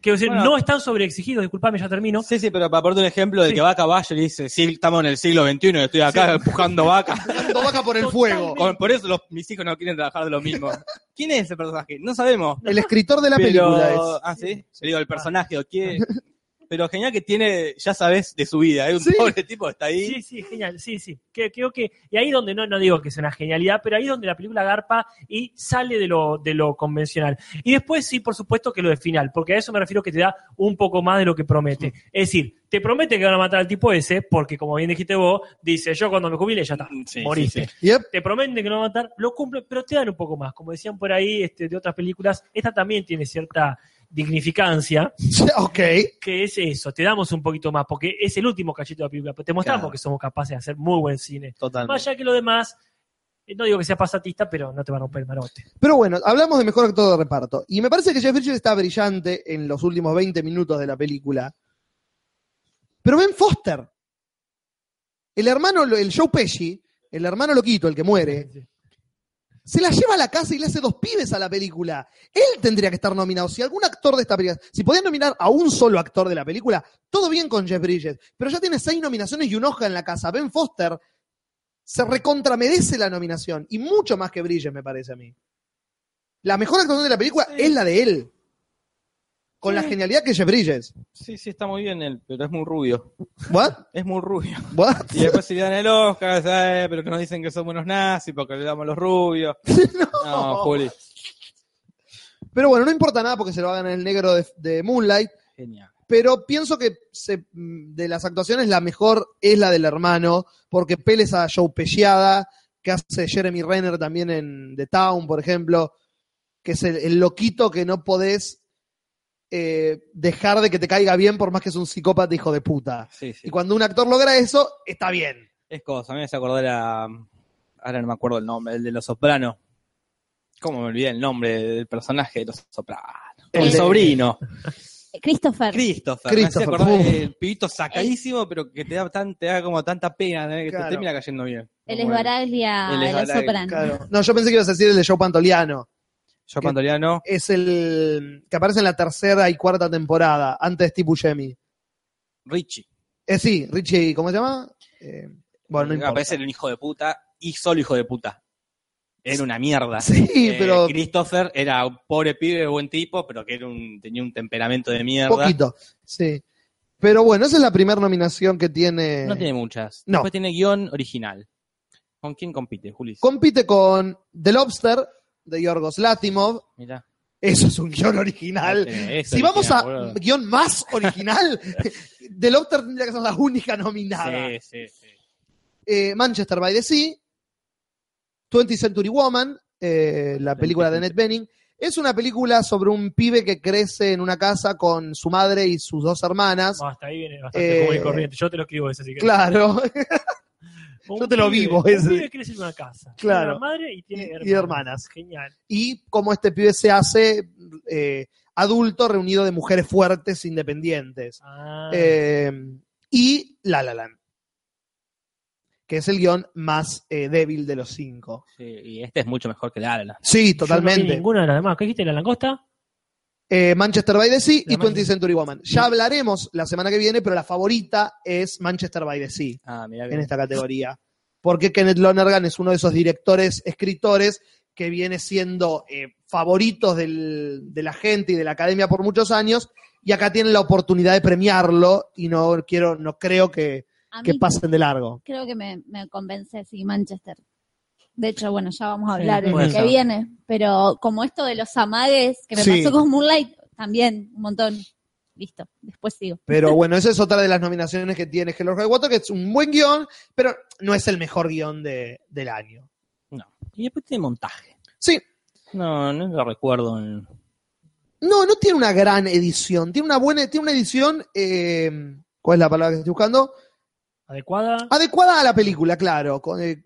S3: Quiero decir,
S2: Bueno.
S3: no están sobreexigidos, disculpame, ya termino.
S2: Sí, sí, pero para ponerte un ejemplo del
S3: Sí.
S2: que va a caballo y dice, sí, estamos en el siglo XXI y estoy acá empujando vacas.
S1: Cuando vaca por el fuego.
S2: Con- por eso los- mis hijos no quieren trabajar de lo mismo. ¿Quién es ese personaje? No sabemos.
S1: El escritor de la
S2: pero...
S1: película es.
S2: Ah, sí. Yo digo, el personaje, ¿o qué? Pero genial que tiene, ya sabes, de su vida. Es un
S1: Sí.
S2: pobre tipo que está ahí.
S3: Sí, sí, genial, sí, sí. Que- Creo que, y ahí donde no, no digo que es una genialidad, pero ahí donde la película garpa y sale de lo, de lo convencional. Y después sí, por supuesto que lo de final, porque a eso me refiero que te da un poco más de lo que promete. Es decir, te promete que van a matar al tipo ese, porque como bien dijiste vos, dice, yo cuando me jubile ya está,
S2: Sí,
S3: moriste.
S2: sí, sí.
S1: Yep.
S3: Te prometen que no van a matar, lo cumplen, pero te dan un poco más. Como decían por ahí este, de otras películas, esta también tiene cierta dignificancia
S1: Ok.
S3: que es eso, te damos un poquito más, porque es el último cachito de la película, pero te mostramos
S2: Claro.
S3: que somos capaces de hacer muy buen cine. Más
S2: Totalmente.
S3: allá que lo demás, eh, no digo que sea pasatista, pero no te va a romper el marote.
S1: Pero bueno, hablamos de mejor actor de reparto. Y me parece que Jeff Bridges está brillante en los últimos 20 minutos de la película. Pero Ben Foster, el hermano, el Joe Pesci, el hermano loquito, el que muere, se la lleva a la casa y le hace dos pibes a la película. Él tendría que estar nominado. Si algún actor de esta película, si podían nominar a un solo actor de la película, todo bien con Jeff Bridges, pero ya tiene seis nominaciones y un hoja en la casa. Ben Foster se recontra merece la nominación y mucho más que Bridges, me parece a mí. La mejor actuación de la película es la de él. Con la genialidad que es Jeff Bridges.
S2: Sí, sí, está muy bien él, pero es muy rubio.
S1: ¿What?
S2: Es muy rubio.
S1: ¿What?
S2: Y después si le dan el Oscar, ¿sabes? pero que nos dicen que somos unos nazis porque le damos los rubios. No, Juli.
S1: Pero bueno, no importa nada porque se lo hagan en el negro de- de Moonlight.
S2: Genial.
S1: pero pienso que se- mm, de las actuaciones la mejor es la del hermano, porque peles a Joe Pelleada, que hace Jeremy Renner también en The Town, por ejemplo, que es el, el loquito que no podés eh, dejar de que te caiga bien por más que es un psicópata hijo de puta.
S2: Sí, sí.
S1: Y cuando un actor logra eso, está bien.
S2: Es cosa, a mí me hace acordar a. Ahora no me acuerdo el nombre, el de Los Sopranos. ¿Cómo me olvidé el nombre del personaje de Los Sopranos?
S1: El
S2: El,
S1: de-
S2: sobrino.
S4: Christopher.
S2: Christopher.
S1: Christopher,
S2: Me hace acordar
S1: uf.
S2: el pibito sacadísimo, pero que te da, tan, te da como tanta pena ¿eh? que
S1: Claro.
S2: te termina cayendo bien.
S4: El
S2: Como
S4: Esbaraglia
S1: Ah,
S2: El
S4: de los
S2: Esbaraglia,
S4: Sopranos.
S1: No, yo pensé que ibas a decir el de Joe Pantoliano.
S2: Yo Pantoliano.
S1: Es el que aparece en la tercera y cuarta temporada, antes de Steve Buscemi.
S2: Richie.
S1: Eh, sí, Richie, ¿cómo se llama? Eh, bueno, no importa.
S2: Aparece Ah, un hijo de puta y solo hijo de puta. Era una mierda.
S1: Sí,
S2: Eh,
S1: pero
S2: Christopher era un pobre pibe, buen tipo, pero que era un, tenía un temperamento de mierda.
S1: Poquito, sí. Pero bueno, esa es la primera nominación que tiene.
S2: No tiene muchas.
S1: No.
S2: Después tiene guión original. ¿Con quién compite, Juli?
S1: Compite con The Lobster de Yorgos Latimov.
S2: Mirá.
S1: Eso es un guión original.
S2: Eh, es
S1: si vamos a
S2: original, boludo.
S1: guión más original, The Lobster tendría que ser la única nominada.
S2: Sí, sí, sí.
S1: Eh, Manchester by the Sea, 20th Century Woman, eh, la película de Ned Benning. Es una película sobre un pibe que crece en una casa con su madre y sus dos hermanas.
S3: No, hasta ahí viene bastante
S1: Eh,
S3: común y corriente. Yo te lo escribo ese, así que.
S1: Claro,
S3: Un
S1: yo te lo
S3: pibe-
S1: vivo
S3: un
S1: ese.
S3: pibe crece en una casa.
S1: Claro.
S3: Tiene una madre y tiene
S1: Y- y
S3: hermanas.
S1: hermanas.
S3: Genial.
S1: y cómo este pibe se hace eh, adulto reunido de mujeres fuertes independientes.
S3: Ah,
S1: Eh, y La La Land, que es el guión más eh, débil de los cinco.
S2: Sí, Y este es mucho mejor que la Alala.
S1: Sí,
S3: yo No vi
S1: totalmente.
S3: ninguna de las demás. ¿Qué dijiste? ¿La langosta?
S1: Eh, Manchester by the Sea y
S3: La
S1: 20th
S3: Manchester-
S1: Century Woman. Ya hablaremos la semana que viene, pero la favorita es Manchester by the Sea
S2: Ah, mirá que-
S1: en esta categoría. Porque Kenneth Lonergan es uno de esos directores, escritores que viene siendo eh, favoritos del- de la gente y de la academia por muchos años, y acá tienen la oportunidad de premiarlo, y no quiero, no creo que,
S4: A
S1: que
S4: mí
S1: pasen de largo.
S4: creo que me, me convence, sí, Manchester. De hecho, bueno, ya vamos a
S3: Sí,
S4: hablar de
S2: puede
S4: lo que
S2: ser.
S4: viene. Pero como esto de los amagues que me
S1: Sí.
S4: pasó con Moonlight, también un montón. Listo, después sigo.
S1: Pero bueno, esa es otra de las nominaciones que tiene Hello Water, que es un buen guión, pero no es el mejor guión de- del año.
S2: Y después tiene montaje.
S1: Sí,
S2: No, no lo recuerdo. en-
S1: no, no tiene una gran edición, tiene una buena, tiene una edición, eh, ¿cuál es la palabra que estoy buscando?
S3: ¿Adecuada?
S1: Adecuada a la película, claro, con, eh,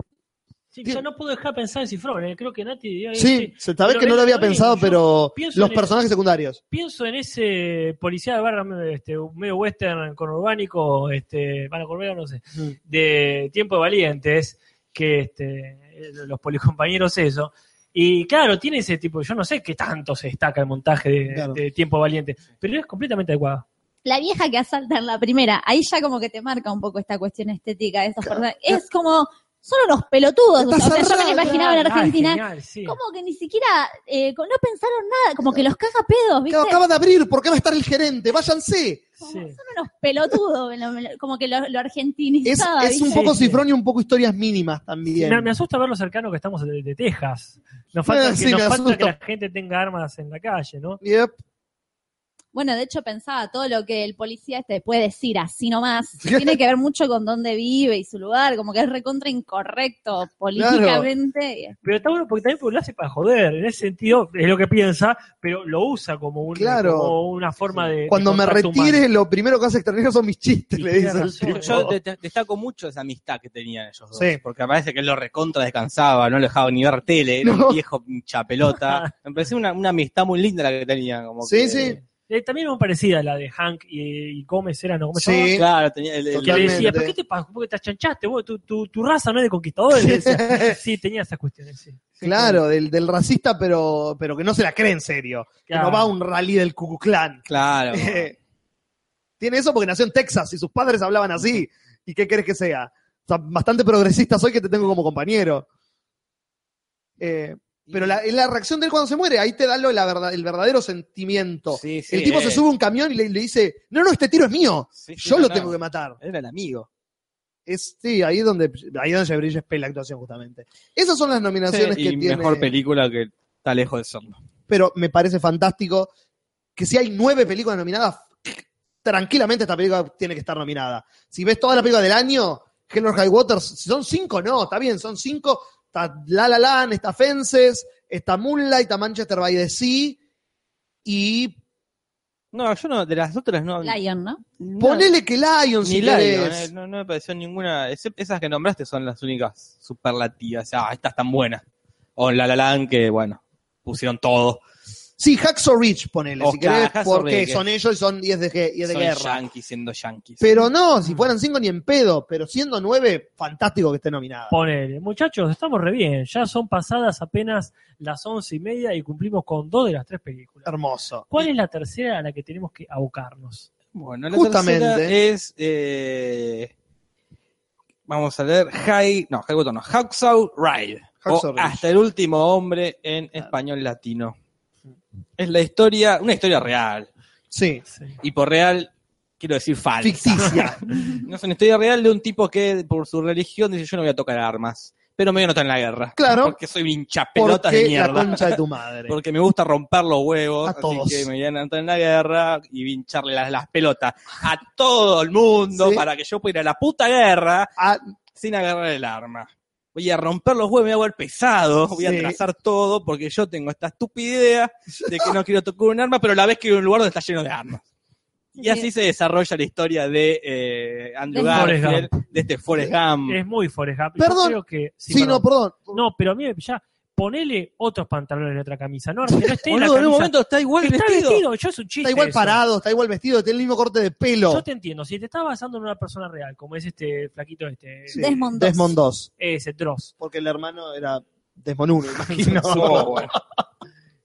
S3: Sí,
S1: tiene-
S3: yo no puedo dejar de pensar en Cifrón. eh. Creo que Nati.
S1: Sí, se sabés
S3: Pero
S1: que no lo había
S3: está bien,
S1: pensado,
S3: yo
S1: pero
S3: pienso
S1: los
S3: en
S1: personajes secundarios.
S3: pienso en ese policía de barra este, medio western conurbánico, este, van a no sé, de Tiempo de Valientes, que este, eh, los policompañeros eso, Y claro, tiene ese tipo, yo no sé qué tanto se destaca el montaje de,
S1: Claro.
S3: de Tiempo Valiente, pero es completamente adecuado.
S4: La vieja que asalta en la primera, ahí ya como que te marca un poco esta cuestión estética de estos personajes. Es como, son unos pelotudos.
S1: Está
S4: O sea, yo me
S1: cerrado,
S4: lo imaginaba en
S3: Ah,
S4: Argentina.
S3: genial, sí.
S4: Como que ni siquiera, eh, no pensaron nada, como que los caga pedos, ¿viste?
S1: Claro, acaba de abrir, ¿por qué va a estar el gerente? Váyanse.
S3: Sí.
S4: Son unos pelotudos, me lo- me lo- como que lo, lo
S1: Es,
S4: argentinizaba.
S1: es un
S4: ¿viste?
S1: poco
S3: Sí, sí.
S1: cifrón y un poco historias mínimas también.
S3: Me, me asusta ver lo cercano que estamos de, de Texas. Nos falta,
S1: Eh,
S3: que,
S1: sí,
S3: nos
S1: me
S3: falta
S1: asusta.
S3: que la gente tenga armas en la calle, ¿no?
S1: Yep.
S4: Bueno, de hecho pensaba todo lo que el policía este puede decir así nomás. Tiene que ver mucho con dónde vive y su lugar, como que es recontra incorrecto políticamente.
S3: Pero está bueno porque también porque lo hace para joder. En ese sentido es lo que piensa, pero lo usa como, un-
S1: Claro.
S3: como una forma de. de
S1: Cuando me
S3: contacto humano.
S1: retire, lo primero que hace extranjero son mis chistes,
S3: Y
S1: le
S3: tiene
S1: dice. el tipo.
S3: razón.
S2: Yo de- de- destaco mucho esa amistad que tenían ellos dos.
S1: Sí.
S2: Porque parece que él lo recontra descansaba, no lo dejaba ni ver tele, era
S1: No.
S2: un viejo chapelota. Me pareció una, una amistad muy linda la que tenían. Como
S1: Sí,
S2: que-
S1: sí.
S3: Eh, también muy parecida a la de Hank y, y Gómez, era, ¿no? ¿Cómo se
S1: Sí.
S3: llamaba?
S2: Claro, tenía el, el-
S3: Que le decía,
S1: Totalmente.
S3: ¿pero qué te pasó? ¿Por qué te achanchaste? Vos, tu, tu, tu raza no es de conquistadores. le decía. Sí, tenía esas cuestiones. Sí.
S1: Claro, del, del racista, pero, pero que no se la cree en serio.
S3: Claro.
S1: Que no va a un rally del Ku Clan.
S2: Claro.
S1: Tiene eso porque nació en Texas y sus padres hablaban así. ¿Y qué querés que sea? O sea, bastante progresista soy que te tengo como compañero. Eh, pero la, la reacción de él cuando se muere, ahí te da lo, la verdad, el verdadero sentimiento.
S2: Sí, sí,
S1: el tipo se
S2: eh.
S1: sube a un camión y le, le dice, no, no, este tiro es mío,
S2: Sí, sí,
S1: yo lo
S2: claro.
S1: tengo que matar.
S2: Era el amigo.
S1: Es, sí, ahí es donde, ahí es donde brilla Spell la actuación justamente. Esas son las nominaciones que
S2: y
S1: tiene.
S2: mejor película que está lejos de serlo.
S1: pero me parece fantástico que si hay nueve películas nominadas, tranquilamente esta película tiene que estar nominada. Si ves toda la película del año, Hell or High Waters, si son cinco, no, está bien, son cinco. Está La La Land, está Fences, está Moonlight, está Manchester by the Sea. Y
S2: No, yo no, de las otras no.
S4: Lion, ¿no?
S2: no,
S1: ponele que Lion,
S2: ni
S1: si
S2: la
S1: querés.
S2: no, no me pareció ninguna. excep- Esas que nombraste son las únicas superlativas. Ah, estas tan buenas. O La La Land, que bueno, pusieron todo.
S1: Sí, Hacksaw Ridge, ponele,
S2: O
S1: si querés,
S2: Hacksaw
S1: porque
S2: Ridge.
S1: son ellos y son 10 de, ge- y es de
S2: Son
S1: guerra.
S2: yankees siendo yankees.
S1: Pero no, si fueran cinco ni en pedo, pero siendo nueve, fantástico que esté nominada.
S3: Ponele. Muchachos, estamos re bien. Ya son pasadas apenas las once y media y cumplimos con dos de las tres películas.
S1: Hermoso.
S3: ¿Cuál es la tercera a la que tenemos que abocarnos?
S2: Bueno, la
S1: Justamente.
S2: tercera es. eh, vamos a leer. High. No, High Button, no. Hacksaw Ride.
S1: Hacksaw
S2: o
S1: Ridge.
S2: Hasta el último hombre en español latino. Es la historia. Una historia real.
S1: Sí.
S2: Y por real, quiero decir falsa.
S1: Ficticia.
S2: No es una historia real de un tipo que, por su religión, dice: Yo no voy a tocar armas. Pero me voy a anotar en la guerra.
S1: Claro.
S2: Porque soy hincha pelotas de
S1: Porque la
S2: mierda.
S1: concha de tu madre.
S2: Porque me gusta romper los huevos,
S1: A
S2: así
S1: todos.
S2: que me voy a entrar en la guerra y hincharle las, las pelotas a todo el mundo
S1: Sí.
S2: para que yo pueda ir a la puta guerra
S1: Ah,
S2: sin agarrar el arma. Voy a romper los huevos, me voy a volver pesado, voy a
S1: Sí.
S2: atrasar todo porque yo tengo esta estúpida idea de que no quiero tocar un arma, pero a la vez quiero ir a un lugar donde está lleno de armas. Y así se desarrolla la historia de eh, Andrew
S4: De
S3: Forrest
S2: Garfield, de este Forrest Gump.
S3: Es muy Forrest Gump.
S1: Mm. Perdón.
S3: Yo creo que, sí,
S1: sí,
S3: perdón.
S1: no, perdón.
S3: No, pero a mí ya ponele otros pantalones y otra camisa. No, no esté en
S2: Boludo, en
S3: la
S2: un
S3: camisa.
S2: momento está igual
S3: Está
S2: vestido.
S3: vestido, yo es un chiste.
S1: Está igual
S3: eso.
S1: parado, está igual vestido, tiene el mismo corte de pelo.
S3: Yo te entiendo. Si te estás basando en una persona real, como es este flaquito este,
S1: Sí.
S4: Desmond Doss.
S1: Desmond Doss.
S3: ese Dross.
S1: Porque el hermano era Desmond 1, imagino.
S2: Oh, bueno.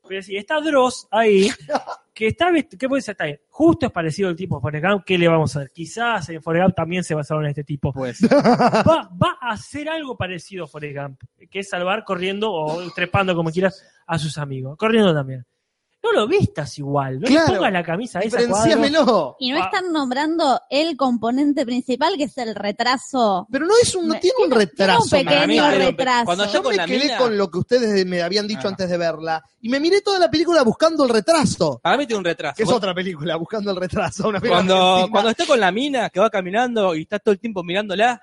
S3: Pero si está Dross ahí, que está vest- ¿qué puede ser? Está bien. Justo es parecido al tipo de Forrest Gump, ¿qué le vamos a hacer? Quizás en Forrest Gump también se basaron en este tipo.
S2: Pues,
S3: Va, va a hacer algo parecido Forrest Gump, que es salvar corriendo o trepando, como quieras, a sus amigos. Corriendo también. No lo vistas igual, no
S1: Claro.
S3: le pongas la camisa a esa a cuadros.
S1: Diferenciamelo.
S4: Y no
S3: Ah.
S4: están nombrando el componente principal, que es el retraso.
S1: Pero no es un, no
S4: Me-
S1: tiene un
S4: tiene- tiene
S1: retraso.
S4: un pequeño
S2: Para mí, pero-
S4: retraso.
S2: cuando yo-
S1: Yo
S2: con
S1: me
S2: la
S1: quedé
S2: mina.
S1: con lo que ustedes me habían dicho
S2: Ah.
S1: antes de verla. Y me miré toda la película buscando el retraso.
S2: para mí tiene un retraso.
S1: Que es
S2: Vos-
S1: otra película, buscando el retraso. Una película
S2: cuando,
S1: argentina.
S2: cuando está con la mina que va caminando y está todo el tiempo mirándola,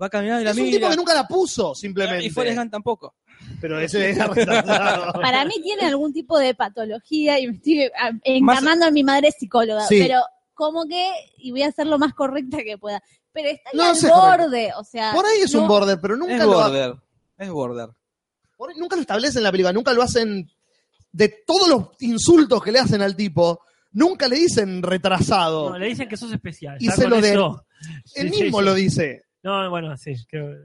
S2: va caminando y la
S1: es un
S2: mira.
S1: tipo que nunca la puso,
S2: y Forrest
S1: simplemente.
S2: Gump tampoco.
S1: Pero ese era retrasado.
S4: Para mí tiene algún tipo de patología y me estoy ah, encarnando en mi madre psicóloga,
S1: Sí.
S4: pero como que, y voy a hacer lo más correcta que pueda, pero está ahí
S1: No,
S4: al
S1: sí,
S4: borde, o sea,
S1: Por ahí es
S4: no-
S1: un border, pero
S2: es
S1: nunca lo,
S2: border. Es border.
S1: Por ahí nunca lo establecen en la película, nunca lo hacen de todos los insultos que le hacen al tipo, nunca le dicen retrasado.
S3: No, le dicen que sos especial.
S1: Y
S3: ya
S1: se
S3: con
S1: lo den.
S3: eso-
S1: Él
S3: Sí, sí,
S1: mismo
S3: sí.
S1: lo dice.
S3: No, bueno, sí. creo-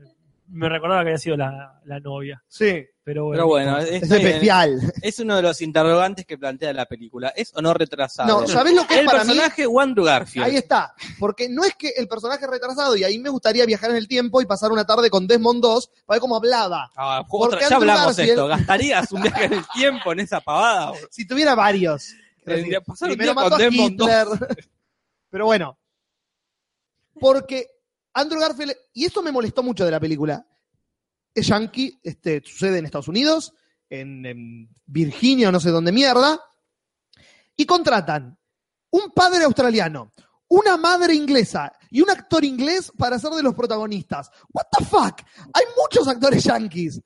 S3: me recordaba que había sido la, la novia.
S1: Sí.
S3: Pero bueno.
S2: Pero bueno,
S1: Es
S2: está bien.
S1: especial.
S2: Es uno de los interrogantes que plantea la película. ¿Es o no retrasado?
S1: No, ¿sabés lo que es
S2: el
S1: para mí?
S2: personaje o Andrew Garfield.
S1: Ahí está. Porque no es que el personaje es retrasado y ahí me gustaría viajar en el tiempo y pasar una tarde con Desmond 2 para ver cómo hablaba.
S2: Ah,
S1: Porque
S2: otra- ya
S1: Andrew
S2: hablamos
S1: Garfield-
S2: esto. ¿Gastarías un viaje en el tiempo en esa pavada? boludo?
S1: Si tuviera varios.
S2: Tendría- pasar un
S1: Primero
S2: día
S1: mató
S2: con
S1: a
S2: Desmond
S1: Hitler. Pero bueno. Porque Andrew Garfield, y esto me molestó mucho de la película, es yankee, este, sucede en Estados Unidos, en, en Virginia o no sé dónde mierda, y contratan un padre australiano, una madre inglesa y un actor inglés para ser de los protagonistas. What the fuck? Hay muchos actores yankees.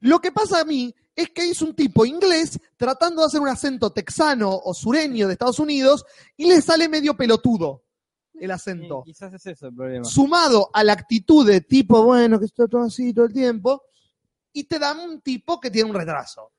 S1: Lo que pasa a mí es que es un tipo inglés tratando de hacer un acento texano o sureño de Estados Unidos y le sale medio pelotudo el acento
S2: Y Quizás es eso el problema.
S1: sumado a la actitud de tipo, bueno, que está todo así todo el tiempo, y te dan un tipo que tiene un retraso.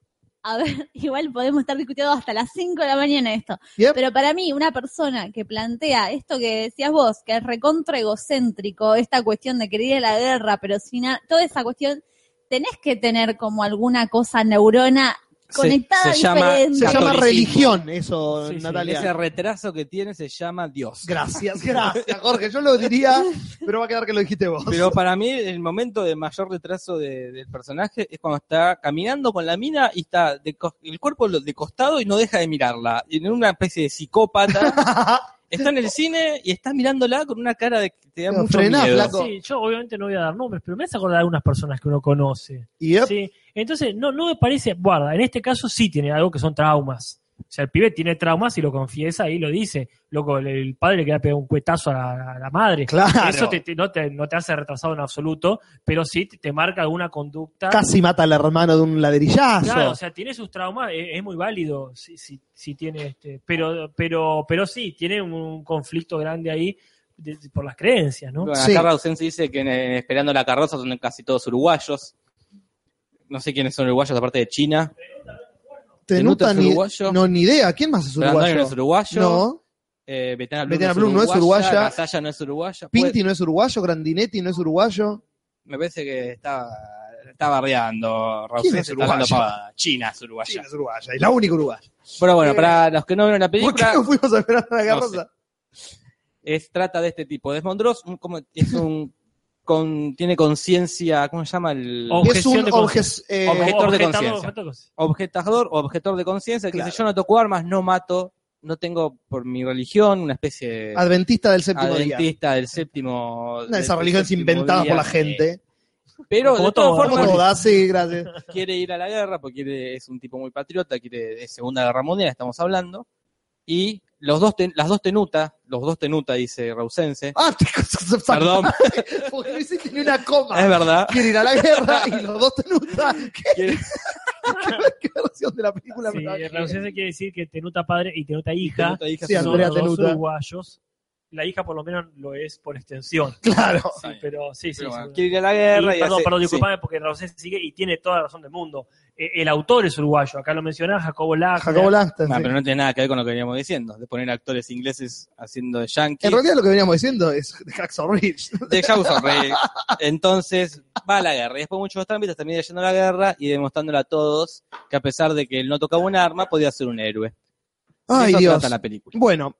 S4: A ver, igual podemos estar discutiendo hasta las 5 de la mañana esto.
S1: Bien.
S4: Pero para mí, una persona que plantea esto que decías vos, que es recontra egocéntrico, esta cuestión de querer ir a la guerra, pero sin a- toda esa cuestión, tenés que tener como alguna cosa neurona conectada diferente.
S1: Se llama
S2: catolicismo.
S1: religión eso,
S3: Sí, sí,
S1: Natalia.
S2: Ese retraso que tiene se llama Dios.
S1: Gracias, gracias, Jorge. Yo lo diría, pero va a quedar que lo dijiste vos.
S2: Pero para mí el momento de mayor retraso de- del personaje es cuando está caminando con la mina y está de cos- el cuerpo lo- de costado y no deja de mirarla. Y en una especie de psicópata. está en el cine y está mirándola con una cara de que te da
S1: Pero
S2: mucho
S1: frená,
S2: miedo.
S1: flaco.
S3: Sí, yo obviamente no voy a dar nombres, pero me hace acordar de algunas personas que uno conoce.
S1: Yep.
S3: Sí. Entonces, no, no me parece, guarda, en este caso sí tiene algo que son traumas. O sea, el pibe tiene traumas y lo confiesa y lo dice. Loco, el, el padre le queda pegado un cuetazo a la, a la madre.
S1: Claro.
S3: Eso te- te- no, te, no te hace retrasado en absoluto, pero sí te, te marca alguna conducta.
S1: Casi mata al hermano de un ladrillazo.
S3: Claro, o sea, tiene sus traumas, es, es muy válido si, si, si tiene este, pero, pero, pero sí, tiene un conflicto grande ahí de- de- por las creencias, ¿no?
S2: Bueno,
S1: Sí.
S2: acá Rausen se dice que en, en Esperando la Carroza son casi todos uruguayos. No sé quiénes son uruguayos aparte de China.
S1: Tenuta
S2: Tenuta es
S1: ni,
S2: uruguayo.
S1: no, ni idea. ¿Quién más es
S2: Brandoni
S1: uruguayo?
S2: no es uruguayo.
S1: No.
S2: Eh, Bettina Blum,
S1: Bettina
S2: no,
S1: Blum no es
S2: es uruguaya.
S1: uruguaya.
S2: Gasalla no es uruguaya. Puede-
S1: Pinti no es uruguayo. Grandinetti no es uruguayo.
S2: Me parece que está, está bardeando Raúl.
S1: ¿Quién es
S2: se está hablando
S1: uruguaya?
S2: pavada. China es uruguaya.
S1: Sí, es uruguaya. Es la única uruguaya.
S2: Pero bueno,
S1: Eh,
S2: para los que no vieron la
S1: ¿Por qué
S2: película,
S1: no fuimos a esperar a la
S2: No
S1: carroza?
S2: es, trata de este tipo. Desmond Ross un- como, es un, con, tiene conciencia, ¿cómo se llama? El
S3: Ob-
S1: Es un
S3: Objeción de
S1: obje- eh,
S2: Objetor de
S3: Objetando-
S2: conciencia.
S3: objetando cosas.
S2: objetador o objetor de conciencia, que
S1: Claro.
S2: dice, yo no toco armas, no mato, no tengo por mi religión una especie de
S1: adventista Ah, del séptimo día.
S2: adventista del séptimo...
S1: Una de esas
S2: del
S1: religiones
S2: séptimo
S1: inventadas
S2: día,
S1: por la
S2: eh,
S1: gente.
S2: Pero
S3: Como
S2: de todas
S3: todo,
S1: Como
S2: formas,
S1: todas, sí, gracias.
S2: quiere ir a la guerra porque quiere- es un tipo muy patriota, quiere es Segunda Guerra Mundial, estamos hablando. Y los dos ten- las dos tenutas, los dos tenutas, dice Rausense.
S1: Ah, te cosas
S2: Perdón,
S1: Porque no hiciste ni una coma.
S2: es verdad.
S1: Quiere ir a la guerra y los dos tenutas. ¿Qué,
S2: Quiere-
S1: qué versión de la película?
S3: Sí,
S1: me va a-
S3: la ausencia quiere decir que Tenuta padre y Tenuta hija
S2: Tenuta, hija,
S1: Sí,
S2: son-
S3: son
S1: Andrea
S3: los dos
S1: Tenuta.
S3: uruguayos. La hija por lo menos lo es por extensión.
S1: Claro.
S3: Sí,
S2: bien.
S3: pero sí, sí.
S2: Pero
S3: sí.
S2: bueno, quiere ir a la guerra
S3: Y,
S2: y
S3: perdón,
S2: hace-
S3: perdón,
S2: sí.
S3: disculpame porque la ausencia sigue y tiene toda la razón del mundo. Eh, El autor es uruguayo, acá lo mencionaba Jacobo Laja.
S1: Jacobo Langston.
S2: Ah,
S1: sí.
S2: pero no tiene nada que ver con lo que veníamos diciendo, de poner actores ingleses haciendo de yankees.
S1: En realidad lo que veníamos diciendo es de Hacksaw Ridge.
S2: de Jackson Rey. Entonces va a la guerra. Y después muchos trámites también yendo a la guerra y demostrándole a todos que a pesar de que él no tocaba un arma, podía ser un héroe.
S1: Ay,
S2: Eso
S1: Dios.
S2: trata la película.
S1: Bueno,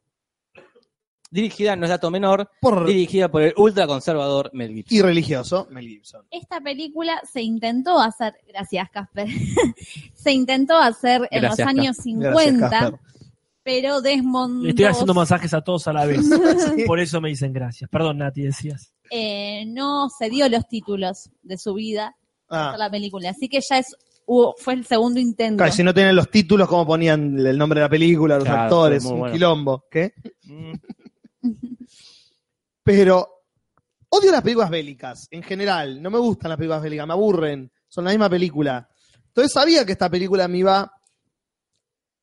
S2: Dirigida, no es dato menor,
S1: por...
S2: dirigida por el ultraconservador Mel Gibson.
S1: y religioso, Mel Gibson.
S4: Esta película se intentó hacer, gracias Casper, se intentó hacer en
S2: Gracias,
S4: los años
S1: Gracias,
S4: 50,
S1: Casper.
S4: pero Desmond
S3: Le estoy
S4: II,
S3: haciendo masajes a todos a la vez.
S1: Sí.
S3: Por eso me dicen gracias. Perdón, Nati, decías.
S4: eh, no se dio los títulos de su vida
S1: Ah.
S4: por la película, así que ya es hubo- fue el segundo intento.
S1: Claro, si no tienen los títulos, ¿cómo ponían el nombre de la película, los
S2: Claro,
S1: actores?
S2: muy
S1: Un
S2: bueno.
S1: quilombo. ¿Qué?
S2: Mm,
S1: Pero odio las películas bélicas en general. No me gustan las películas bélicas, me aburren. Son la misma película. Entonces sabía que esta película me iba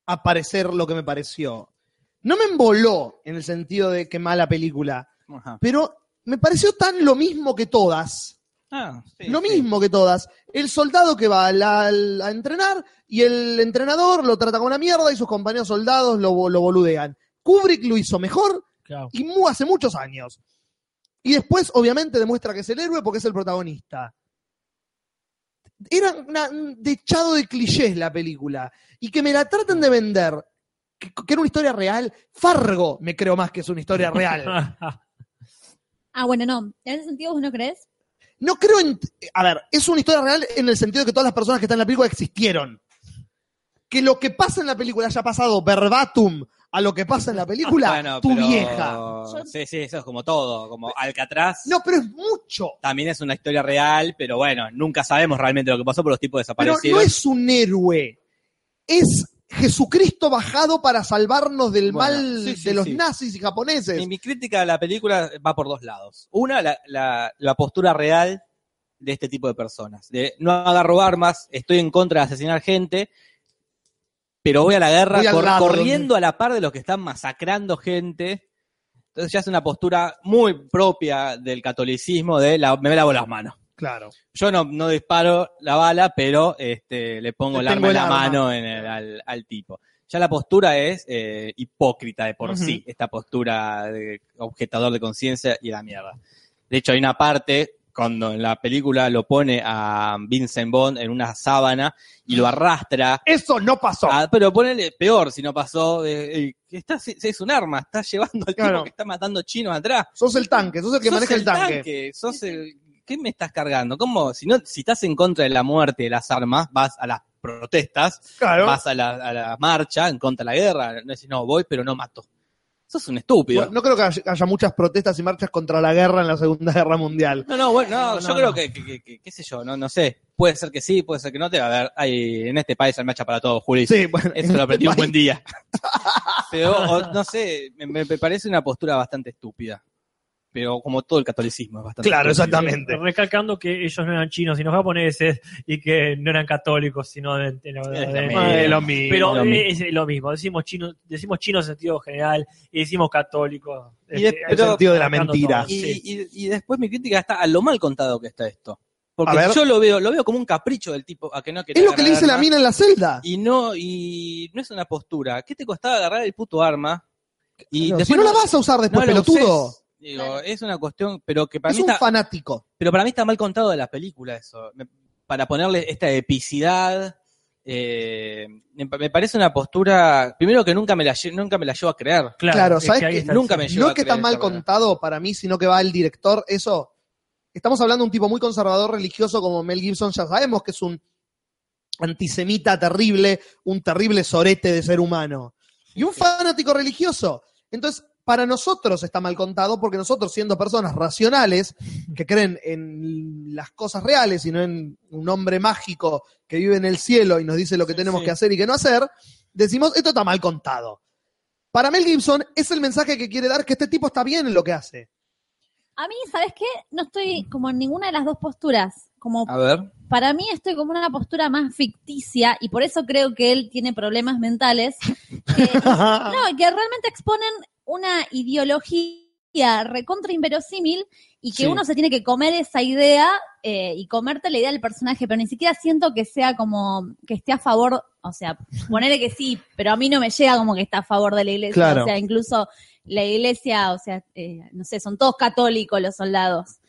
S1: a parecer lo que me pareció. No me emboló en el sentido de que mala película,
S2: ajá.
S1: pero me pareció tan lo mismo que todas.
S2: Ah, sí,
S1: lo
S2: sí.
S1: mismo que todas. El soldado que va a, la- a entrenar y el entrenador lo trata como una mierda y sus compañeros soldados lo- lo boludean. Kubrick lo hizo mejor
S3: Claro.
S1: y mu hace muchos años. Y después, obviamente, demuestra que es el héroe porque es el protagonista. Era una- un dechado de clichés la película. Y que me la traten de vender, que, que era una historia real. Fargo me creo más que es una historia real.
S4: Ah, bueno, no. En ese sentido, ¿vos no crees?
S1: No creo en. A ver, es una historia real en el sentido de que todas las personas que están en la película existieron. Que lo que pasa en la película haya pasado verbatim a lo que pasa en la película,
S2: Bueno,
S1: tu
S2: pero-
S1: vieja.
S2: Sí, sí, eso es como todo, como Alcatraz.
S1: No, pero es mucho.
S2: También es una historia real, pero bueno, nunca sabemos realmente lo que pasó por los tipos
S1: Pero
S2: desaparecidos.
S1: no es un héroe. Es Jesucristo bajado para salvarnos del
S2: Bueno,
S1: mal
S2: sí, sí,
S1: de los
S2: sí.
S1: nazis y japoneses.
S2: Mi, mi crítica a la película va por dos lados. Una, la, la- la postura real de este tipo de personas. De no agarro armas, estoy en contra de asesinar gente, pero voy a la guerra
S1: Voy al
S2: cor-
S1: lado,
S2: corriendo a la par de los que están masacrando gente. Entonces ya es una postura muy propia del catolicismo de la, me lavo las manos.
S1: Claro.
S2: Yo no, no disparo la bala, pero este, le pongo
S1: Le
S2: el
S1: tengo
S2: arma en
S1: el
S2: la
S1: arma.
S2: mano en el- al, al tipo. Ya la postura es eh, hipócrita de por
S1: Ujú.
S2: sí, esta postura de objetador de conciencia y la mierda. De hecho, hay una parte cuando en la película lo pone a Vincent Bond en una sábana y lo arrastra.
S1: Eso no pasó.
S2: Ah, pero ponele peor si no pasó. eh, eh, que está, es un arma, está llevando al tipo
S1: Claro.
S2: que está matando chinos atrás
S1: Sos el tanque, sos el que
S2: sos
S1: maneja el tanque.
S2: sos el- ¿Qué me estás cargando? ¿Cómo? Si, no, si estás en contra de la muerte de las armas, vas a las protestas,
S1: Claro.
S2: vas a la, a la marcha en contra de la guerra. No decís, no, voy, pero no mato. Sos un estúpido.
S1: Bueno, no creo que haya, haya muchas protestas y marchas contra la guerra en la Segunda Guerra Mundial.
S2: No, no, bueno, no,
S3: No,
S2: yo
S3: no,
S2: creo
S3: no.
S2: que, que- que- que- qué sé yo, no, no sé. Puede ser que sí, puede ser que no. Te va a ver, hay, en este país hay marcha para todos, Juli.
S1: Sí, bueno.
S2: Eso lo aprendí un
S1: Ay,
S2: buen día. Pero, o- no sé, me, me parece una postura bastante estúpida. Pero como todo el catolicismo es bastante
S1: Claro,
S2: estúpido.
S1: exactamente.
S3: Recalcando que ellos no eran chinos sino japoneses y que no eran católicos sino de, de- de-
S2: lo
S3: de-
S2: mismo.
S1: Eh, lo mismo.
S3: pero
S2: lo mismo.
S3: es lo mismo, decimos chino, decimos chino en sentido general y decimos católico. eh,
S2: Y es-
S3: en
S2: pero-
S1: sentido de la
S3: marcando
S1: mentira.
S3: todo,
S2: Y,
S3: sí.
S2: y- y después mi crítica está a lo mal contado que está esto. Porque
S1: A ver.
S2: yo lo veo, lo veo como un capricho del tipo a que no quería
S1: Es lo que le
S2: agarrar
S1: dice la
S2: arma.
S1: mina en la celda.
S2: Y no, y no es una postura. ¿Qué te costaba agarrar el puto arma? Y
S1: Claro,
S2: después
S1: si no la vas a usar
S2: no
S1: después,
S2: la
S1: pelotudo.
S2: usés. Digo, es una cuestión, pero que para
S1: Es
S2: mí
S1: un
S2: está,
S1: fanático.
S2: pero para mí está mal contado de la película eso. Me- para ponerle esta epicidad. eh, me, me parece una postura, primero que nunca me la, lle- nunca me la llevo a creer.
S1: Claro,
S3: es
S1: ¿sabes
S3: ahí
S1: que
S3: está el
S2: Nunca me llevo
S1: No
S2: a
S1: es que está
S2: creer
S1: mal
S2: esa verdad.
S1: contado para mí, sino que va el director. Eso. Estamos hablando de un tipo muy conservador religioso como Mel Gibson. Ya sabemos que es un antisemita terrible, un terrible sorete de ser humano. Y un fanático religioso. Entonces, para nosotros está mal contado porque nosotros, siendo personas racionales, que creen en las cosas reales y no en un hombre mágico que vive en el cielo y nos dice lo que
S3: Sí,
S1: tenemos
S3: sí.
S1: que hacer y que no hacer, decimos, esto está mal contado. Para Mel Gibson es el mensaje que quiere dar que este tipo está bien en lo que hace.
S4: A mí, ¿sabes qué? No estoy como en ninguna de las dos posturas. Como
S2: A ver.
S4: para mí estoy como en una postura más ficticia y por eso creo que él tiene problemas mentales. que- no, que realmente exponen una ideología recontra inverosímil y que
S2: Sí.
S4: uno se tiene que comer esa idea eh, y comerte la idea del personaje, pero ni siquiera siento que sea como que esté a favor, o sea, ponerle que sí, pero a mí no me llega como que está a favor de la iglesia,
S1: Claro.
S4: o sea, incluso la iglesia, o sea, eh, no sé, son todos católicos los soldados.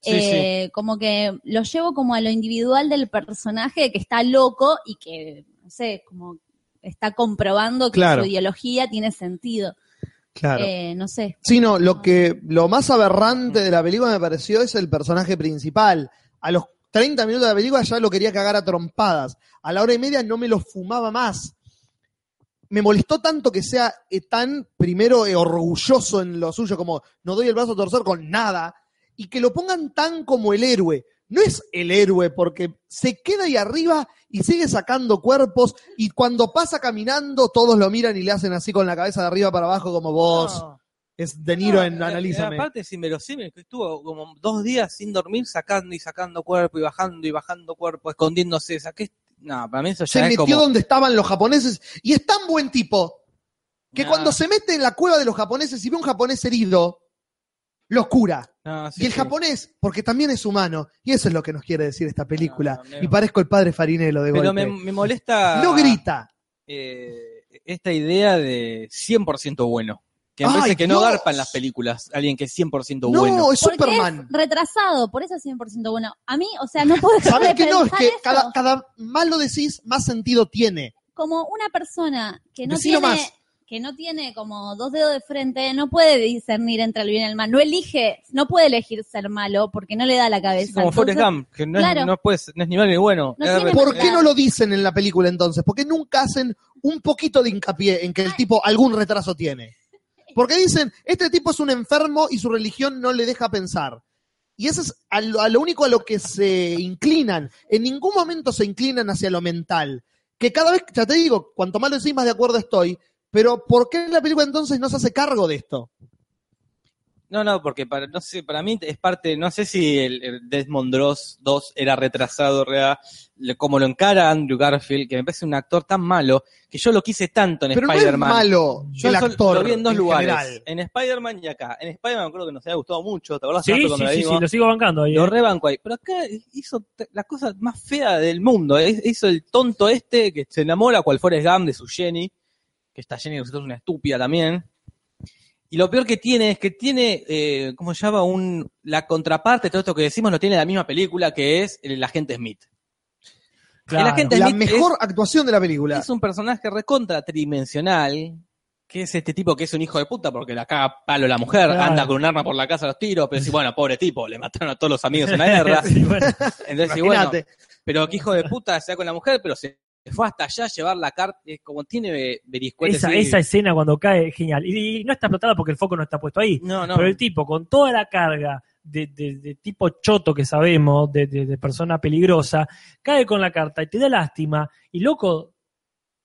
S2: Sí,
S4: Eh, Como que lo llevo como a lo individual del personaje que está loco y que, no sé, como está comprobando que
S1: Claro.
S4: su ideología tiene sentido.
S1: Claro.
S4: Eh, no sé.
S1: Sino lo que lo más aberrante de la película me pareció es el personaje principal. A los 30 minutos de la película ya lo quería cagar a trompadas. A la hora y media no me lo fumaba más. Me molestó tanto que sea eh, tan, primero, eh, orgulloso en lo suyo, como no doy el brazo a torcer con nada, y que lo pongan tan como el héroe. No es el héroe porque se queda ahí arriba y sigue sacando cuerpos y cuando pasa caminando todos lo miran y le hacen así con la cabeza de arriba para abajo como vos. Es De Niro
S2: No,
S1: en
S2: eh,
S1: Analízame.
S2: Aparte es inverosímil, que estuvo como dos días sin dormir, sacando y sacando cuerpo, y bajando y bajando cuerpo, escondiéndose. Saqué... No, para mí eso ya
S1: se
S2: es
S1: metió
S2: como...
S1: donde estaban los japoneses y es tan buen tipo que
S2: Nah.
S1: cuando se mete en la cueva de los japoneses y ve un japonés herido, los cura.
S2: No, sí,
S1: y el
S2: sí.
S1: japonés, porque también es humano, y eso es lo que nos quiere decir esta película.
S2: No, no, no.
S1: y parezco el padre Farinello de
S2: Ah, Pero me,
S1: golpe.
S2: me molesta
S1: No grita.
S2: eh, esta idea de 100% bueno. Que me parece
S1: ¡Ay,
S2: que no
S1: Dios!
S2: garpan las películas. Alguien que es 100%
S1: no,
S2: bueno.
S1: es
S4: Porque
S1: Superman.
S4: es retrasado, por eso es 100% bueno. A mí, o sea, no puedo dejar
S1: ¿Sabés
S4: de
S1: que no? Es
S4: pensar
S1: que
S4: eso.
S1: cada, cada más lo decís, más sentido tiene.
S4: Como una persona que no
S1: Decilo
S4: tiene...
S1: más.
S4: que no tiene como dos dedos de frente, no puede discernir entre el bien y el mal, no elige, no puede elegir ser malo porque no le da la cabeza.
S2: como Forrest
S4: Entonces,
S2: Gump, que no,
S4: claro.
S2: es, no, puede ser- no es ni malo ni bueno.
S4: No
S2: Es
S4: tiene
S2: re-
S1: ¿Por
S4: verdad.
S1: qué no lo dicen en la película entonces? ¿Por qué nunca hacen un poquito de hincapié en que el tipo algún retraso tiene? Porque dicen, este tipo es un enfermo y su religión no le deja pensar. Y eso es a lo, a lo único a lo que se inclinan. En ningún momento se inclinan hacia lo mental. Que cada vez, ya te digo, cuanto más lo decís, más de acuerdo estoy. Pero ¿por qué la película entonces no se hace cargo de esto?
S2: No, no, porque para, no sé, para mí es parte, no sé si el, el Desmond Dross 2 era retrasado, rea, le- como lo encara Andrew Garfield, que me parece un actor tan malo, que yo lo quise tanto en
S1: Pero no es
S2: Spider-Man.
S1: malo
S2: yo
S1: el
S2: sol-
S1: actor.
S2: lo vi en dos
S1: en
S2: lugares,
S1: general.
S2: en Spider-Man y acá. En Spider-Man creo que nos había gustado mucho, ¿te acordás?
S3: Sí,
S2: Harto
S3: sí,
S2: cuando la
S3: sí, sí,
S2: vimos?
S3: lo sigo bancando ahí.
S2: Lo
S3: eh.
S2: rebanco ahí. Pero acá hizo t- la cosa más fea del mundo. eh. Hizo el tonto este que se enamora cual Forrest Gump de su Jenny. Que esta Jenny nosotros es una estúpida también. Y lo peor que tiene es que tiene, eh, ¿cómo se llama? Un, la contraparte de todo esto que decimos lo tiene la misma película que es el agente Smith.
S3: Claro.
S2: El agente
S1: La
S2: Smith es-
S1: mejor actuación de la película.
S2: es un personaje recontra tridimensional, que es este tipo que es un hijo de puta porque la caga a palo la mujer,
S3: Claro.
S2: anda con un arma por la casa a los tiros, pero sí, bueno, pobre tipo, le mataron a todos los amigos en la guerra.
S3: Sí, bueno.
S2: Entonces, sí, bueno,
S1: Imagínate.
S2: pero que hijo de puta sea con la mujer, pero se fue hasta allá a llevar la carta, como tiene be- beriscuete.
S3: esa,
S2: sí.
S3: esa escena cuando cae, genial. Y, y no está explotada porque el foco no está puesto ahí.
S2: No, no.
S3: Pero el tipo, con toda la carga de, de- de tipo choto que sabemos, de, de- de persona peligrosa, cae con la carta y te da lástima. Y loco,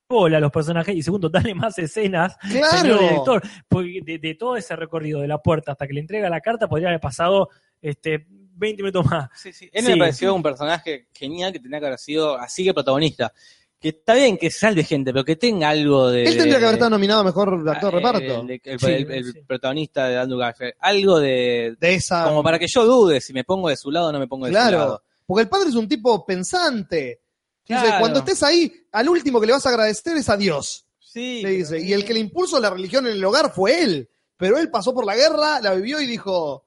S3: bola a los personajes. Y segundo, dale más escenas,
S1: Claro.
S3: señor director. Porque de, de todo ese recorrido de la puerta hasta que le entrega la carta, podría haber pasado este, 20 minutos más.
S2: Sí, sí. Él
S3: Sí.
S2: me pareció un personaje genial que tenía que haber sido así que protagonista. Que está bien que salve gente, pero que tenga algo de.
S1: Él tendría que haber estado
S2: de-
S1: nominado a mejor actor
S2: eh,
S1: reparto.
S2: El,
S1: De,
S2: el-
S3: Sí,
S2: el- el
S3: sí.
S2: protagonista de Andrew Garfield. Algo de.
S1: esa.
S2: Como para que yo dude si me pongo de su lado o no me pongo de su
S1: Ah. claro.
S2: lado.
S1: Porque el padre es un tipo pensante. Dice,
S2: Claro.
S1: cuando estés ahí, al último que le vas a agradecer es a Dios.
S2: Sí.
S1: le dice. Y el que le impuso la religión en el hogar fue él. Pero él pasó por la guerra, la vivió y dijo.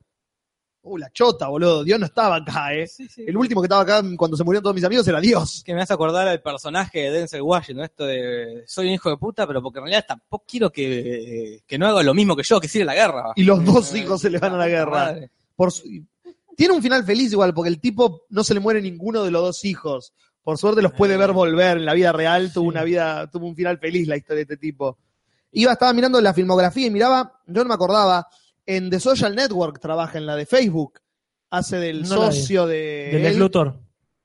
S1: Uh, la chota, boludo. Dios no estaba acá, eh.
S2: Sí, sí.
S1: El último que estaba acá cuando se murieron todos mis amigos era Dios.
S2: que me hace acordar al personaje de Denzel Washington, esto de soy un hijo de puta, pero porque en realidad tampoco quiero que, que no haga lo mismo que yo, que sigue la guerra. Eh,
S1: Y los dos hijos se le van a la guerra.
S2: Madre.
S1: Por su- Tiene un final feliz igual, porque el tipo no se le muere ninguno de los dos hijos. Por suerte los puede
S3: Eh.
S1: ver volver en la vida real. Tuvo una vida, tuvo un final feliz la historia de este tipo. Iba, estaba mirando la filmografía y miraba, yo no me acordaba, en The Social Network trabaja en la de Facebook. Hace del
S3: No la vi.
S1: socio de.
S3: Del
S1: él.
S3: desglutor.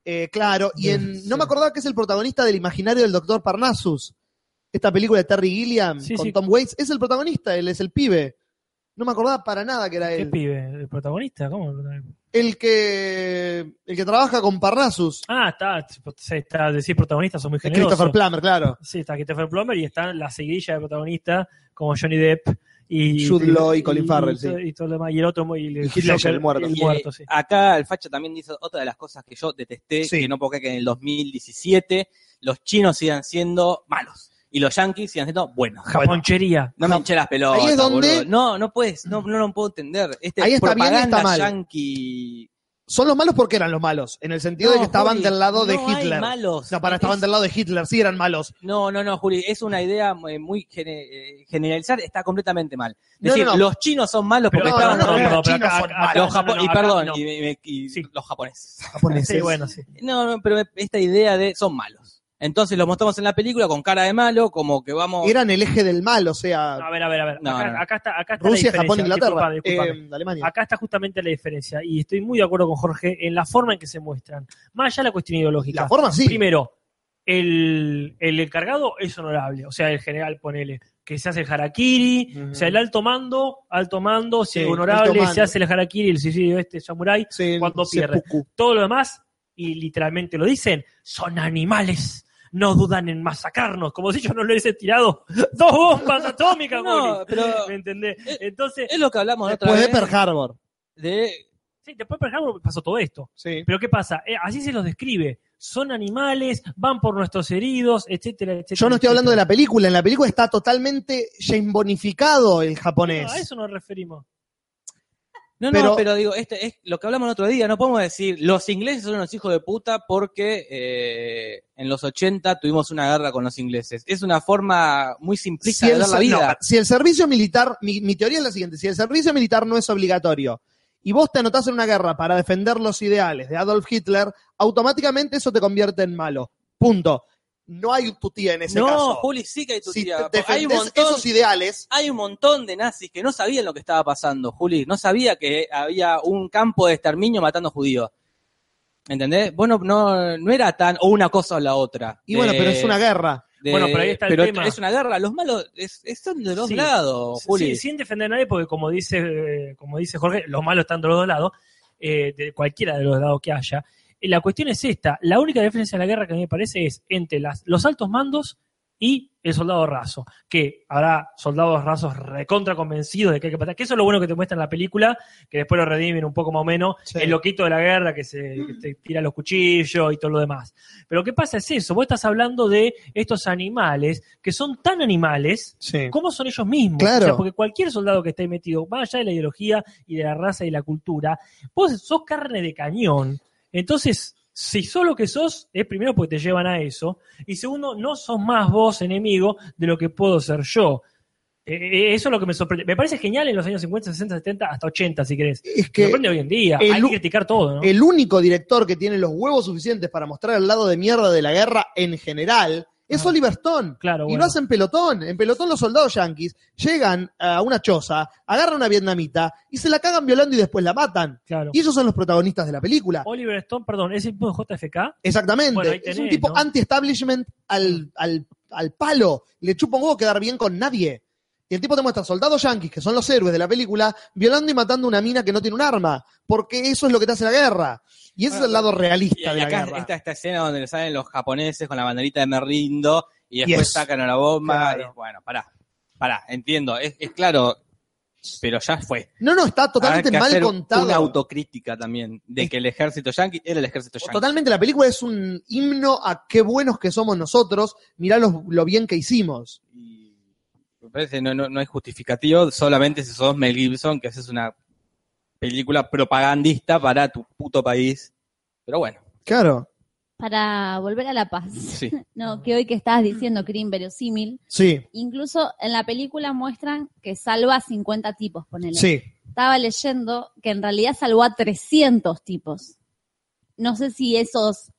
S1: Eh, claro, y en,
S3: Sí.
S1: no me acordaba que es el protagonista del imaginario del Doctor Parnassus. Esta película de Terry Gilliam
S3: Sí,
S1: con
S3: sí.
S1: Tom Waits. Es el protagonista, él es el pibe. No me acordaba para nada que era
S3: ¿Qué
S1: él.
S3: pibe? ¿El protagonista? ¿Cómo?
S1: El que, el que trabaja con Parnassus.
S3: Ah, está, está, decir protagonista, son muy
S1: Es
S3: generosos.
S1: Christopher Plummer, claro.
S3: Sí, está Christopher Plummer y están la seguidilla de protagonistas como Johnny Depp y
S1: Jude Law y Colin Farrell,
S3: y todo-
S1: sí.
S3: y todo lo demás. Y el otro muy- y
S1: Y Heath Ledger, el muerto.
S3: El
S2: Y,
S3: muerto,
S2: eh,
S3: sí.
S2: Acá el Facha también dice otra de las cosas que yo detesté,
S1: Sí.
S2: que no porque que en el 2017 los chinos sigan siendo malos y los yanquis sigan siendo buenos.
S3: Japonchería.
S2: No me hinché las pelotas.
S1: Ahí es donde-
S2: boludo. No, no puedes, no, no lo puedo entender. Este
S1: Ahí está bien y
S2: propaganda
S1: está mal.
S2: yanqui.
S1: Son los malos porque eran los malos. En el sentido de
S2: No,
S1: que estaban
S2: Juli,
S1: del lado de
S2: no hay
S1: Hitler. O
S2: malos.
S1: sea, para estaban
S2: Es-
S1: del lado de Hitler, sí eran malos.
S2: No, no, no, Juli, es una idea muy, muy gene- eh, generalizar, está completamente mal.
S1: No,
S2: Decir,
S1: no, no.
S2: los chinos son malos
S3: Pero
S2: porque
S1: no,
S2: estaban
S1: no,
S2: con Ah,
S1: no,
S3: pero
S1: los chinos
S3: acá-
S1: son
S3: acá-
S2: los
S3: no, no,
S2: japoneses, y
S3: acá
S2: perdón,
S3: no.
S2: y me- y
S3: Sí.
S2: los japoneses.
S3: Sí, bueno, sí.
S2: No, no, pero esta idea de son malos. Entonces los mostramos en la película con cara de malo, como que vamos...
S1: Eran el eje del mal, o sea,
S3: A ver, a ver, a ver.
S2: No,
S3: acá,
S2: no, no.
S3: acá está, acá está la
S1: Rusia,
S3: diferencia.
S1: Japón, Inglaterra,
S3: Disculpame, disculpame.
S1: eh, Alemania.
S3: Acá está justamente la diferencia, y estoy muy de acuerdo con Jorge en la forma en que se muestran. Más allá de la cuestión ideológica.
S1: La forma sí.
S3: Primero, el, el encargado es honorable, o sea, el general, ponele, que se hace el harakiri,
S1: Ujú.
S3: o sea, el alto mando, alto mando,
S1: Sí,
S3: se-
S1: alto
S3: honorable,
S1: mando.
S3: se hace el harakiri, el suicidio este samurái,
S1: se-
S3: cuando
S1: se
S3: pierde.
S1: pucu.
S3: todo lo demás, y literalmente lo dicen, son animales. No dudan en masacrarnos, como si yo no le hubiese tirado dos bombas atómicas,
S2: No,
S3: Juli.
S2: pero
S3: ¿Me entendés?
S1: eh,
S3: Entonces,
S2: es lo que hablamos la otra
S1: Después de
S2: vez
S1: Pearl Harbor.
S2: de
S3: sí, después, por ejemplo, pasó todo esto.
S1: Sí.
S3: Pero ¿qué pasa? Eh, así se los describe. son animales, van por nuestros heridos, etcétera, etcétera.
S1: Yo no estoy hablando de la película, en la película está totalmente jainbonificado el japonés.
S3: No, a eso nos referimos.
S2: No,
S1: Pero-
S2: no, pero digo, este es lo que hablamos el otro día, no podemos decir los ingleses son unos hijos de puta porque eh, en los 80 tuvimos una guerra con los ingleses. Es una forma muy
S1: si
S2: simplista de
S1: el,
S2: ver la
S1: ser-
S2: vida.
S1: no, si el servicio militar, mi, mi teoría es la siguiente, si el servicio militar no es obligatorio y vos te anotás en una guerra para defender los ideales de Adolf Hitler, automáticamente eso te convierte en malo. Punto. No hay tutía en ese
S2: no,
S1: caso.
S2: Juli, sí que hay tu
S1: si te
S2: tía. Hay un,
S1: defendés
S2: montón,
S1: esos ideales,
S2: hay un montón de nazis que no sabían lo que estaba pasando, Juli. No sabía que había un campo de exterminio matando judíos. ¿Entendés? Bueno, no, no era tan o una cosa o la otra.
S1: y bueno,
S2: De-
S1: pero es una guerra.
S2: de-
S3: Bueno, pero ahí está el
S2: pero
S3: tema.
S2: Es una guerra. Los malos es- es- son de dos
S3: Sí.
S2: lados, Juli.
S3: Sí, sin defender a nadie, porque como dice, eh, como dice Jorge, los malos están de los dos lados, eh, de cualquiera de los lados que haya. Y la cuestión es esta, la única diferencia de la guerra que a mí me parece es entre las, los altos mandos y el soldado raso, que habrá soldados rasos recontra convencidos de que hay que matar, que eso es lo bueno que te muestra en la película, que después lo redimen un poco más o menos,
S1: Sí.
S3: el loquito de la guerra que se que te tira los cuchillos y todo lo demás. Pero ¿qué pasa es eso? Vos estás hablando de estos animales que son tan animales
S1: Sí.
S3: cómo son ellos mismos.
S1: Claro.
S3: O sea, porque cualquier soldado que esté ahí metido, más allá de la ideología y de la raza y la cultura, vos sos carne de cañón. Entonces, si sos lo que sos, es primero porque te llevan a eso. Y segundo, no sos más vos enemigo de lo que puedo ser yo. Eh, eh, Eso es lo que me sorprende. Me parece genial en los años 50, 60, 70, hasta 80, si querés.
S1: Es
S3: Me
S1: que
S3: sorprende hoy en día.
S1: el
S3: Hay
S1: u-
S3: que criticar todo, ¿no?
S1: el único director que tiene los huevos suficientes para mostrar el lado de mierda de la guerra en general es
S3: Ah.
S1: Oliver Stone.
S3: Claro,
S1: Y
S3: bueno.
S1: lo hacen pelotón. En pelotón los soldados yanquis llegan a una choza, agarran a una vietnamita y se la cagan violando y después la matan.
S3: claro.
S1: Y ellos son los protagonistas de la película.
S3: Oliver Stone, perdón, es el mismo de JFK.
S1: Exactamente.
S3: Bueno, ahí
S1: es un
S3: tenés,
S1: tipo
S3: ¿no?
S1: anti-establishment al, al, al palo. Le chupa un huevo quedar bien con nadie. Y el tipo te muestra soldados yanquis, que son los héroes de la película, violando y matando una mina que no tiene un arma. Porque eso es lo que te hace la guerra. Y ese
S2: Ah,
S1: es el lado
S2: Y,
S1: realista
S2: y
S1: de la
S2: acá
S1: guerra.
S2: está esta escena donde le salen los japoneses con la banderita de me rindo y después
S1: Yes.
S2: sacan a la bomba.
S1: Claro.
S2: y bueno, pará, pará, entiendo, es, es claro, pero ya fue.
S1: No, no, está totalmente
S2: Hay que
S1: mal
S2: hacer
S1: contado.
S2: Una autocrítica también de que el ejército yanqui era el ejército yanqui.
S1: Totalmente, la película es un himno a qué buenos que somos nosotros, mirá los- lo, bien que hicimos.
S2: Y me parece no, no, no hay justificativo, solamente si sos Mel Gibson, que haces una película propagandista para tu puto país. Pero bueno,
S1: Claro.
S4: Para volver a la paz.
S2: sí.
S4: No, que hoy que estabas diciendo crimen verosímil,
S1: Sí,
S4: incluso en la película muestran que salva a 50 tipos, ponele.
S1: sí.
S4: Estaba leyendo que en realidad salvó a 300 tipos. No sé si esos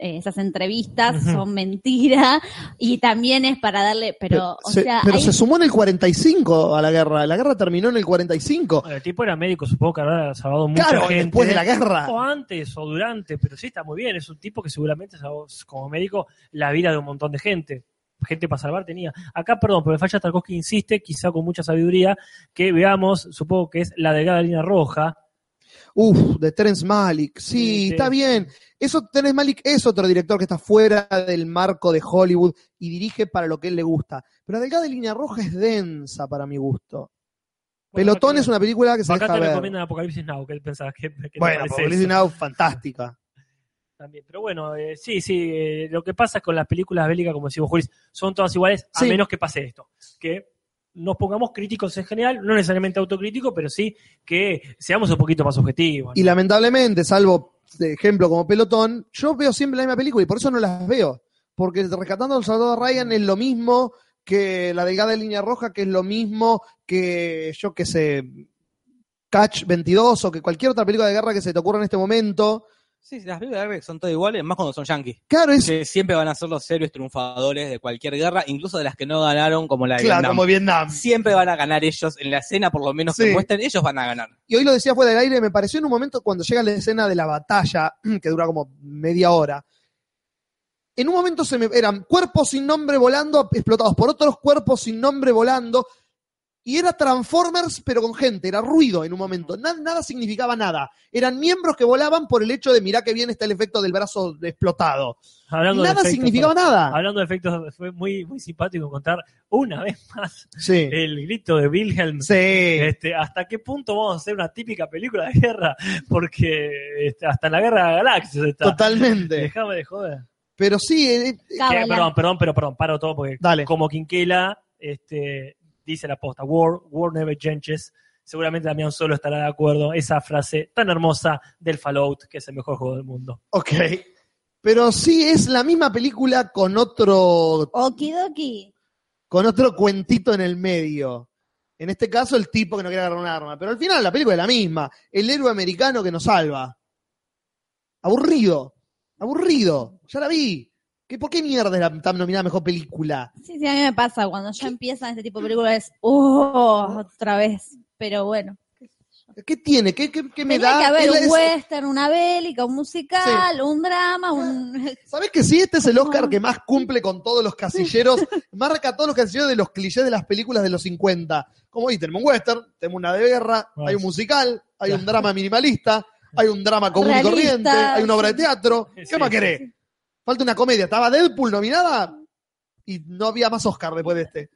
S4: eh, esas entrevistas
S3: Ujú.
S4: son mentira y también es para darle, pero, o
S1: se,
S4: sea,
S1: pero
S4: hay-
S1: se sumó en el 45 a la guerra. La guerra terminó en el 45.
S3: Bueno, el tipo era médico, supongo que habrá salvado mucha
S1: claro,
S3: gente.
S1: después de la guerra.
S3: o antes o durante, pero sí está muy bien. Es un tipo que seguramente, salvó, como médico, la vida de un montón de gente. Gente para salvar tenía. Acá, perdón, pero el Falla Tarkovsky insiste, quizá con mucha sabiduría, que veamos, supongo que es la delgada línea roja.
S1: Uf, de Terence Malick. Sí,
S3: Sí, sí.
S1: está bien. Eso, Terence Malick es otro director que está fuera del marco de Hollywood y dirige para lo que él le gusta. Pero la delgada de línea roja es densa para mi gusto.
S3: Bueno,
S1: Pelotón
S3: acá-
S1: es una película que se
S3: Acá
S1: deja
S3: te
S1: ver.
S3: recomiendan Apocalipsis Now, que él pensaba que, que te
S1: bueno,
S3: parece
S1: Apocalipsis
S3: eso
S1: Now, fantástica.
S3: también. Pero bueno, eh, sí, sí, eh, lo que pasa con las películas bélicas, como decimos, Julis, son todas iguales, a
S1: Sí.
S3: menos que pase esto. Que nos pongamos críticos en general, no necesariamente autocríticos, pero sí que seamos un poquito más objetivos.
S1: Y lamentablemente, salvo de ejemplo como pelotón, yo veo siempre la misma película y por eso no las veo. Porque rescatando al soldado Ryan es lo mismo que la delgada línea roja, que es lo mismo que yo que sé, Catch 22 o que cualquier otra película de guerra que se te ocurra en este momento.
S2: Sí, las películas de guerra son todas iguales, más cuando son yanquis.
S1: Claro, es
S2: que siempre van a ser los héroes triunfadores de cualquier guerra, incluso de las que no ganaron, como la de
S1: claro,
S2: Vietnam.
S1: como Vietnam.
S2: Siempre van a ganar ellos, en la escena por lo menos
S1: Sí.
S2: que muestren, ellos van a ganar.
S1: Y hoy lo decía fuera del aire, me pareció en un momento cuando llega la escena de la batalla, que dura como media hora. En un momento se me eran cuerpos sin nombre volando, explotados por otros cuerpos sin nombre volando, Y era Transformers, pero con gente, era ruido en un momento. Na- nada significaba nada. Eran miembros que volaban por el hecho de mirá que bien está el efecto del brazo explotado.
S3: Hablando de
S1: nada
S3: efectos,
S1: significaba nada.
S3: Hablando de efectos, fue muy, muy simpático contar una vez más
S1: Sí.
S3: el grito de Wilhelm.
S1: Sí.
S3: Este, ¿Hasta qué punto vamos a hacer una típica película de guerra? Porque este, hasta en la guerra de las galaxias está.
S1: Totalmente.
S3: Déjame de joder.
S1: Pero sí, eh, eh,
S3: Que,
S4: Cábala.
S3: perdón, perdón, pero perdón, paro todo porque
S1: Dale.
S3: como Quinquela este, dice la posta, War, War never changes. Seguramente Damián Solo estará de acuerdo. Esa frase tan hermosa del Fallout, que es el mejor juego del mundo.
S1: ok. Pero sí es la misma película con otro,
S4: Okidoki.
S1: con otro cuentito en el medio. En este caso, el tipo que no quiere agarrar un arma. Pero al final la película es la misma. El héroe americano que nos salva. Aburrido. Aburrido. Ya la vi. ¿Qué, ¿Por qué mierda es la tan nominada mejor película?
S4: Sí, sí, a mí me pasa. Cuando ya empiezan este tipo de películas es, oh, otra vez. Pero bueno.
S1: ¿Qué tiene? ¿Qué, qué- qué me
S4: Tenía
S1: da?
S4: que haber
S1: Es la-
S4: un
S1: es-
S4: western, una bélica, un musical, un drama, un...
S1: ¿Sabés que sí? Este es el Oscar que más cumple con todos los casilleros, marca todos los casilleros de los clichés de las películas de los 50. Como, y tenemos un western, tenemos una de guerra,
S3: Ah,
S1: hay un
S3: sí.
S1: musical, hay un drama minimalista, hay un drama común y
S4: Realista.
S1: corriente, hay una obra de teatro. ¿Qué
S3: Sí,
S1: más
S3: sí,
S1: querés? Falta una comedia. Estaba Deadpool nominada y no había más Oscar después de este.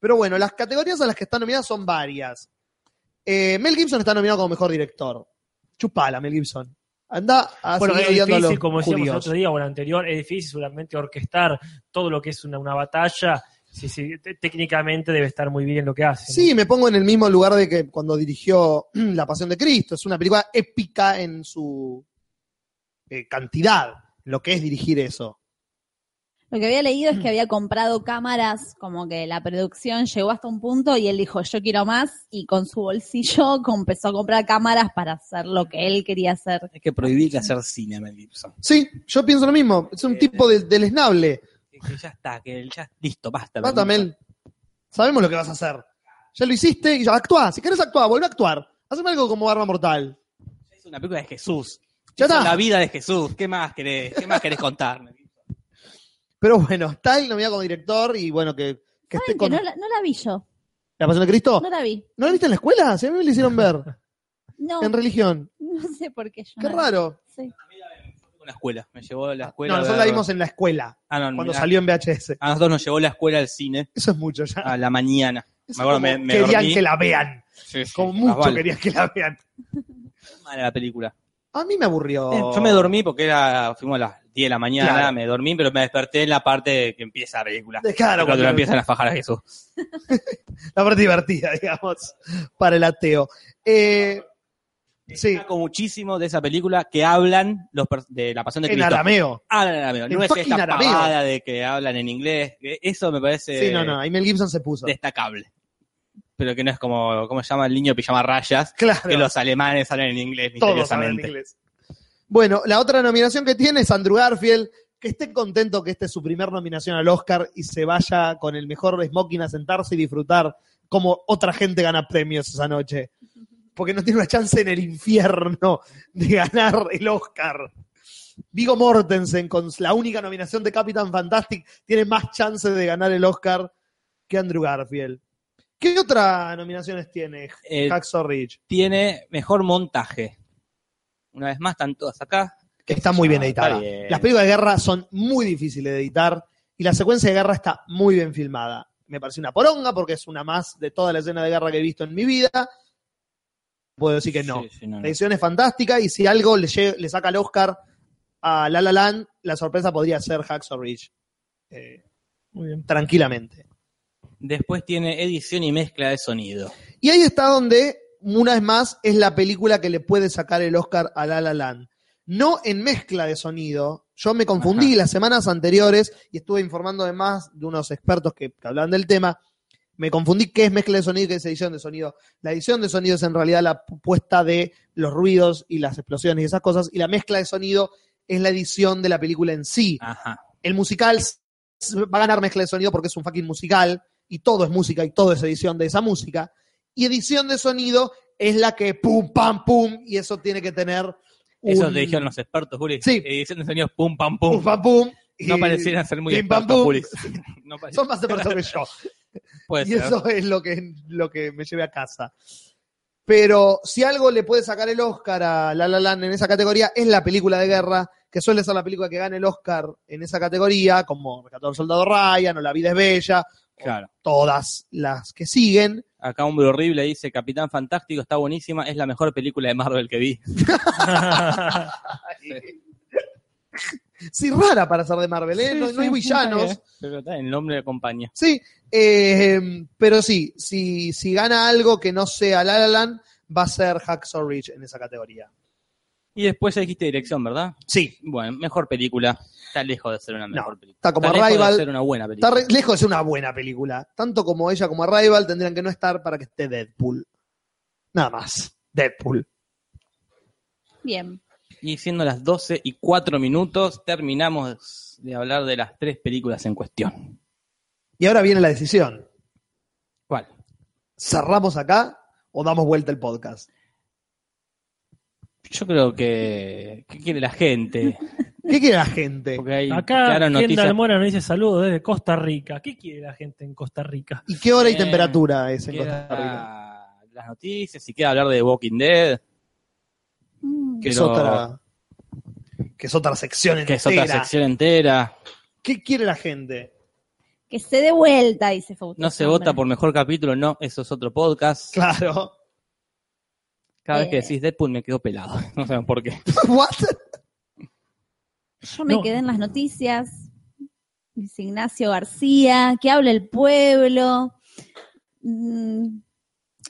S1: Pero bueno, las categorías a las que están nominadas son varias. Eh, Mel Gibson está nominado como mejor director. Chupala, Mel Gibson. Anda a
S3: Bueno,
S1: seguir
S3: es
S1: Ah, odiando a
S3: difícil,
S1: los
S3: como decíamos el
S1: judíos.
S3: otro día o el anterior, es difícil seguramente orquestar todo lo que es una, una batalla. Sí, sí, te- técnicamente debe estar muy bien lo que hace. ¿no?
S1: Sí, me pongo en el mismo lugar de que cuando dirigió La Pasión de Cristo. Es una película épica en su eh, cantidad, lo que es dirigir eso.
S4: Lo que había leído
S1: Mm.
S4: es que había comprado cámaras, como que la producción llegó hasta un punto y él dijo, yo quiero más, y con su bolsillo com- empezó a comprar cámaras para hacer lo que él quería hacer.
S2: Hay que prohibirle hacer cine a Mel Gibson.
S1: Sí, yo pienso lo mismo. Es
S2: Eh,
S1: un tipo de- deleznable.
S2: Que, que ya está, que ya listo, basta. Mel
S1: Basta,
S2: Gibson.
S1: Mel. Sabemos lo que vas a hacer. Ya lo hiciste y ya actuá. Si querés actuar, volvé a actuar. Haceme algo como arma mortal.
S2: Es una película de Jesús.
S1: Ya
S2: Hizo
S1: está.
S2: La vida de Jesús. ¿Qué más querés? ¿Qué más querés contar? Mel Gibson?
S1: Pero bueno, está él nominado como director y bueno, que, que esté
S4: ¿Saben
S1: con.
S4: que no la, no la vi yo?
S1: ¿La Pasión de Cristo?
S4: No la vi.
S1: ¿No la viste en la escuela? Si a mí me la hicieron ver.
S4: No,
S1: En religión.
S4: no sé por qué yo
S1: Qué
S4: no la-
S1: raro.
S4: sí.
S2: Una escuela. Me llevó Ah. la escuela.
S1: No,
S2: a
S1: nosotros
S2: ver-
S1: la vimos en la escuela,
S2: Ah, no,
S1: cuando
S2: mirá.
S1: salió en VHS.
S2: A nosotros nos llevó la escuela al cine
S1: Eso es mucho ya.
S2: a la mañana.
S1: Eso
S2: Ah, me acuerdo,
S1: como
S2: me- me
S1: querían
S2: dormí.
S1: que la vean.
S2: Sí, sí,
S1: Como
S2: más
S1: mucho
S2: vale.
S1: querían que la vean.
S2: Mala la película.
S1: A mí me aburrió.
S2: Eh, Yo me dormí porque era, fuimos a las 10 de la mañana,
S1: Oh. Claro.
S2: me dormí, pero me desperté en la parte que empieza la película.
S1: De- Claro,
S2: cuando
S1: cuando-
S2: empiezan a fajar a Jesús.
S1: la parte divertida, digamos, para el ateo. Eh, sí,
S2: Destaco muchísimo de esa película que hablan los per- de la pasión de
S1: en
S2: Cristo.
S1: arameo.
S2: Hablan en arameo.
S1: En
S2: No es
S1: fucking
S2: esta
S1: arameo.
S2: pavada de que hablan en inglés. que Eso me parece
S1: Sí, no, no, ahí Mel Gibson se puso.
S2: destacable. Pero que no es como, ¿cómo se llama el niño de pijama rayas?
S1: Claro,
S2: Que los alemanes hablan en inglés
S1: todos hablan
S2: misteriosamente.
S1: inglés. Bueno, la otra nominación que tiene es Andrew Garfield, que esté contento que esta es su primer nominación al Oscar y se vaya con el mejor smoking a sentarse y disfrutar como otra gente gana premios esa noche. Porque no tiene una chance en el infierno de ganar el Oscar. Vigo Mortensen, con la única nominación de Capitán Fantastic, tiene más chance de ganar el Oscar que Andrew Garfield. ¿Qué otras nominaciones tiene
S2: Eh,
S1: Hacksaw Ridge?
S2: tiene mejor montaje. Una vez más, están todas acá.
S1: Está muy bien
S2: Ah,
S1: editada.
S2: está bien.
S1: Las películas de guerra son muy difíciles de editar y la secuencia de guerra está muy bien filmada. Me parece una poronga porque es una más de toda la escena de guerra que he visto en mi vida. Puedo decir que no.
S2: Sí, sí, no, no.
S1: La edición es fantástica y si algo le, lle- le saca el Oscar a La La Land, la sorpresa podría ser Hacksaw Ridge. Eh,
S3: Muy bien.
S1: tranquilamente.
S2: Después tiene edición y mezcla de sonido.
S1: Y ahí está donde, una vez más, es la película que le puede sacar el Oscar a La La Land. No en mezcla de sonido. Yo me confundí las semanas anteriores y estuve informando además de unos expertos que, que hablaban del tema. Me confundí qué es mezcla de sonido y qué es edición de sonido. La edición de sonido es en realidad la pu- puesta de los ruidos y las explosiones y esas cosas. Y la mezcla de sonido es la edición de la película en sí
S2: Ajá.
S1: el musical s- va a ganar mezcla de sonido porque es un fucking musical y todo es música y todo es edición de esa música. Y edición de sonido es la que pum, pam, pum, y eso tiene que tener.
S2: Eso
S1: un-
S2: te dijeron los expertos, Juli.
S1: Sí.
S2: Edición de sonidos, pum, pam, pum.
S1: Pum, pam, pum. y
S2: No parecieran ser muy
S1: pim, pam,
S2: expertos,
S1: pum.
S2: Juli. No parecieran.
S1: Son más expertos que yo.
S2: Puede
S1: y
S2: ser.
S1: eso es lo que, lo que me lleve a casa. Pero si algo le puede sacar el Oscar a La La Land en esa categoría es la película de guerra, que suele ser la película que gana el Oscar en esa categoría, como Rescatador del Soldado Ryan o La Vida es Bella,
S2: Claro.
S1: todas las que siguen.
S2: Acá Hombre Horrible dice, Capitán Fantástico está buenísima, es la mejor película de Marvel que vi.
S1: Sí, rara para ser de Marvel, ¿eh? no, no hay villanos.
S2: Pero está, el nombre le acompaña.
S1: Sí, eh, pero sí, si, si gana algo que no sea La La Land, va a ser Hacksaw Ridge en esa categoría.
S2: Y después ya dijiste dirección, ¿verdad?
S1: Sí,
S2: Bueno, mejor película. Está lejos de ser una mejor película.
S1: está como
S2: lejos
S1: Arrival.
S2: de ser una buena
S1: Está
S2: película.
S1: re- lejos de ser una buena película. Tanto como ella como Arrival tendrían que no estar para que esté Deadpool. Nada más. Deadpool.
S4: Bien.
S2: Y siendo las 12 y 4 minutos, terminamos de hablar de las tres películas en cuestión.
S1: Y ahora viene la decisión.
S2: ¿Cuál?
S1: ¿Cerramos acá o damos vuelta el podcast?
S2: Yo creo que... ¿Qué quiere la gente?
S1: ¿Qué quiere la gente?
S2: Porque ahí
S3: Acá
S2: quedaron noticias.
S3: Kendall Mora nos dice saludos desde Costa Rica. ¿Qué quiere la gente en Costa Rica?
S1: ¿Y qué hora y
S2: Eh,
S1: temperatura es en
S2: Queda
S1: Costa Rica?
S2: Las noticias, y queda hablar de Walking Dead,
S4: Mm.
S1: Que es
S2: pero-
S1: otra. Que es otra sección
S2: que
S1: entera.
S2: es otra sección entera.
S1: ¿Qué quiere la gente?
S4: Que se dé vuelta, dice Fausto.
S2: No se
S4: Samba.
S2: vota por mejor capítulo, no, eso es otro podcast.
S1: Claro.
S2: Cada vez que
S4: Eh.
S2: decís Deadpool me quedo pelado. No saben por qué.
S1: What?
S4: Yo me
S3: No.
S4: quedé en las noticias. Dice Ignacio García, que hable el pueblo. Mm, hablen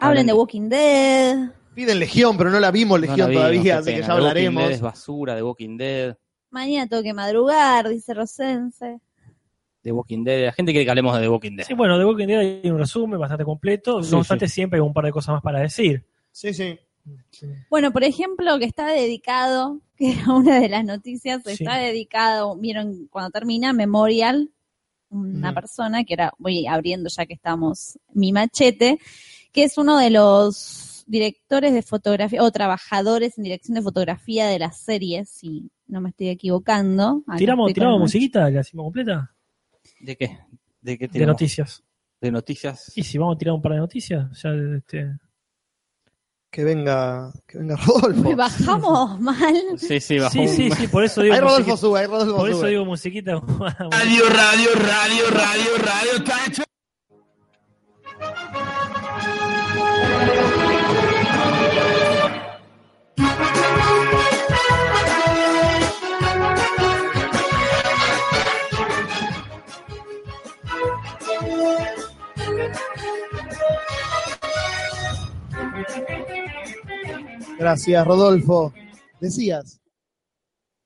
S2: Hablen
S4: de
S2: de-
S4: Walking Dead.
S1: Piden Legión, pero no la vimos Legión
S2: No la vimos, qué
S1: todavía, así que ya
S2: pena. The Walking Dead
S1: hablaremos.
S2: es basura, de Walking Dead,
S4: Mañana tengo que madrugar, dice Rosense.
S2: de Walking Dead. La gente quiere que hablemos de The Walking Dead.
S3: Sí, bueno, de Walking Dead hay un resumen bastante completo.
S2: Sí,
S3: no obstante, siempre hay un par de cosas más para decir.
S1: Sí, sí.
S4: Bueno, por ejemplo, que está dedicado, que era una de las noticias,
S3: Sí.
S4: está dedicado, vieron cuando termina Memorial, una
S1: Ujú.
S4: persona que era, voy abriendo ya que estamos, mi machete, que es uno de los directores de fotografía o trabajadores en dirección de fotografía de las series, si no me estoy equivocando. Ah, no
S3: ¿Tiramos,
S4: estoy con
S3: tiramos
S4: el-
S3: musiquita? ¿La hacemos completa?
S2: ¿De qué? ¿De qué
S3: De
S2: tiramos?
S3: noticias.
S2: De noticias.
S3: Y si vamos a tirar un par de noticias, ya este,
S1: Que venga, que venga Rodolfo.
S4: Uy, bajamos mal.
S2: Sí, sí, bajó
S3: Sí,
S2: un-
S3: sí, sí, por eso digo.
S1: Ahí Rodolfo Ah,
S3: musiqui-
S1: sube, ahí Rodolfo
S3: por
S1: sube.
S3: eso digo musiquita.
S5: Radio, radio, radio, radio, radio, tacho.
S1: Gracias, Rodolfo. Decías.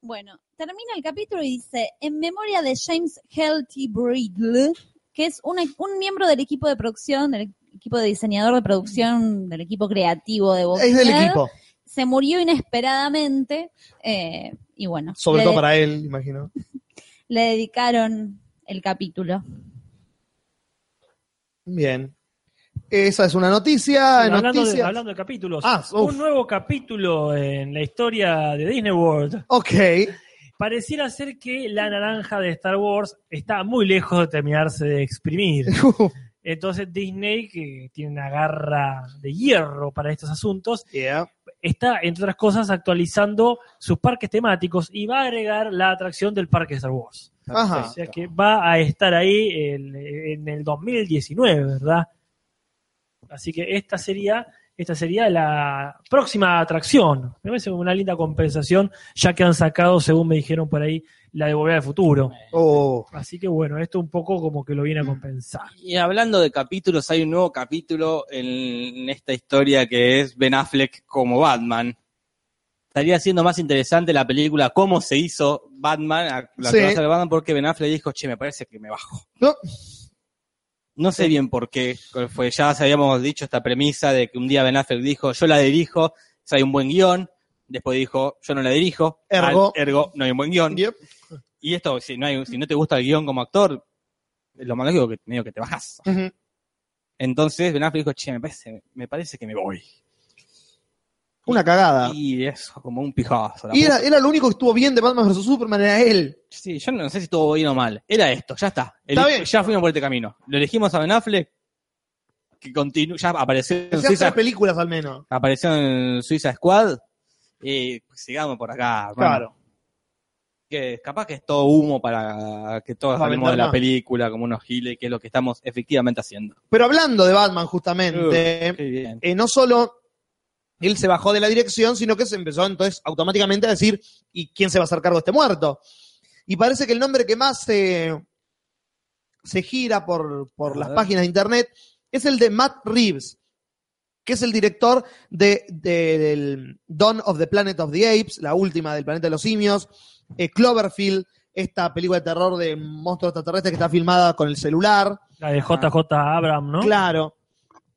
S4: Bueno, termina el capítulo y dice, en memoria de James Helty Bridle, que es un, un miembro del equipo de producción, del equipo de diseñador de producción, del equipo creativo de Walking
S1: Es del
S4: Dead,
S1: equipo,
S4: Se murió inesperadamente eh, y bueno,
S1: sobre
S4: le,
S1: todo para él, imagino.
S4: le dedicaron el capítulo.
S1: Bien. Esa es una noticia.
S3: hablando, de,
S1: noticias.
S3: hablando de capítulos.
S1: Ah, uf.
S3: un nuevo capítulo en la historia de Disney World.
S1: Ok.
S3: Pareciera ser que la naranja de Star Wars está muy lejos de terminarse de exprimir. Entonces Disney, que tiene una garra de hierro para estos asuntos,
S1: Yeah.
S3: está, entre otras cosas, actualizando sus parques temáticos y va a agregar la atracción del parque de Star Wars.
S1: Ajá.
S3: O sea que va a estar ahí el- en el 2019, ¿verdad? Así que esta sería, esta sería la próxima atracción. Me parece una linda compensación, ya que han sacado, según me dijeron por ahí, la de Volver al Futuro.
S1: Oh.
S3: Así que bueno, esto un poco como que lo viene a
S1: Mm.
S3: compensar.
S2: Y hablando de capítulos, hay un nuevo capítulo en esta historia que es Ben Affleck como Batman. Estaría siendo más interesante la película cómo se hizo Batman, a- la
S1: Sí.
S2: que va a hacer Batman, porque Ben Affleck dijo, che, me parece que me bajo.
S1: No.
S2: No sé bien por qué cuál fue. Ya habíamos dicho esta premisa de que un día Ben Affleck dijo, yo la dirijo, o sea, hay un buen guión. Después dijo, yo no la dirijo.
S1: Ergo.
S2: Al- ergo, no hay un buen guión.
S1: Yep.
S2: Y esto, si no, hay- si no te gusta el guión como actor, lo malo es que medio que te bajas.
S1: Ujú.
S2: Entonces Ben Affleck dijo, che, me parece, me parece que me voy.
S1: Una cagada.
S2: Y eso, como un pijazo. la
S1: Y era,
S2: puta.
S1: era lo único que estuvo bien de Batman vs. Superman, era él.
S2: sí, yo no sé si estuvo bien o mal. Era esto, ya está. El-
S1: Está bien.
S2: Ya fuimos por este camino. Lo elegimos a Ben Affleck, que continu- ya apareció en
S1: Que sea
S2: Suiza,
S1: otras películas al menos.
S2: apareció en Suiza Squad. Y pues, sigamos por acá, hermano.
S1: Claro.
S2: Que capaz que es todo humo para que todos
S1: Para
S2: hablemos de
S1: vender
S2: la
S1: más.
S2: película como unos giles, que es lo que estamos efectivamente haciendo.
S1: Pero hablando de Batman, justamente,
S2: Qué bien.
S1: eh, no solo él se bajó de la dirección, sino que se empezó entonces automáticamente a decir, ¿y quién se va a hacer cargo de este muerto? Y parece que el nombre que más se, se gira por, por
S2: A
S1: las
S2: ver.
S1: páginas de internet es el de Matt Reeves, que es el director de, de- del Dawn of the Planet of the Apes, la última del Planeta de los Simios, eh, Cloverfield, esta película de terror de monstruos extraterrestres que está filmada con el celular.
S3: La de JJ Abram, ¿no?
S1: Claro.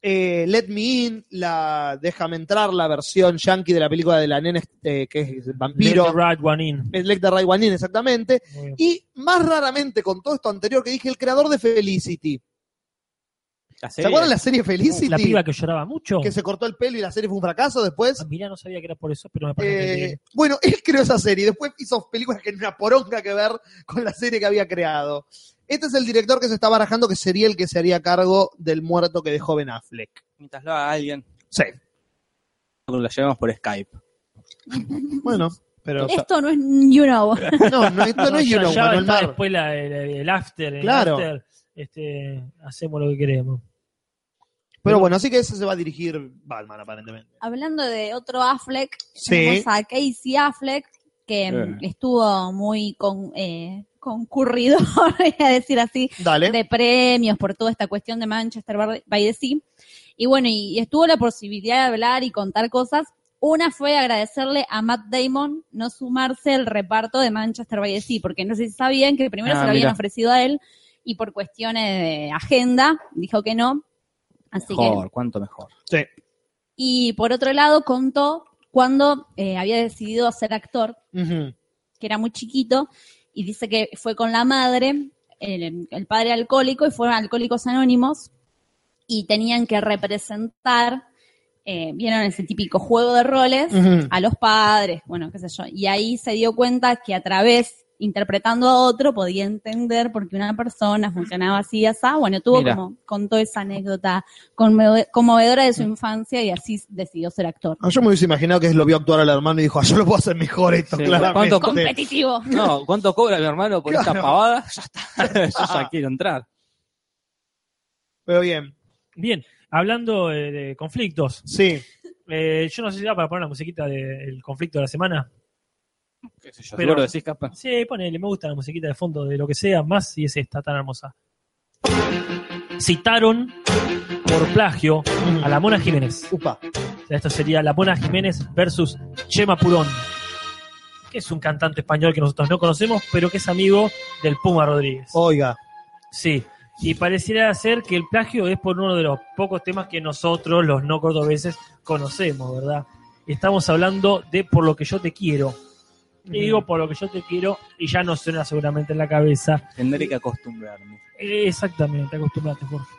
S1: Eh, Let Me In, la Déjame Entrar, la versión yankee de la película de la nena este, que es el
S3: Let the
S1: vampiro.
S3: Right One In.
S1: Es Lecter Ray Wanin, exactamente.
S3: Muy bien.
S1: Y más raramente, con todo esto anterior que dije, el creador de Felicity.
S2: La
S1: ¿Se
S2: serie-
S1: acuerdan la serie Felicity?
S3: La piba que lloraba mucho.
S1: que se cortó el pelo y la serie fue un fracaso después.
S3: Ah, mirá, no sabía que era por eso, pero me parece que
S1: Eh,
S3: sí.
S1: bueno, él creó esa serie. Después hizo películas que no una poronga que ver con la serie que había creado. Este es el director que se está barajando, que sería el que se haría cargo del muerto que dejó Ben Affleck.
S2: Mientras lo haga alguien,
S1: Sí.
S2: lo llevamos por Skype.
S1: Bueno, pero
S4: Esto no es You Know.
S1: No, no, esto no es
S3: ya-
S1: Yellow,
S3: ya
S1: Manuel
S3: está
S1: Mar.
S3: después la- el, el after. el
S1: Claro.
S3: after, este, hacemos lo que queremos.
S1: Pero bueno, así que ese se va a dirigir Batman, aparentemente.
S4: Hablando de otro Affleck,
S1: Sí. Eh.
S4: tenemos a Casey Affleck, que mm, estuvo muy con, eh, concurrido, voy a decir así,
S2: ¿Eh?
S1: Dale.
S4: de premios por toda esta cuestión de Manchester by- by the Sea. Y bueno, y, y estuvo la posibilidad de hablar y contar cosas. Una fue agradecerle a Matt Damon no sumarse al reparto de Manchester by the Sea, porque no sé si sabían que primero
S2: Ah,
S4: se lo habían
S2: mira.
S4: ofrecido a él y por cuestiones de agenda dijo que no. Así que
S2: Mejor, cuánto mejor.
S4: y por otro lado, contó cuando eh, había decidido ser actor,
S1: Ujú.
S4: que era muy chiquito, y dice que fue con la madre, el, el padre alcohólico, y fueron alcohólicos anónimos, y tenían que representar, eh, vieron ese típico juego de roles,
S1: Ujú.
S4: a los padres, bueno, qué sé yo. Y ahí se dio cuenta que a través, interpretando a otro, podía entender por qué una persona funcionaba así y así. Bueno, tuvo
S2: Mira.
S4: como, contó esa anécdota conmove- conmovedora de su infancia y así decidió ser actor.
S1: Ah, Yo me hubiese imaginado que lo vio actuar al hermano y dijo, ah, yo lo puedo hacer mejor esto,
S2: Sí,
S1: claramente.
S2: ¿cuánto-
S4: Competitivo.
S2: No, ¿cuánto cobra mi hermano por esta
S1: Claro.
S2: pavada? Ya está. Yo ya quiero entrar.
S1: Pero bien,
S3: Bien, hablando eh, de conflictos,
S1: sí.
S3: eh, yo no sé si da para poner la musiquita del conflicto de la semana.
S2: ¿Qué sé yo?
S3: Pero-
S2: Pero, lo decís capaz.
S3: Sí, ponele, me gusta la musiquita de fondo, de lo que sea, más si es esta tan hermosa. Citaron por plagio a la Mona Jiménez.
S1: Upa.
S3: O sea, esto sería La Mona Jiménez versus Chema Purón, que es un cantante español que nosotros no conocemos, pero que es amigo del Puma Rodríguez.
S1: Oiga.
S3: Sí, y pareciera ser que el plagio es por uno de los pocos temas que nosotros, los no cordobeses, conocemos, ¿verdad? Estamos hablando de Por lo que yo te quiero. Y digo por lo que yo te quiero y ya no suena seguramente en la cabeza
S2: Tendré que acostumbrarme.
S3: Exactamente, acostumbrate, Jorge.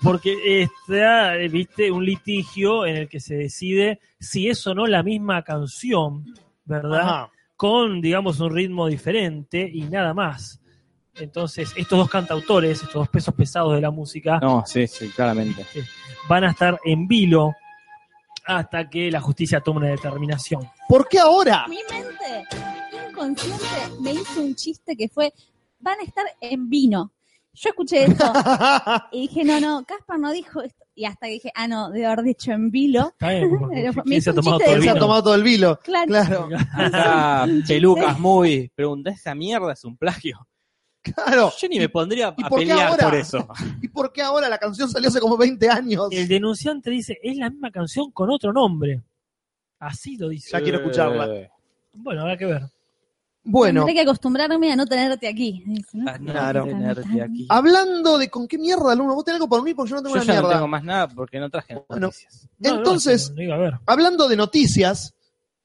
S3: Porque está, eh, viste, un litigio en el que se decide si es o no la misma canción, ¿verdad?
S1: Ajá.
S3: Con, digamos, un ritmo diferente y nada más. Entonces, estos dos cantautores, estos dos pesos pesados de la música,
S2: No, sí, sí, claramente.
S3: van a estar en vilo hasta que la justicia tome una determinación.
S1: ¿Por qué ahora?
S4: Mi mente inconsciente me hizo un chiste que fue, van a estar en vino. Yo escuché esto y dije, no, no, Caspar no dijo esto. Y hasta que dije, ah, no, debe haber dicho en vilo.
S3: Está bien,
S4: Me
S3: porque
S4: hizo
S3: ¿quién se ha
S4: un
S3: tomado
S4: chiste
S3: todo el
S1: Él se ha
S3: vino?
S1: tomado todo el vilo.
S4: Claro.
S1: Claro,
S2: Acá, pelucas muy. Preguntá esa mierda, es un plagio.
S1: claro.
S2: Yo ni me pondría a
S1: ¿Y por qué
S2: pelear
S1: ahora?
S2: por eso.
S1: ¿Y por qué ahora? La canción salió hace como 20 años.
S3: El denunciante dice, es la misma canción con otro nombre. Así lo dice.
S1: Ya quiero escucharla.
S2: Eh,
S3: Bueno, habrá que ver.
S1: Bueno,
S4: Tendré que acostumbrarme a no tenerte aquí. dice, ¿no?
S2: ah, no,
S1: Claro.
S2: tenerte aquí.
S1: hablando de con qué mierda, alumno, vos tenés algo por mí porque yo no tengo
S2: Yo
S1: una
S2: ya no
S1: mierda.
S2: tengo más nada porque no traje
S1: Bueno.
S2: noticias.
S3: No, no,
S1: Entonces,
S3: no, iba a ver.
S1: Hablando de noticias,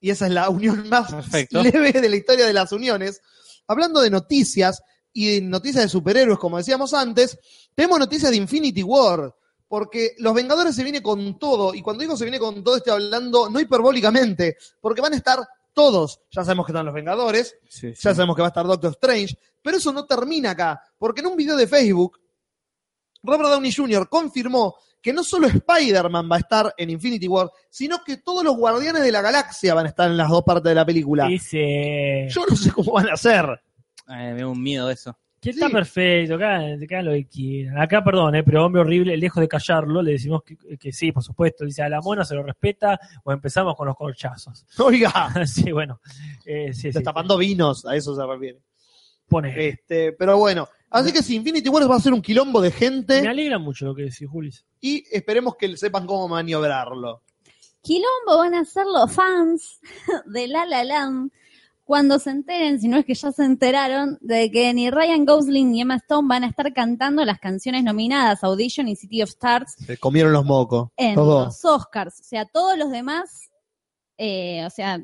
S1: y esa es la unión más
S2: Perfecto.
S1: leve de la historia de las uniones, hablando de noticias y de noticias de superhéroes, como decíamos antes, tenemos noticias de Infinity War, porque Los Vengadores se viene con todo, y cuando digo se viene con todo estoy hablando no hiperbólicamente, porque van a estar todos ya sabemos que están los Vengadores,
S2: Sí, sí.
S1: ya sabemos que va a estar Doctor Strange, pero eso no termina acá, porque en un video de Facebook, Robert Downey Jr. confirmó que no solo Spider-Man va a estar en Infinity War, sino que todos los Guardianes de la Galaxia van a estar en las dos partes de la película.
S3: Dice.
S1: Yo no sé cómo van a hacer.
S2: Ay, Eh, me da un miedo eso.
S3: Que está
S1: Sí.
S3: perfecto, acá, acá lo que quieran. Acá, perdón, eh, pero hombre horrible, lejos de callarlo, le decimos que, que sí, por supuesto. Dice, a la mona se lo respeta o empezamos con los corchazos. Ah,
S1: Oiga,
S3: sí, bueno. Eh, sí, sí,
S1: destapando vinos, a eso se refiere.
S3: Pone.
S1: Este, pero bueno, así que si Infinity War va a ser un quilombo de gente
S3: Me alegra mucho lo que decís, Julis.
S1: y esperemos que sepan cómo maniobrarlo.
S4: Quilombo van a ser los fans de La La Land cuando se enteren, si no es que ya se enteraron, de que ni Ryan Gosling ni Emma Stone van a estar cantando las canciones nominadas Audition y City of Stars
S1: Se comieron los mocos.
S4: en
S1: los dos.
S4: los Oscars. O sea, todos los demás, eh, o sea,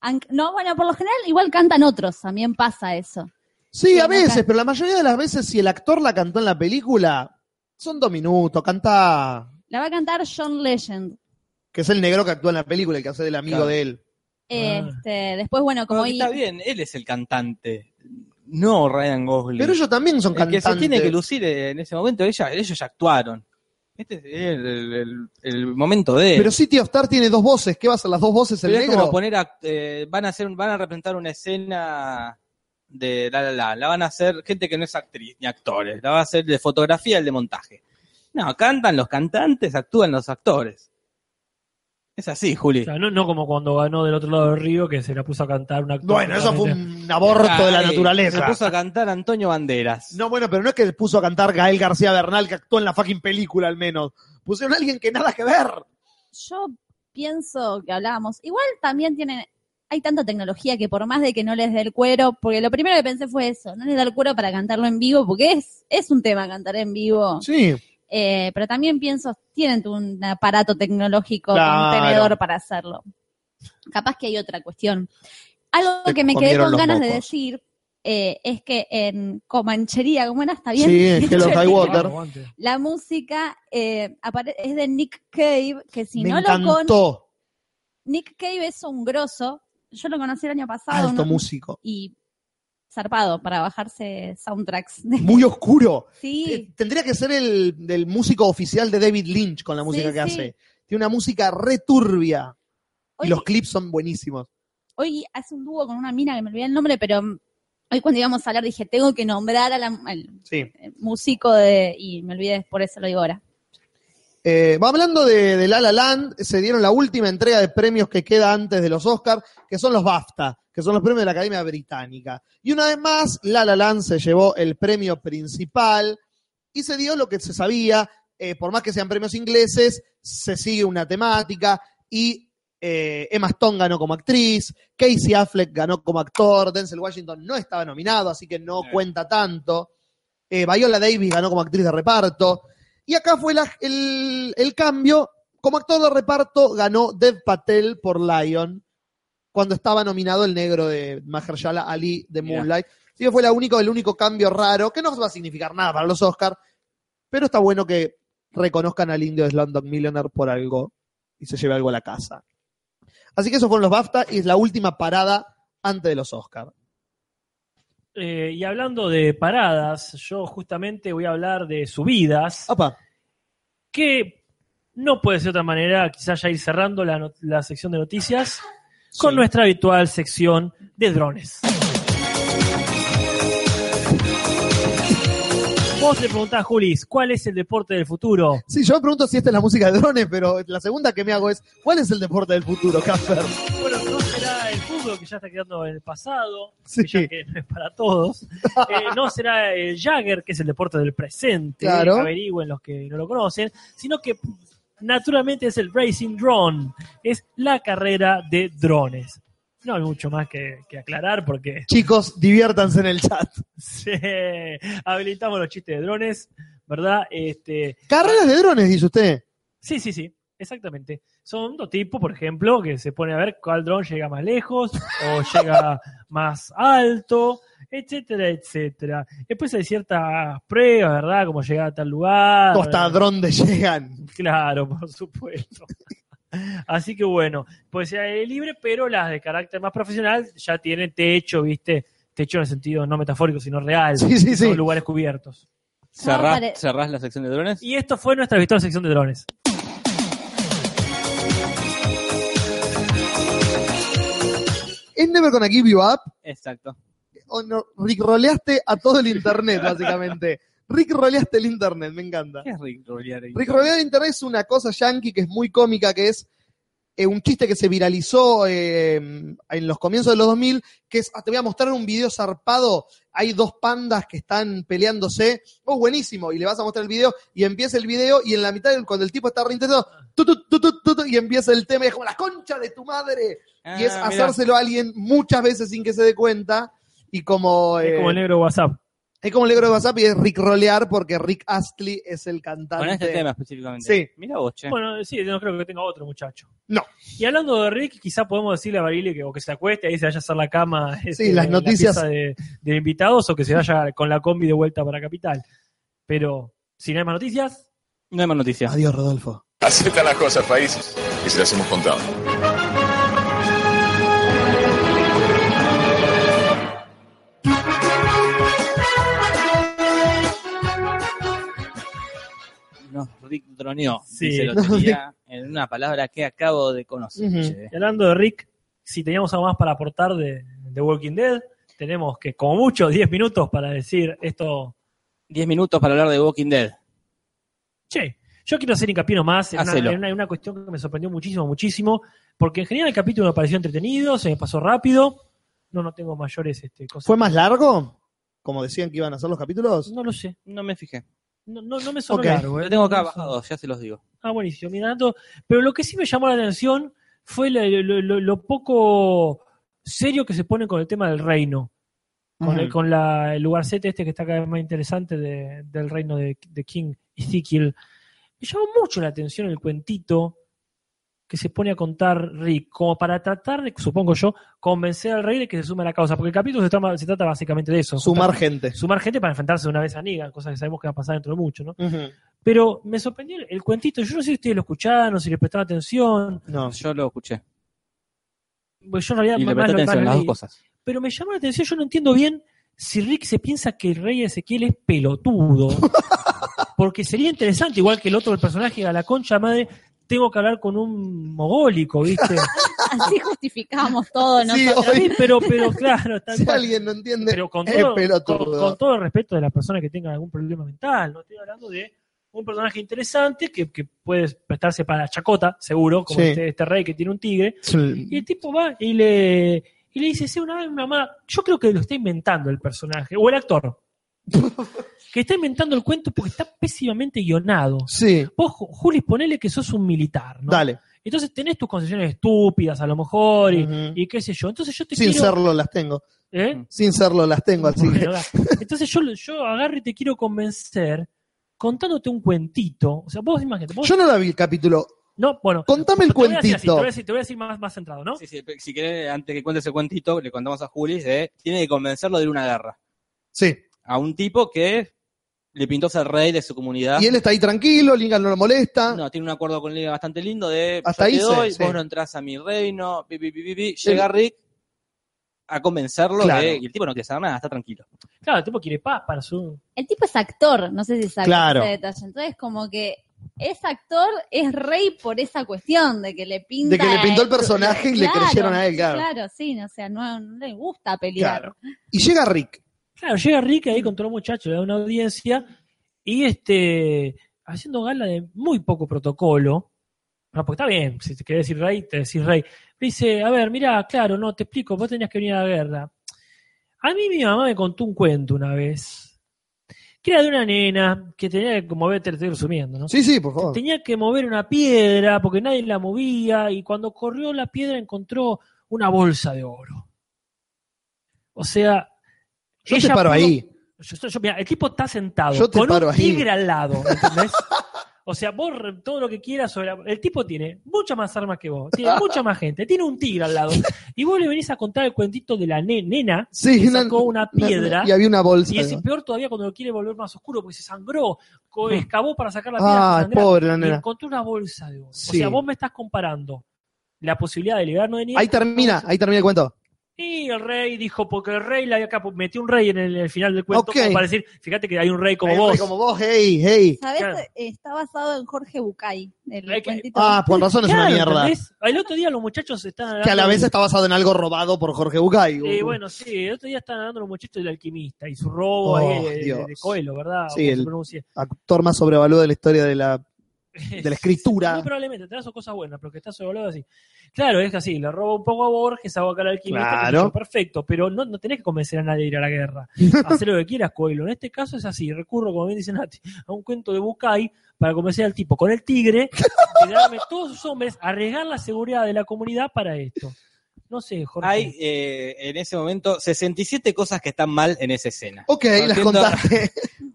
S4: han- no, bueno, por lo general igual cantan otros, también pasa eso.
S1: Sí,
S4: Sí,
S1: a
S4: no
S1: veces,
S4: canta.
S1: pero la mayoría de las veces si el actor la cantó en la película, son dos minutos, canta,
S4: La va a cantar John Legend.
S1: que es el negro que actúa en la película, el que hace del amigo
S2: Claro.
S1: de él.
S4: Este, después, bueno, como
S2: Pero
S4: y-
S2: está bien, él es el cantante. No Ryan Gosling.
S1: Pero ellos también son
S2: el que
S1: cantantes.
S2: se tiene que lucir eh, en ese momento, ella, ellos ya actuaron. Este es el, el- el momento de. él.
S1: Pero City of Star tiene dos voces, ¿qué va a hacer las dos voces el
S2: Pero es
S1: negro?
S2: como poner a- eh, van a hacer, van a representar una escena de la la la, la van a hacer gente que no es actriz ni actores, la va a hacer de fotografía el de montaje. No, cantan los cantantes, actúan los actores. Es así,
S3: O
S2: Juli.
S3: sea, no, no como cuando ganó del otro lado del río que se la puso a cantar una actor
S1: Bueno, eso fue
S3: totalmente-
S1: un aborto de la
S2: Ay,
S1: naturaleza.
S2: Se puso a cantar Antonio Banderas.
S1: No, bueno, pero no es que puso a cantar Gael García Bernal, que actuó en la fucking película al menos. Pusieron a alguien que nada que ver.
S4: yo pienso que hablábamos. Igual también tienen, hay tanta tecnología que por más de que no les dé el cuero, porque lo primero que pensé fue eso, no les da el cuero para cantarlo en vivo, porque es, es un tema cantar en vivo.
S1: Sí.
S4: Eh, pero también pienso, tienen tu- un aparato tecnológico,
S1: Claro.
S4: un tenedor para hacerlo. Capaz que hay otra cuestión. Algo
S1: Te
S4: que me quedé
S1: comieron
S4: con
S1: los
S4: ganas de
S1: mocos.
S4: decir eh, es que en Comanchería, ¿cómo era? ¿Está bien?
S1: Sí, en Hello
S4: dicho
S1: High
S4: el
S1: Water.
S4: título?
S3: Aguante.
S4: La música eh, apare- es de Nick Cave, que si
S1: Me
S4: no lo con
S1: encantó.
S4: Nick Cave es un grosso. Yo lo conocí el año pasado.
S1: Alto
S4: ¿no?
S1: músico.
S4: Y zarpado para bajarse soundtracks.
S1: Muy oscuro. Eh,
S4: sí.
S1: Tendría que ser el, del músico oficial de David Lynch con la música
S4: Sí,
S1: que
S4: sí.
S1: hace. Tiene una música returbia.
S4: Hoy,
S1: Y los clips son buenísimos.
S4: hoy hace un dúo con una mina que me olvidé el nombre, pero mm, hoy cuando íbamos a hablar dije, tengo que nombrar a la- al
S1: Sí.
S4: eh, músico de... Y me olvidé, por eso lo digo ahora.
S1: Eh, va hablando de, de La La Land, se dieron la última entrega de premios que queda antes de los Oscars, que son los BAFTA, que son los premios de la Academia Británica. Y una vez más, La La Land se llevó el premio principal y se dio lo que se sabía, eh, por más que sean premios ingleses, se sigue una temática y eh, Emma Stone ganó como actriz, Casey Affleck ganó como actor, Denzel Washington no estaba nominado, así que no
S2: Sí.
S1: cuenta tanto. Eh, Viola Davis ganó como actriz de reparto. Y acá fue la- el, el cambio. Como actor de reparto ganó Dev Patel por Lion cuando estaba nominado el negro de Mahershala Ali de
S2: Mirá.
S1: Moonlight. Así que fue la única, el único cambio raro, que no va a significar nada para los Oscars, pero está bueno que reconozcan al indio de Slumdog Millionaire por algo y se lleve algo a la casa. Así que esos fueron los BAFTA y es la última parada antes de los Oscars.
S3: Eh, y hablando de paradas, yo justamente voy a hablar de subidas.
S1: Opa,
S3: que no puede ser de otra manera, quizás ya ir cerrando la, no- la sección de noticias con nuestra habitual sección de drones. Vos te preguntás, Julis, ¿cuál es el deporte del futuro?
S1: Sí, yo me pregunto si esta es la música de drones, pero la segunda que me hago es, ¿cuál es el deporte del futuro, Casper?
S3: Bueno, no será el fútbol que ya está quedando en el pasado,
S1: Sí.
S3: que ya que no es para todos. Eh, no será el Jagger, que es el deporte del presente,
S1: Claro.
S3: averigüen los que no lo conocen, sino que naturalmente es el Racing Drone, es la carrera de drones. No hay mucho más que, que aclarar porque
S1: Chicos, diviértanse en el chat.
S3: se- habilitamos los chistes de drones, ¿verdad? Este,
S1: Carreras de drones, dice usted.
S3: Sí, sí, sí, exactamente. Son dos tipos, por ejemplo, que se pone a ver cuál dron llega más lejos o llega más alto, etcétera, etcétera. Después hay ciertas pruebas,
S1: Ah,
S3: ¿verdad? Como llegar a tal lugar.
S1: Costa
S3: ¿verdad?
S1: dron de llegan.
S3: Claro, por supuesto. Así que bueno, pues sea aire libre, pero las de carácter más profesional ya tienen techo, ¿viste? Techo en el sentido no metafórico, sino real.
S1: Sí, sí, sí.
S3: Son lugares cubiertos.
S2: ¿Cerrás,
S4: pare-
S2: cerrás la sección de drones?
S3: Y esto fue nuestra virtual sección de drones.
S1: ¿Es Never Gonna Give You Up?
S2: Exacto.
S1: ¿O Oh, no? Rickroleaste a todo el internet, básicamente. Rickroleaste el internet, me encanta.
S2: ¿Qué es Rick Rolear?
S1: Rickrolear el internet es una cosa yankee que es muy cómica, que es eh, un chiste que se viralizó eh, en los comienzos de los 2000, que es, ah, te voy a mostrar un video zarpado, hay dos pandas que están peleándose, oh, buenísimo, y le vas a mostrar el video, y empieza el video, y en la mitad, cuando el tipo está reinteresado, tut, tut, tut, tut, y empieza el tema, y es como, la concha de tu madre, y es
S2: Ah, mirá.
S1: hacérselo a alguien muchas veces sin que se dé cuenta, y como...
S3: Es
S1: eh,
S3: como el negro WhatsApp.
S1: es como el negro de WhatsApp y es Rick Rolear porque Rick Astley es el cantante.
S2: Con este tema específicamente.
S1: Sí.
S2: Mira vos, che.
S3: Bueno, sí, no creo que tenga otro muchacho.
S1: No.
S3: Y hablando de Rick, quizá podemos decirle a Barile que o que se acueste, ahí se vaya a hacer la cama. este,
S1: las
S3: en
S1: noticias.
S3: La pieza de, de invitados o que se vaya con la combi de vuelta para Capital. Pero, si no hay más noticias,
S2: no hay más noticias.
S1: Adiós, Rodolfo.
S7: Así están las cosas, países, y se las hemos contado.
S2: Nos Rick droneó.
S3: Sí.
S2: dice Lotería, en una palabra que acabo de conocer.
S1: Ujú.
S2: che.
S3: y hablando de Rick, si teníamos algo más para aportar de, de Walking Dead, tenemos que, como mucho, 10 minutos para decir esto.
S2: Diez minutos para hablar de Walking Dead.
S3: Che, yo quiero hacer hincapié nomás en una,
S2: Hacelo.
S3: en una- en una cuestión que me sorprendió muchísimo, muchísimo, porque en general el capítulo me pareció entretenido, se me pasó rápido. No, no tengo mayores este, cosas.
S1: ¿Fue más largo? Como decían que iban a ser los capítulos.
S3: No lo sé.
S2: No me fijé.
S3: No, no, no me sonó
S1: Ok.
S3: largo, ¿eh?
S2: Lo tengo acá
S3: No me sonó.
S2: bajado, ya se los digo.
S3: Ah, buenísimo. Mira, tanto- Pero lo que sí me llamó la atención fue la- lo, lo- lo poco serio que se pone con el tema del reino. Con, el, con la, el lugarcete este que está cada vez más interesante de- del reino de, de King Ezekiel. Me llamó mucho la atención el cuentito que se pone a contar Rick, como para tratar de, supongo yo, convencer al rey de que se sume a la causa. Porque el capítulo se, trama- se trata básicamente de eso.
S1: Sumar gente.
S3: sumar gente para enfrentarse de una vez a Negan, cosa que sabemos que va a pasar dentro de mucho, ¿no?
S1: Ujú.
S3: Pero me sorprendió el, el cuentito. Yo no sé si ustedes lo escucharon, si les prestaron atención.
S1: No.
S2: Yo lo escuché.
S3: Pues yo en realidad
S2: Y le
S3: más
S2: presté
S3: lo- más
S2: atención
S3: lo
S2: a las dos
S3: leí.
S2: cosas.
S3: Pero me llama la atención, yo no entiendo bien si Rick se piensa que el rey Ezequiel es pelotudo. Porque sería interesante, igual que el otro, el personaje a la concha madre, tengo que hablar con un mogólico, ¿viste?
S4: Así justificamos todo, ¿no?
S1: Sí,
S3: Sí,
S1: hoy,
S3: pero, pero claro, tal
S1: si
S3: cual.
S1: alguien no entiende,
S3: pero con
S1: es
S3: todo,
S1: pelotudo.
S3: con- con todo el respeto de las personas que tengan algún problema mental. No estoy hablando de un personaje interesante que, que puede prestarse para la chacota, seguro, como
S1: Sí.
S3: este, este rey que tiene un tigre.
S1: Sí.
S3: Y el tipo va y le, y le dice, sé una vez una mamá. Yo creo que lo está inventando el personaje, o el actor. que está inventando el cuento porque está pésimamente guionado.
S1: Sí,
S3: Vos, Ju- Julis, ponele que sos un militar, ¿no?
S1: dale.
S3: Entonces tenés tus concesiones estúpidas, a lo mejor, y,
S1: Ujú.
S3: y qué sé yo. Entonces yo te
S1: Sin
S3: quiero...
S1: serlo las tengo.
S3: ¿Eh?
S1: Sin serlo las tengo, así que.
S3: Bueno, da. Entonces yo, yo agarro y te quiero convencer contándote un cuentito. O sea, vos imagínate. Vos,
S1: Yo no la vi el capítulo.
S3: no, bueno.
S1: Contame el
S3: te voy a decir así,
S1: cuentito.
S3: Te voy a decir, te voy a decir más, más centrado, ¿no?
S2: Sí, sí, pero si querés, antes que cuente ese cuentito, le contamos a Juli, eh, tiene que convencerlo de ir a una guerra.
S1: Sí.
S2: A un tipo que le pintó ser rey de su
S3: Ah.
S2: comunidad.
S1: Y él está ahí tranquilo, Lingan no lo molesta.
S2: No, tiene un acuerdo con Liga bastante lindo de
S1: Ah. Hasta
S2: yo te
S1: ahí sé,
S2: doy,
S1: sí.
S2: vos no entras a mi reino, pi, pi, pi, pi, pi. llega Rick a convencerlo
S1: Claro.
S2: de- y el tipo no quiere saber nada, está tranquilo.
S3: Claro, el tipo quiere paz para su...
S4: El tipo es actor, no sé si sabes
S1: Claro.
S4: ese detalle. Entonces, como que es actor, es rey por esa cuestión de que le pinta.
S1: De que le pintó el personaje y le creyeron a él, claro.
S4: sí, o sea, no, no le gusta pelear.
S1: Claro. Y llega Rick.
S3: Claro, llega Rick ahí con todo el muchacho, le da una audiencia y este haciendo gala de muy poco protocolo. No, porque está bien, si te querés decir rey, te decís rey. Me dice, a ver, mira, claro, no, te explico, vos tenías que venir a la guerra. A mí mi mamá me contó un cuento una vez, que era de una nena que tenía que mover, te lo estoy resumiendo, ¿no?
S1: Sí, sí, por favor.
S3: Tenía que mover una piedra porque nadie la movía y cuando corrió la piedra encontró una bolsa de oro. O sea,
S1: Yo te
S3: ella
S1: paro
S3: pudo-
S1: ahí.
S3: yo, yo- yo- mirá, el tipo está sentado
S1: Yo te
S3: con
S1: paro
S3: un
S1: ahí.
S3: tigre al lado, ¿entendés? O sea, vos re- todo lo que quieras sobre la- El tipo tiene muchas más armas que vos, tiene mucha más gente, tiene un tigre al lado. Y vos le venís a contar el cuentito de la ne- nena
S1: Sí,
S3: que sacó una piedra.
S1: Y había una bolsa.
S3: Y es peor todavía cuando lo quiere volver más oscuro porque se sangró, co- excavó para sacar la piedra.
S1: Ah,
S3: se sangró,
S1: pobre la
S3: y
S1: nena.
S3: encontró una bolsa de oro.
S1: Sí.
S3: O sea, vos me estás comparando la posibilidad de liberarnos de nieve.
S1: Ahí termina, ahí termina el cuento.
S3: Y el rey dijo, porque el rey la acá metió un rey en el, en el final del cuento
S1: Ok.
S3: como para decir, fíjate que hay un rey como
S1: Ahí,
S3: vos.
S1: Como vos, hey, hey.
S4: ¿Sabes?
S3: Claro.
S4: Está basado en Jorge Bucay, el
S3: Hay que-
S4: cuentito.
S1: Ah, por razón es una
S3: Claro,
S1: mierda.
S3: ¿entendés? El otro día los muchachos estaban hablando.
S1: Que a la vez está basado en algo robado por Jorge Bucay.
S3: Eh, bueno, sí, el otro día estaban hablando los muchachos del alquimista y su robo
S1: Oh,
S3: ahí, de,
S1: Dios.
S3: de Coelho, ¿verdad?
S1: Sí,
S3: ¿Cómo se
S1: el-
S3: pronuncia?
S1: Actor más sobrevaluado de la historia de la, de la escritura.
S3: Muy probablemente, tendrá sus cosas buenas, pero que está sobrevalorado así. Claro, es que así, le roba un poco a Borges, hago acá al alquimista, qué sé
S1: Claro.
S3: yo, perfecto, pero no, no tenés que convencer a nadie a ir a la guerra. Hacer lo que quieras, Coelho. En este caso es así, recurro, como bien dice Nati, a un cuento de Bucay para convencer al tipo con el tigre, de darme todos sus hombres, arriesgar la seguridad de la comunidad para esto. No sé, Jorge.
S2: Hay eh, en ese momento 67 cosas que están mal en esa escena.
S1: Ok, las
S2: Partiendo-
S1: contaste.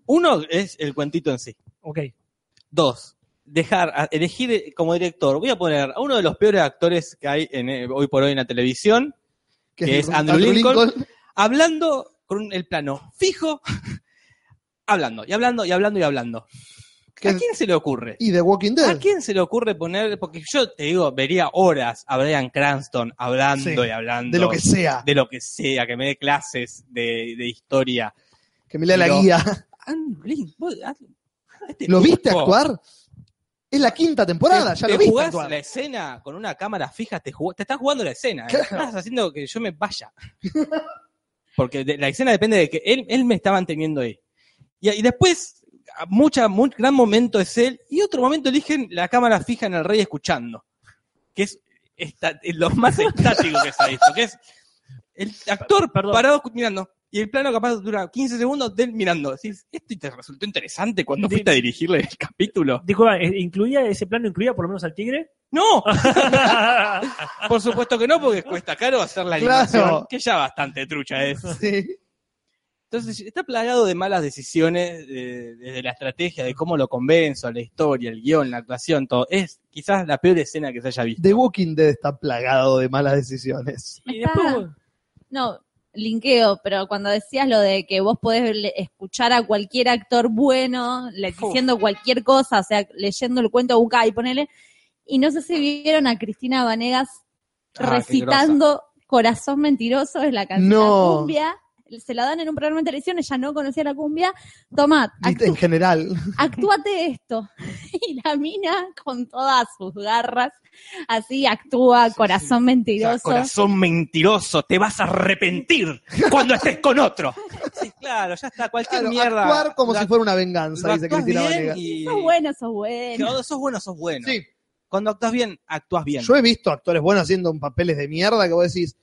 S2: Uno es el cuentito en sí.
S3: Ok,
S2: Dos, dejar, a- elegir eh, como director. Voy a poner a uno de los peores actores que hay en, eh, hoy por hoy en la televisión, Que es Andrew Lincoln. hablando con el plano fijo, hablando, y hablando, y hablando, y hablando.
S1: Que-
S2: ¿A quién se le ocurre?
S1: y The Walking
S2: ¿A
S1: Dead.
S2: quién se le ocurre poner? Porque yo te digo, vería horas a Brian Cranston hablando
S1: Sí,
S2: y hablando
S1: De lo que sea.
S2: de lo que sea, que me dé clases de, de historia.
S1: Que me lea la
S2: Pero-
S1: guía.
S2: Andrew Lincoln, vos- a- a este
S1: ¿Lo viste
S2: tipo,
S1: actuar? Es la quinta temporada,
S2: te-
S1: ya
S2: te
S1: lo viste
S2: jugás
S1: actuar.
S2: la escena con una cámara fija, te, jugás- te estás jugando la escena. ¿eh?
S1: Claro.
S2: Estás haciendo que yo me vaya. Porque de- la escena depende de que él, él me está manteniendo ahí. Y, y después, a mucha, muy, gran momento es él, y otro momento eligen la cámara fija en el rey escuchando. Que es, esta- es lo más estático que se ha visto. Que es el actor
S3: Perdón.
S2: parado mirando. Y el plano capaz dura 15 segundos de él mirando. Decís, ¿esto te resultó interesante cuando
S3: Di-
S2: fuiste a dirigirle el capítulo?
S3: disculpa, ¿eh, ¿incluía ese plano, incluía por lo menos al tigre?
S2: ¡No! Por supuesto que no, porque cuesta caro hacer la
S1: Claro.
S2: animación, que ya bastante trucha es.
S1: Sí.
S2: Entonces, está plagado de malas decisiones, eh, desde la estrategia, de cómo lo convenzo, la historia, el guión, la actuación, todo. Es quizás la peor escena que se haya visto.
S1: The Walking Dead está plagado de malas decisiones.
S3: y
S4: Está-
S3: después,
S4: No, linkeo, pero cuando decías lo de que vos podés le- escuchar a cualquier actor bueno, le-
S2: Uf.
S4: diciendo cualquier cosa, o sea, leyendo el cuento de Bucay, ponele. Y no sé si vieron a Cristina Vanegas
S2: Ah, qué
S4: recitando Corazón Mentiroso, es la canción
S1: No.
S4: cumbia. Se la dan en un programa de televisión, ella no conocía la cumbia. Tomá,
S1: Viste, En
S4: actú-
S1: general.
S4: actúate esto. Y la mina con todas sus garras, así actúa, corazón
S2: O sea,
S4: mentiroso.
S2: corazón mentiroso, te vas a arrepentir cuando estés con otro. Sí, claro, ya está, cualquier
S1: Claro,
S2: mierda.
S1: actuar como
S2: Lo-
S1: si fuera una
S2: lo
S1: venganza, dice
S2: actuás
S1: Cristina
S2: bien
S1: Vanegas.
S2: y-
S4: Sos bueno, sos bueno.
S2: Cuando sos bueno, sos bueno.
S1: Sí,
S2: Cuando actúas bien, actúas bien.
S1: yo he visto actores buenos haciendo papeles de mierda que vos decís,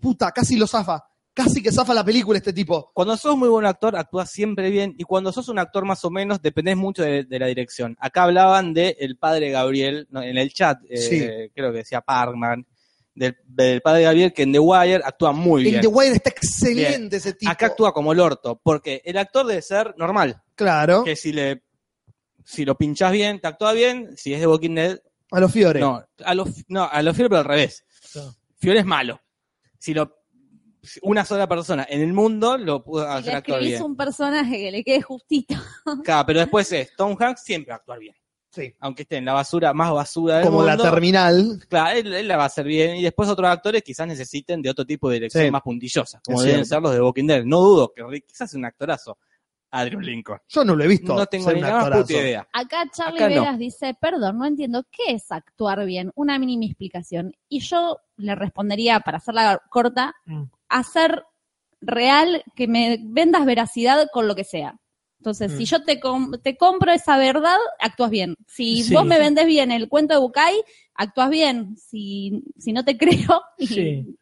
S1: puta, casi lo zafa. Casi que zafa la película este tipo.
S2: Cuando sos muy buen actor, actúas siempre bien. Y cuando sos un actor más o menos, dependés mucho de, de la dirección. Acá hablaban de el padre Gabriel, no, en el chat, eh,
S1: Sí.
S2: creo que decía Parkman, del, del padre Gabriel, que en The Wire actúa muy
S1: En
S2: bien.
S1: The Wire está excelente ese tipo.
S2: Acá actúa como el orto, porque el actor debe ser normal.
S1: Claro,
S2: Que si le si lo pinchás bien, te actúa bien. Si es de Walking Dead,
S1: a los Fiore.
S2: no. A los no, a los Fiore, pero al revés.
S3: Claro.
S2: Fiore es malo. Si lo si una sola persona en el mundo lo pudo
S4: Y
S2: hacer
S4: le
S2: actuar Ah, bien.
S4: escribís un personaje que le quede justito.
S2: Claro, pero después es Tom Hanks siempre va a actuar bien.
S1: Sí.
S2: Aunque esté en la basura, más basura del
S1: Como la
S2: mundo,
S1: terminal.
S2: Claro, él, él la va a hacer bien. Y después otros actores quizás necesiten de otro tipo de dirección
S1: Sí.
S2: más puntillosa, como
S1: Es
S2: deben
S1: cierto.
S2: ser los de Walking Dead. No dudo que Rick- quizás es un actorazo. Adrian Lincoln.
S1: Yo no lo he visto.
S2: no tengo
S1: ser
S2: ni
S1: un
S2: la más
S1: actorazo.
S2: puta idea.
S4: Acá Charlie
S2: Acá no.
S4: Veras dice, perdón, no entiendo qué es actuar bien. Una mínima explicación. Y yo le respondería, para hacerla corta,
S3: Mm.
S4: hacer real que me vendas veracidad con lo que sea. Entonces,
S3: Mm.
S4: si yo te, com- te compro esa verdad, actúas bien. Si
S3: Sí.
S4: vos me vendés bien el cuento de Bucay, actúas bien. Si, si no te creo, y
S3: Sí.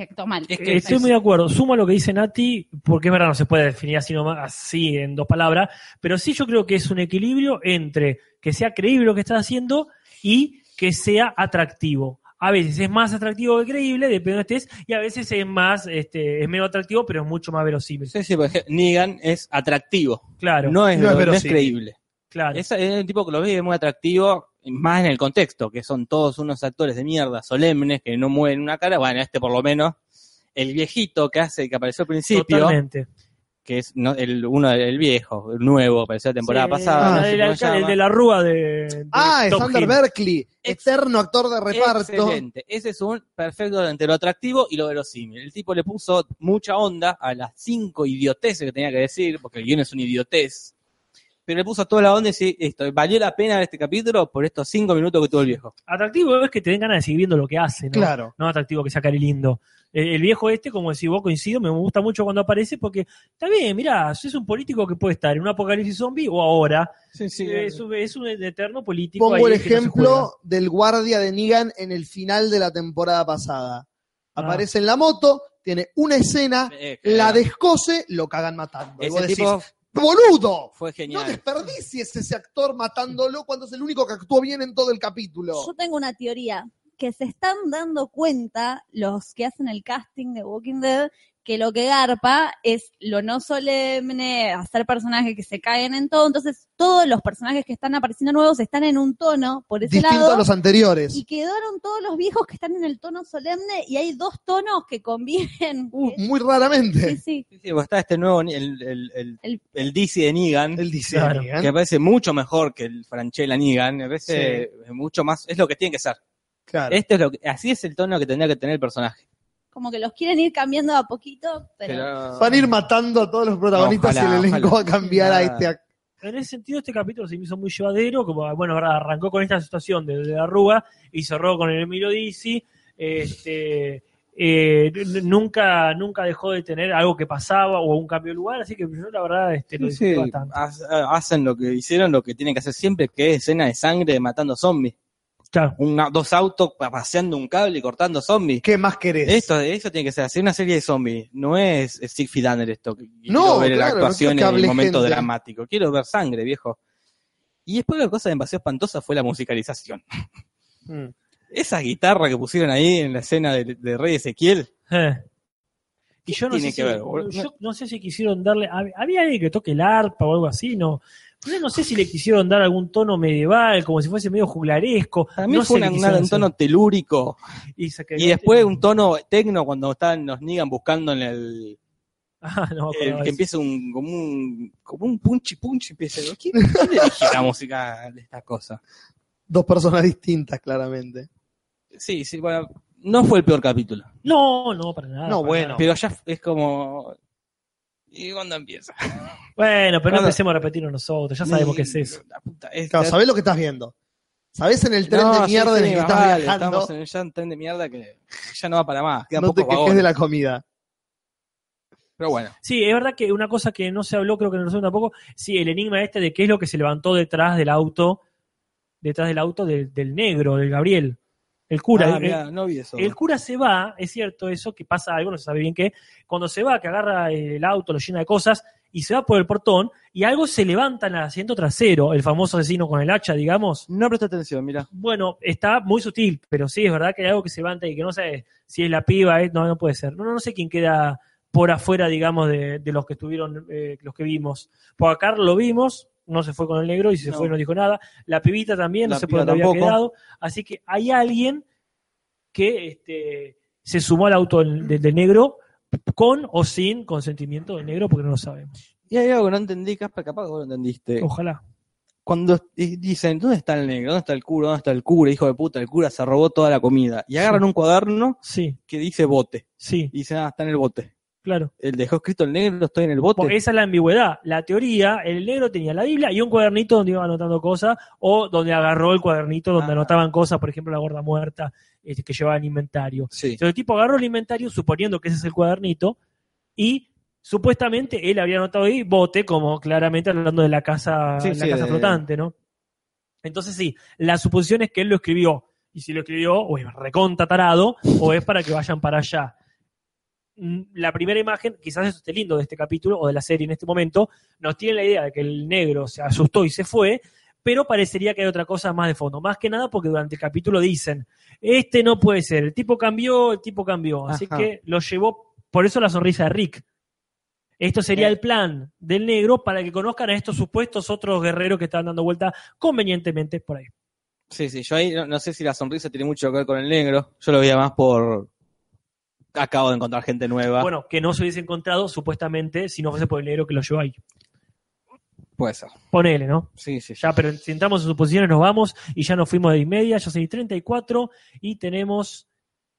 S4: actúas mal.
S2: Es que
S3: Eh, Estoy muy de acuerdo. Sumo a lo que dice Nati, porque es verdad, no se puede definir así, nomás, así en dos palabras, pero sí yo creo que es un equilibrio entre que sea creíble lo que estás haciendo y que sea atractivo. A veces es más atractivo que creíble, depende de donde estés, y a veces es más, este, es menos atractivo, pero es mucho más verosímil.
S2: Sí, sí, por ejemplo, Negan es atractivo.
S3: Claro.
S2: No es,
S1: No es
S2: no es
S1: verosímil.
S2: creíble.
S3: Claro.
S2: Es, es un tipo que lo ve muy atractivo, más en el contexto, que son todos unos actores de mierda, solemnes, que no mueven una cara. Bueno, este por lo menos. El viejito que hace, que apareció al principio,
S3: Totalmente.
S2: que es no, el, uno el viejo, el nuevo, apareció la temporada
S3: Sí,
S2: pasada.
S3: la
S2: no sé
S3: del
S2: cómo se
S3: alcalde, el
S2: llama.
S3: de la rúa de. de
S1: Ah,
S3: Top
S1: Sander
S3: Hill.
S1: Berkeley,
S2: Ex-
S1: eterno actor de reparto.
S2: Excelente. Ese es un perfecto entre lo atractivo y lo verosímil. El tipo le puso mucha onda a las cinco idioteces que tenía que decir, porque el guion es un idiotez. Pero le puso toda la onda y sí, esto, valió la pena este capítulo por estos cinco minutos que tuvo el viejo.
S3: Atractivo es que te den ganas de seguir viendo lo que hace, ¿no?
S1: Claro.
S3: No atractivo que sea cari lindo. Eh, El viejo este, como decís vos, coincido, me gusta mucho cuando aparece porque está bien, mirá, es un político que puede estar en un apocalipsis zombie o ahora. eh, es, un, es un eterno político.
S1: Pongo el
S3: ahí que no se juega.
S1: ejemplo del guardia de Negan en el final de la temporada pasada.
S3: Ah.
S1: Aparece en la moto, tiene una escena,
S2: Eh,
S1: Ah, la
S2: claro.
S1: descose, lo cagan matando. Y
S2: Ese
S1: vos decís,
S2: tipo
S1: ¡boludo!
S2: fue
S1: No
S2: genial.
S1: desperdicies ese actor matándolo cuando es el único que actuó bien en todo el capítulo.
S4: Yo tengo una teoría que se están dando cuenta los que hacen el casting de Walking Dead que lo que garpa es lo no solemne, hacer personajes que se caen en todo, entonces todos los personajes que están apareciendo nuevos están en un tono por ese
S1: Distinto
S4: lado
S1: a los anteriores.
S4: y quedaron todos los viejos que están en el tono solemne y hay dos tonos que conviven.
S1: Uh,
S4: que-
S1: muy
S4: sí,
S1: raramente.
S4: sí.
S2: Sí, sí, bueno, está este nuevo, ni- el, el, el,
S4: El-
S2: el DC de Negan,
S1: El dice ¿eh?
S3: Claro.
S1: Negan.
S2: que me parece mucho mejor que el Franchella Negan, me parece mucho más, es lo que tiene que ser.
S1: Claro.
S2: Este es lo que, así es el tono que tendría que tener el personaje.
S4: Como que los quieren ir cambiando de a poquito, pero...
S2: Pero-
S1: Van a ir matando a todos los protagonistas
S2: Ojalá,
S1: y el elenco
S2: ojalá.
S1: va a cambiar a
S2: Ah.
S1: este actor.
S3: En ese sentido, este capítulo se me hizo muy llevadero, como, bueno, ahora arrancó con esta situación de, de la Rúa y cerró con el Emilio Dizzy. Este, eh, n- nunca, nunca dejó de tener algo que pasaba o un cambio de lugar, así que yo la verdad este, lo
S2: Sí,
S3: disfruté
S2: sí,
S3: bastante.
S2: haz- hacen lo que hicieron, lo que tienen que hacer siempre, que es escena de sangre matando zombies.
S3: Claro.
S2: Una- dos autos pa- paseando un cable y cortando zombies.
S1: ¿Qué más querés?
S2: Esto, eso tiene que ser así, una serie de zombies. No es eh, Siegfried Danner esto. que
S1: No,
S2: quiero ver la
S1: claro, no
S2: actuación
S1: quiero que
S2: en el
S1: hable
S2: momento
S1: gente.
S2: dramático. Quiero ver sangre, viejo. Y después la cosa demasiado espantosa fue la musicalización.
S1: Mm.
S2: Esa guitarra que pusieron ahí en la escena de, de Rey Ezequiel.
S3: Eh. Y yo no, sé
S2: tiene
S3: si,
S2: que ver, boludo?
S3: yo no sé si quisieron darle. hab- Había alguien que toque el arpa o algo así, ¿no? Yo no sé si le quisieron dar algún tono medieval, como si fuese medio juglaresco.
S2: Para mí
S3: no
S2: fue
S3: sé
S2: una-
S3: qué quisieron
S2: una- un
S3: hacer.
S2: tono telúrico.
S3: Y, se quedó-
S2: Y después un tono tecno cuando estaban los Nigan buscando en el.
S3: Ah, no, me
S2: el
S3: acordaba
S2: que
S3: de eso.
S2: empieza un, como un como un punchi punchi empieza. ¿no? ¿Quién, quién le elige la música de esta cosa?
S1: Dos personas distintas, claramente.
S2: Sí, sí, bueno, no fue el peor capítulo.
S3: No, no, para
S2: Ah,
S3: nada.
S1: No,
S3: para
S1: bueno.
S3: nada.
S2: Pero ya es como. ¿Y cuándo empieza?
S3: Bueno, pero no
S2: Nada.
S3: empecemos a repetirlo nosotros, ya sabemos qué es eso.
S2: La puta, es-
S1: Claro, sabés lo que estás viendo. Sabés en el tren
S2: No,
S1: de
S2: sí,
S1: mierda
S2: sí,
S1: en el que
S2: más
S1: estás
S2: vale,
S1: viajando.
S2: Estamos en ya un tren de mierda que ya no va para más. Quedan
S1: No te
S2: pocos
S1: quejes
S2: vagones.
S1: de la comida.
S2: Pero bueno,
S3: Sí, es verdad que una cosa que no se habló, creo que no se habló tampoco, sí, el enigma este de qué es lo que se levantó detrás del auto, detrás del auto del, del negro, del Gabriel, el cura.
S2: Ah,
S3: el-
S2: mirá, no vi eso.
S3: El cura se va, es cierto eso, que pasa algo, no se sabe bien qué. Cuando se va, que agarra eh, el auto, lo llena de cosas, y se va por el portón, y algo se levanta en el asiento trasero, el famoso asesino con el hacha, digamos.
S2: No presté atención, mira.
S3: Bueno, está muy sutil, pero sí, es verdad que hay algo que se levanta y que no sé si es la piba, eh, no, no puede ser. No, no, no sé quién queda por afuera, digamos, de, de los que estuvieron, eh, los que vimos. Por acá lo vimos, no se fue con el negro y si se
S2: No.
S3: fue no dijo nada. La pibita también,
S2: La
S3: no sé
S2: piba
S3: por dónde había
S2: tampoco.
S3: quedado. Así que hay alguien que este, se sumó al auto del, del- del negro con o sin consentimiento del negro, porque no lo sabemos.
S2: Y hay algo que no entendí, Casper, capaz que vos lo entendiste.
S3: Ojalá.
S2: cuando di- dicen, ¿dónde está el negro? ¿Dónde está el cura? ¿Dónde está el cura? Hijo de puta, el cura se robó toda la comida. Y agarran un cuaderno
S3: Sí,
S2: que dice bote.
S3: sí,
S2: Y dicen, ah, está en el bote.
S3: claro.
S2: Él dejó escrito el negro, estoy en el bote.
S3: Porque esa es la ambigüedad. La teoría, el negro tenía la Biblia y un cuadernito donde iba anotando cosas, o donde agarró el cuadernito donde
S2: Ah.
S3: anotaban cosas, por ejemplo, la gorda muerta este, que llevaba en inventario.
S2: Sí.
S3: Entonces el tipo agarró el inventario, suponiendo que ese es el cuadernito, y supuestamente él había anotado ahí bote, como claramente hablando de la casa,
S2: Sí,
S3: la
S2: sí,
S3: casa
S2: de-
S3: flotante, ¿no? Entonces sí, la suposición es que él lo escribió. Y si lo escribió, o es reconta tarado, o es para que vayan para allá mm, la primera imagen, quizás eso esté lindo de este capítulo o de la serie en este momento, nos tiene la idea de que el negro se asustó y se fue, pero parecería que hay otra cosa más de fondo. Más que nada porque durante el capítulo dicen, este no puede ser, el tipo cambió, el tipo cambió. Así
S2: Ajá.
S3: que lo llevó, por eso la sonrisa de Rick. Esto sería el plan del negro para que conozcan a estos supuestos otros guerreros que están dando vuelta convenientemente por ahí.
S2: Sí, sí, yo ahí no, no sé si la sonrisa tiene mucho que ver con el negro. Yo lo veía más por. Acabo de encontrar gente nueva.
S3: Bueno, que no se hubiese encontrado supuestamente si no fuese por el negro que lo llevó ahí.
S2: Puede ser.
S3: Ponele, ¿no?
S2: Sí, sí.
S3: Ya, pero sentamos en suposiciones, nos vamos y ya nos fuimos de y media, ya son y 34 y tenemos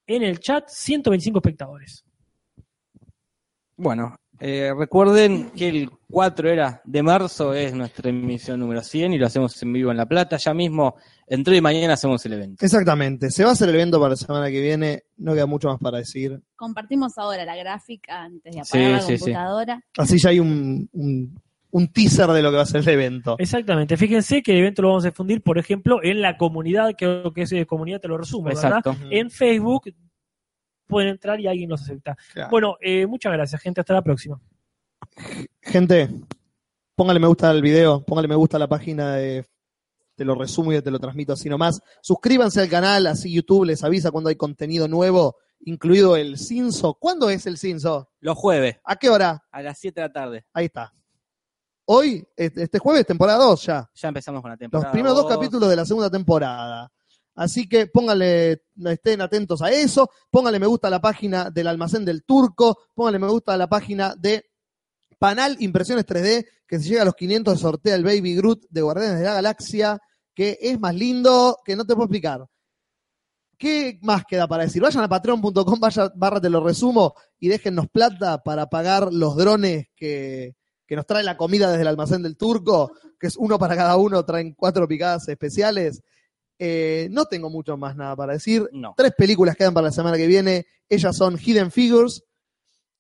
S3: en el chat 125 espectadores.
S2: Bueno, eh, recuerden que el 4 era de marzo es nuestra emisión número 100 y lo hacemos en vivo en La Plata. Ya mismo, entre y mañana hacemos el evento.
S1: Exactamente. Se va a hacer el evento para la semana que viene. No queda mucho más para decir.
S4: Compartimos ahora la gráfica antes de
S2: Sí,
S4: apagar la
S2: sí, sí.
S4: computadora.
S1: Así ya hay un, un, un teaser de lo que va a ser el evento.
S3: Exactamente. Fíjense que el evento lo vamos a difundir, por ejemplo, en la comunidad, que que es eh, comunidad, te lo resumo, ¿verdad?
S2: Exacto.
S3: En Facebook pueden entrar y alguien los acepta.
S1: Claro.
S3: Bueno, eh, muchas gracias, gente. Hasta la próxima.
S1: Gente, póngale me gusta al video, póngale me gusta a la página de te lo resumo y te lo transmito así nomás. Suscríbanse al canal, así YouTube les avisa cuando hay contenido nuevo, incluido el Cinso. ¿Cuándo es el Cinso?
S2: Los jueves,
S1: ¿A qué hora?
S2: a las 7 de la tarde,
S1: Ahí está. Hoy, este este jueves, temporada 2 ya.
S2: ya empezamos con la temporada.
S1: Los primeros dos
S2: dos.
S1: capítulos de la segunda temporada. Así que pónganle, estén atentos a eso, pónganle me gusta a la página del almacén del turco, pónganle me gusta a la página de Panal Impresiones 3D, que si llega a los 500 sortea el Baby Groot de Guardianes de la Galaxia, que es más lindo, que no te puedo explicar. ¿Qué más queda para decir? Vayan a patreon.com, vaya- barra te lo resumo, y déjennos plata para pagar los drones que, que nos trae la comida desde el almacén del turco, que es uno para cada uno, traen cuatro picadas especiales. Eh, no tengo mucho más nada para decir.
S2: No.
S1: Tres películas quedan para la semana que viene. Ellas son Hidden Figures,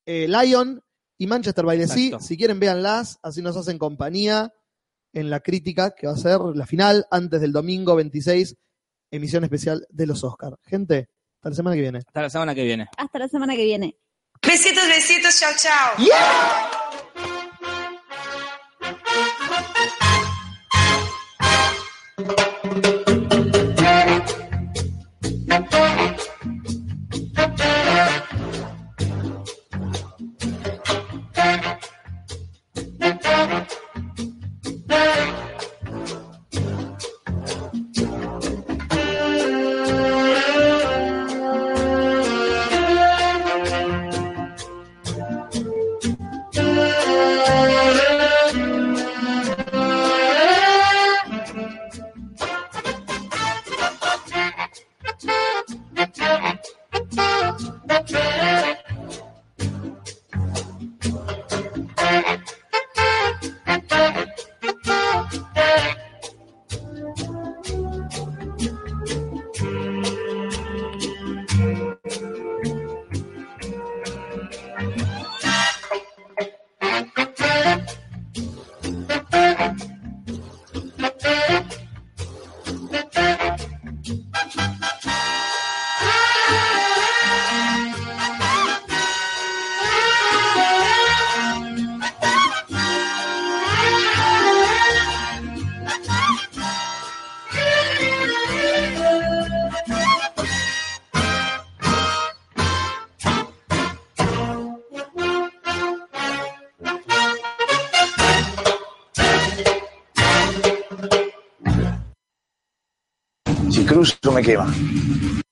S1: eh, Lion y Manchester by the Sea.
S2: Exacto.
S1: Si quieren, véanlas, así nos hacen compañía en la crítica que va a ser la final antes del domingo 26, emisión especial de los Oscars. Gente, hasta la semana que viene.
S2: Hasta la semana que viene.
S4: Hasta la semana que viene.
S8: Besitos, besitos, chao, chao.
S5: Si cruzo me quema.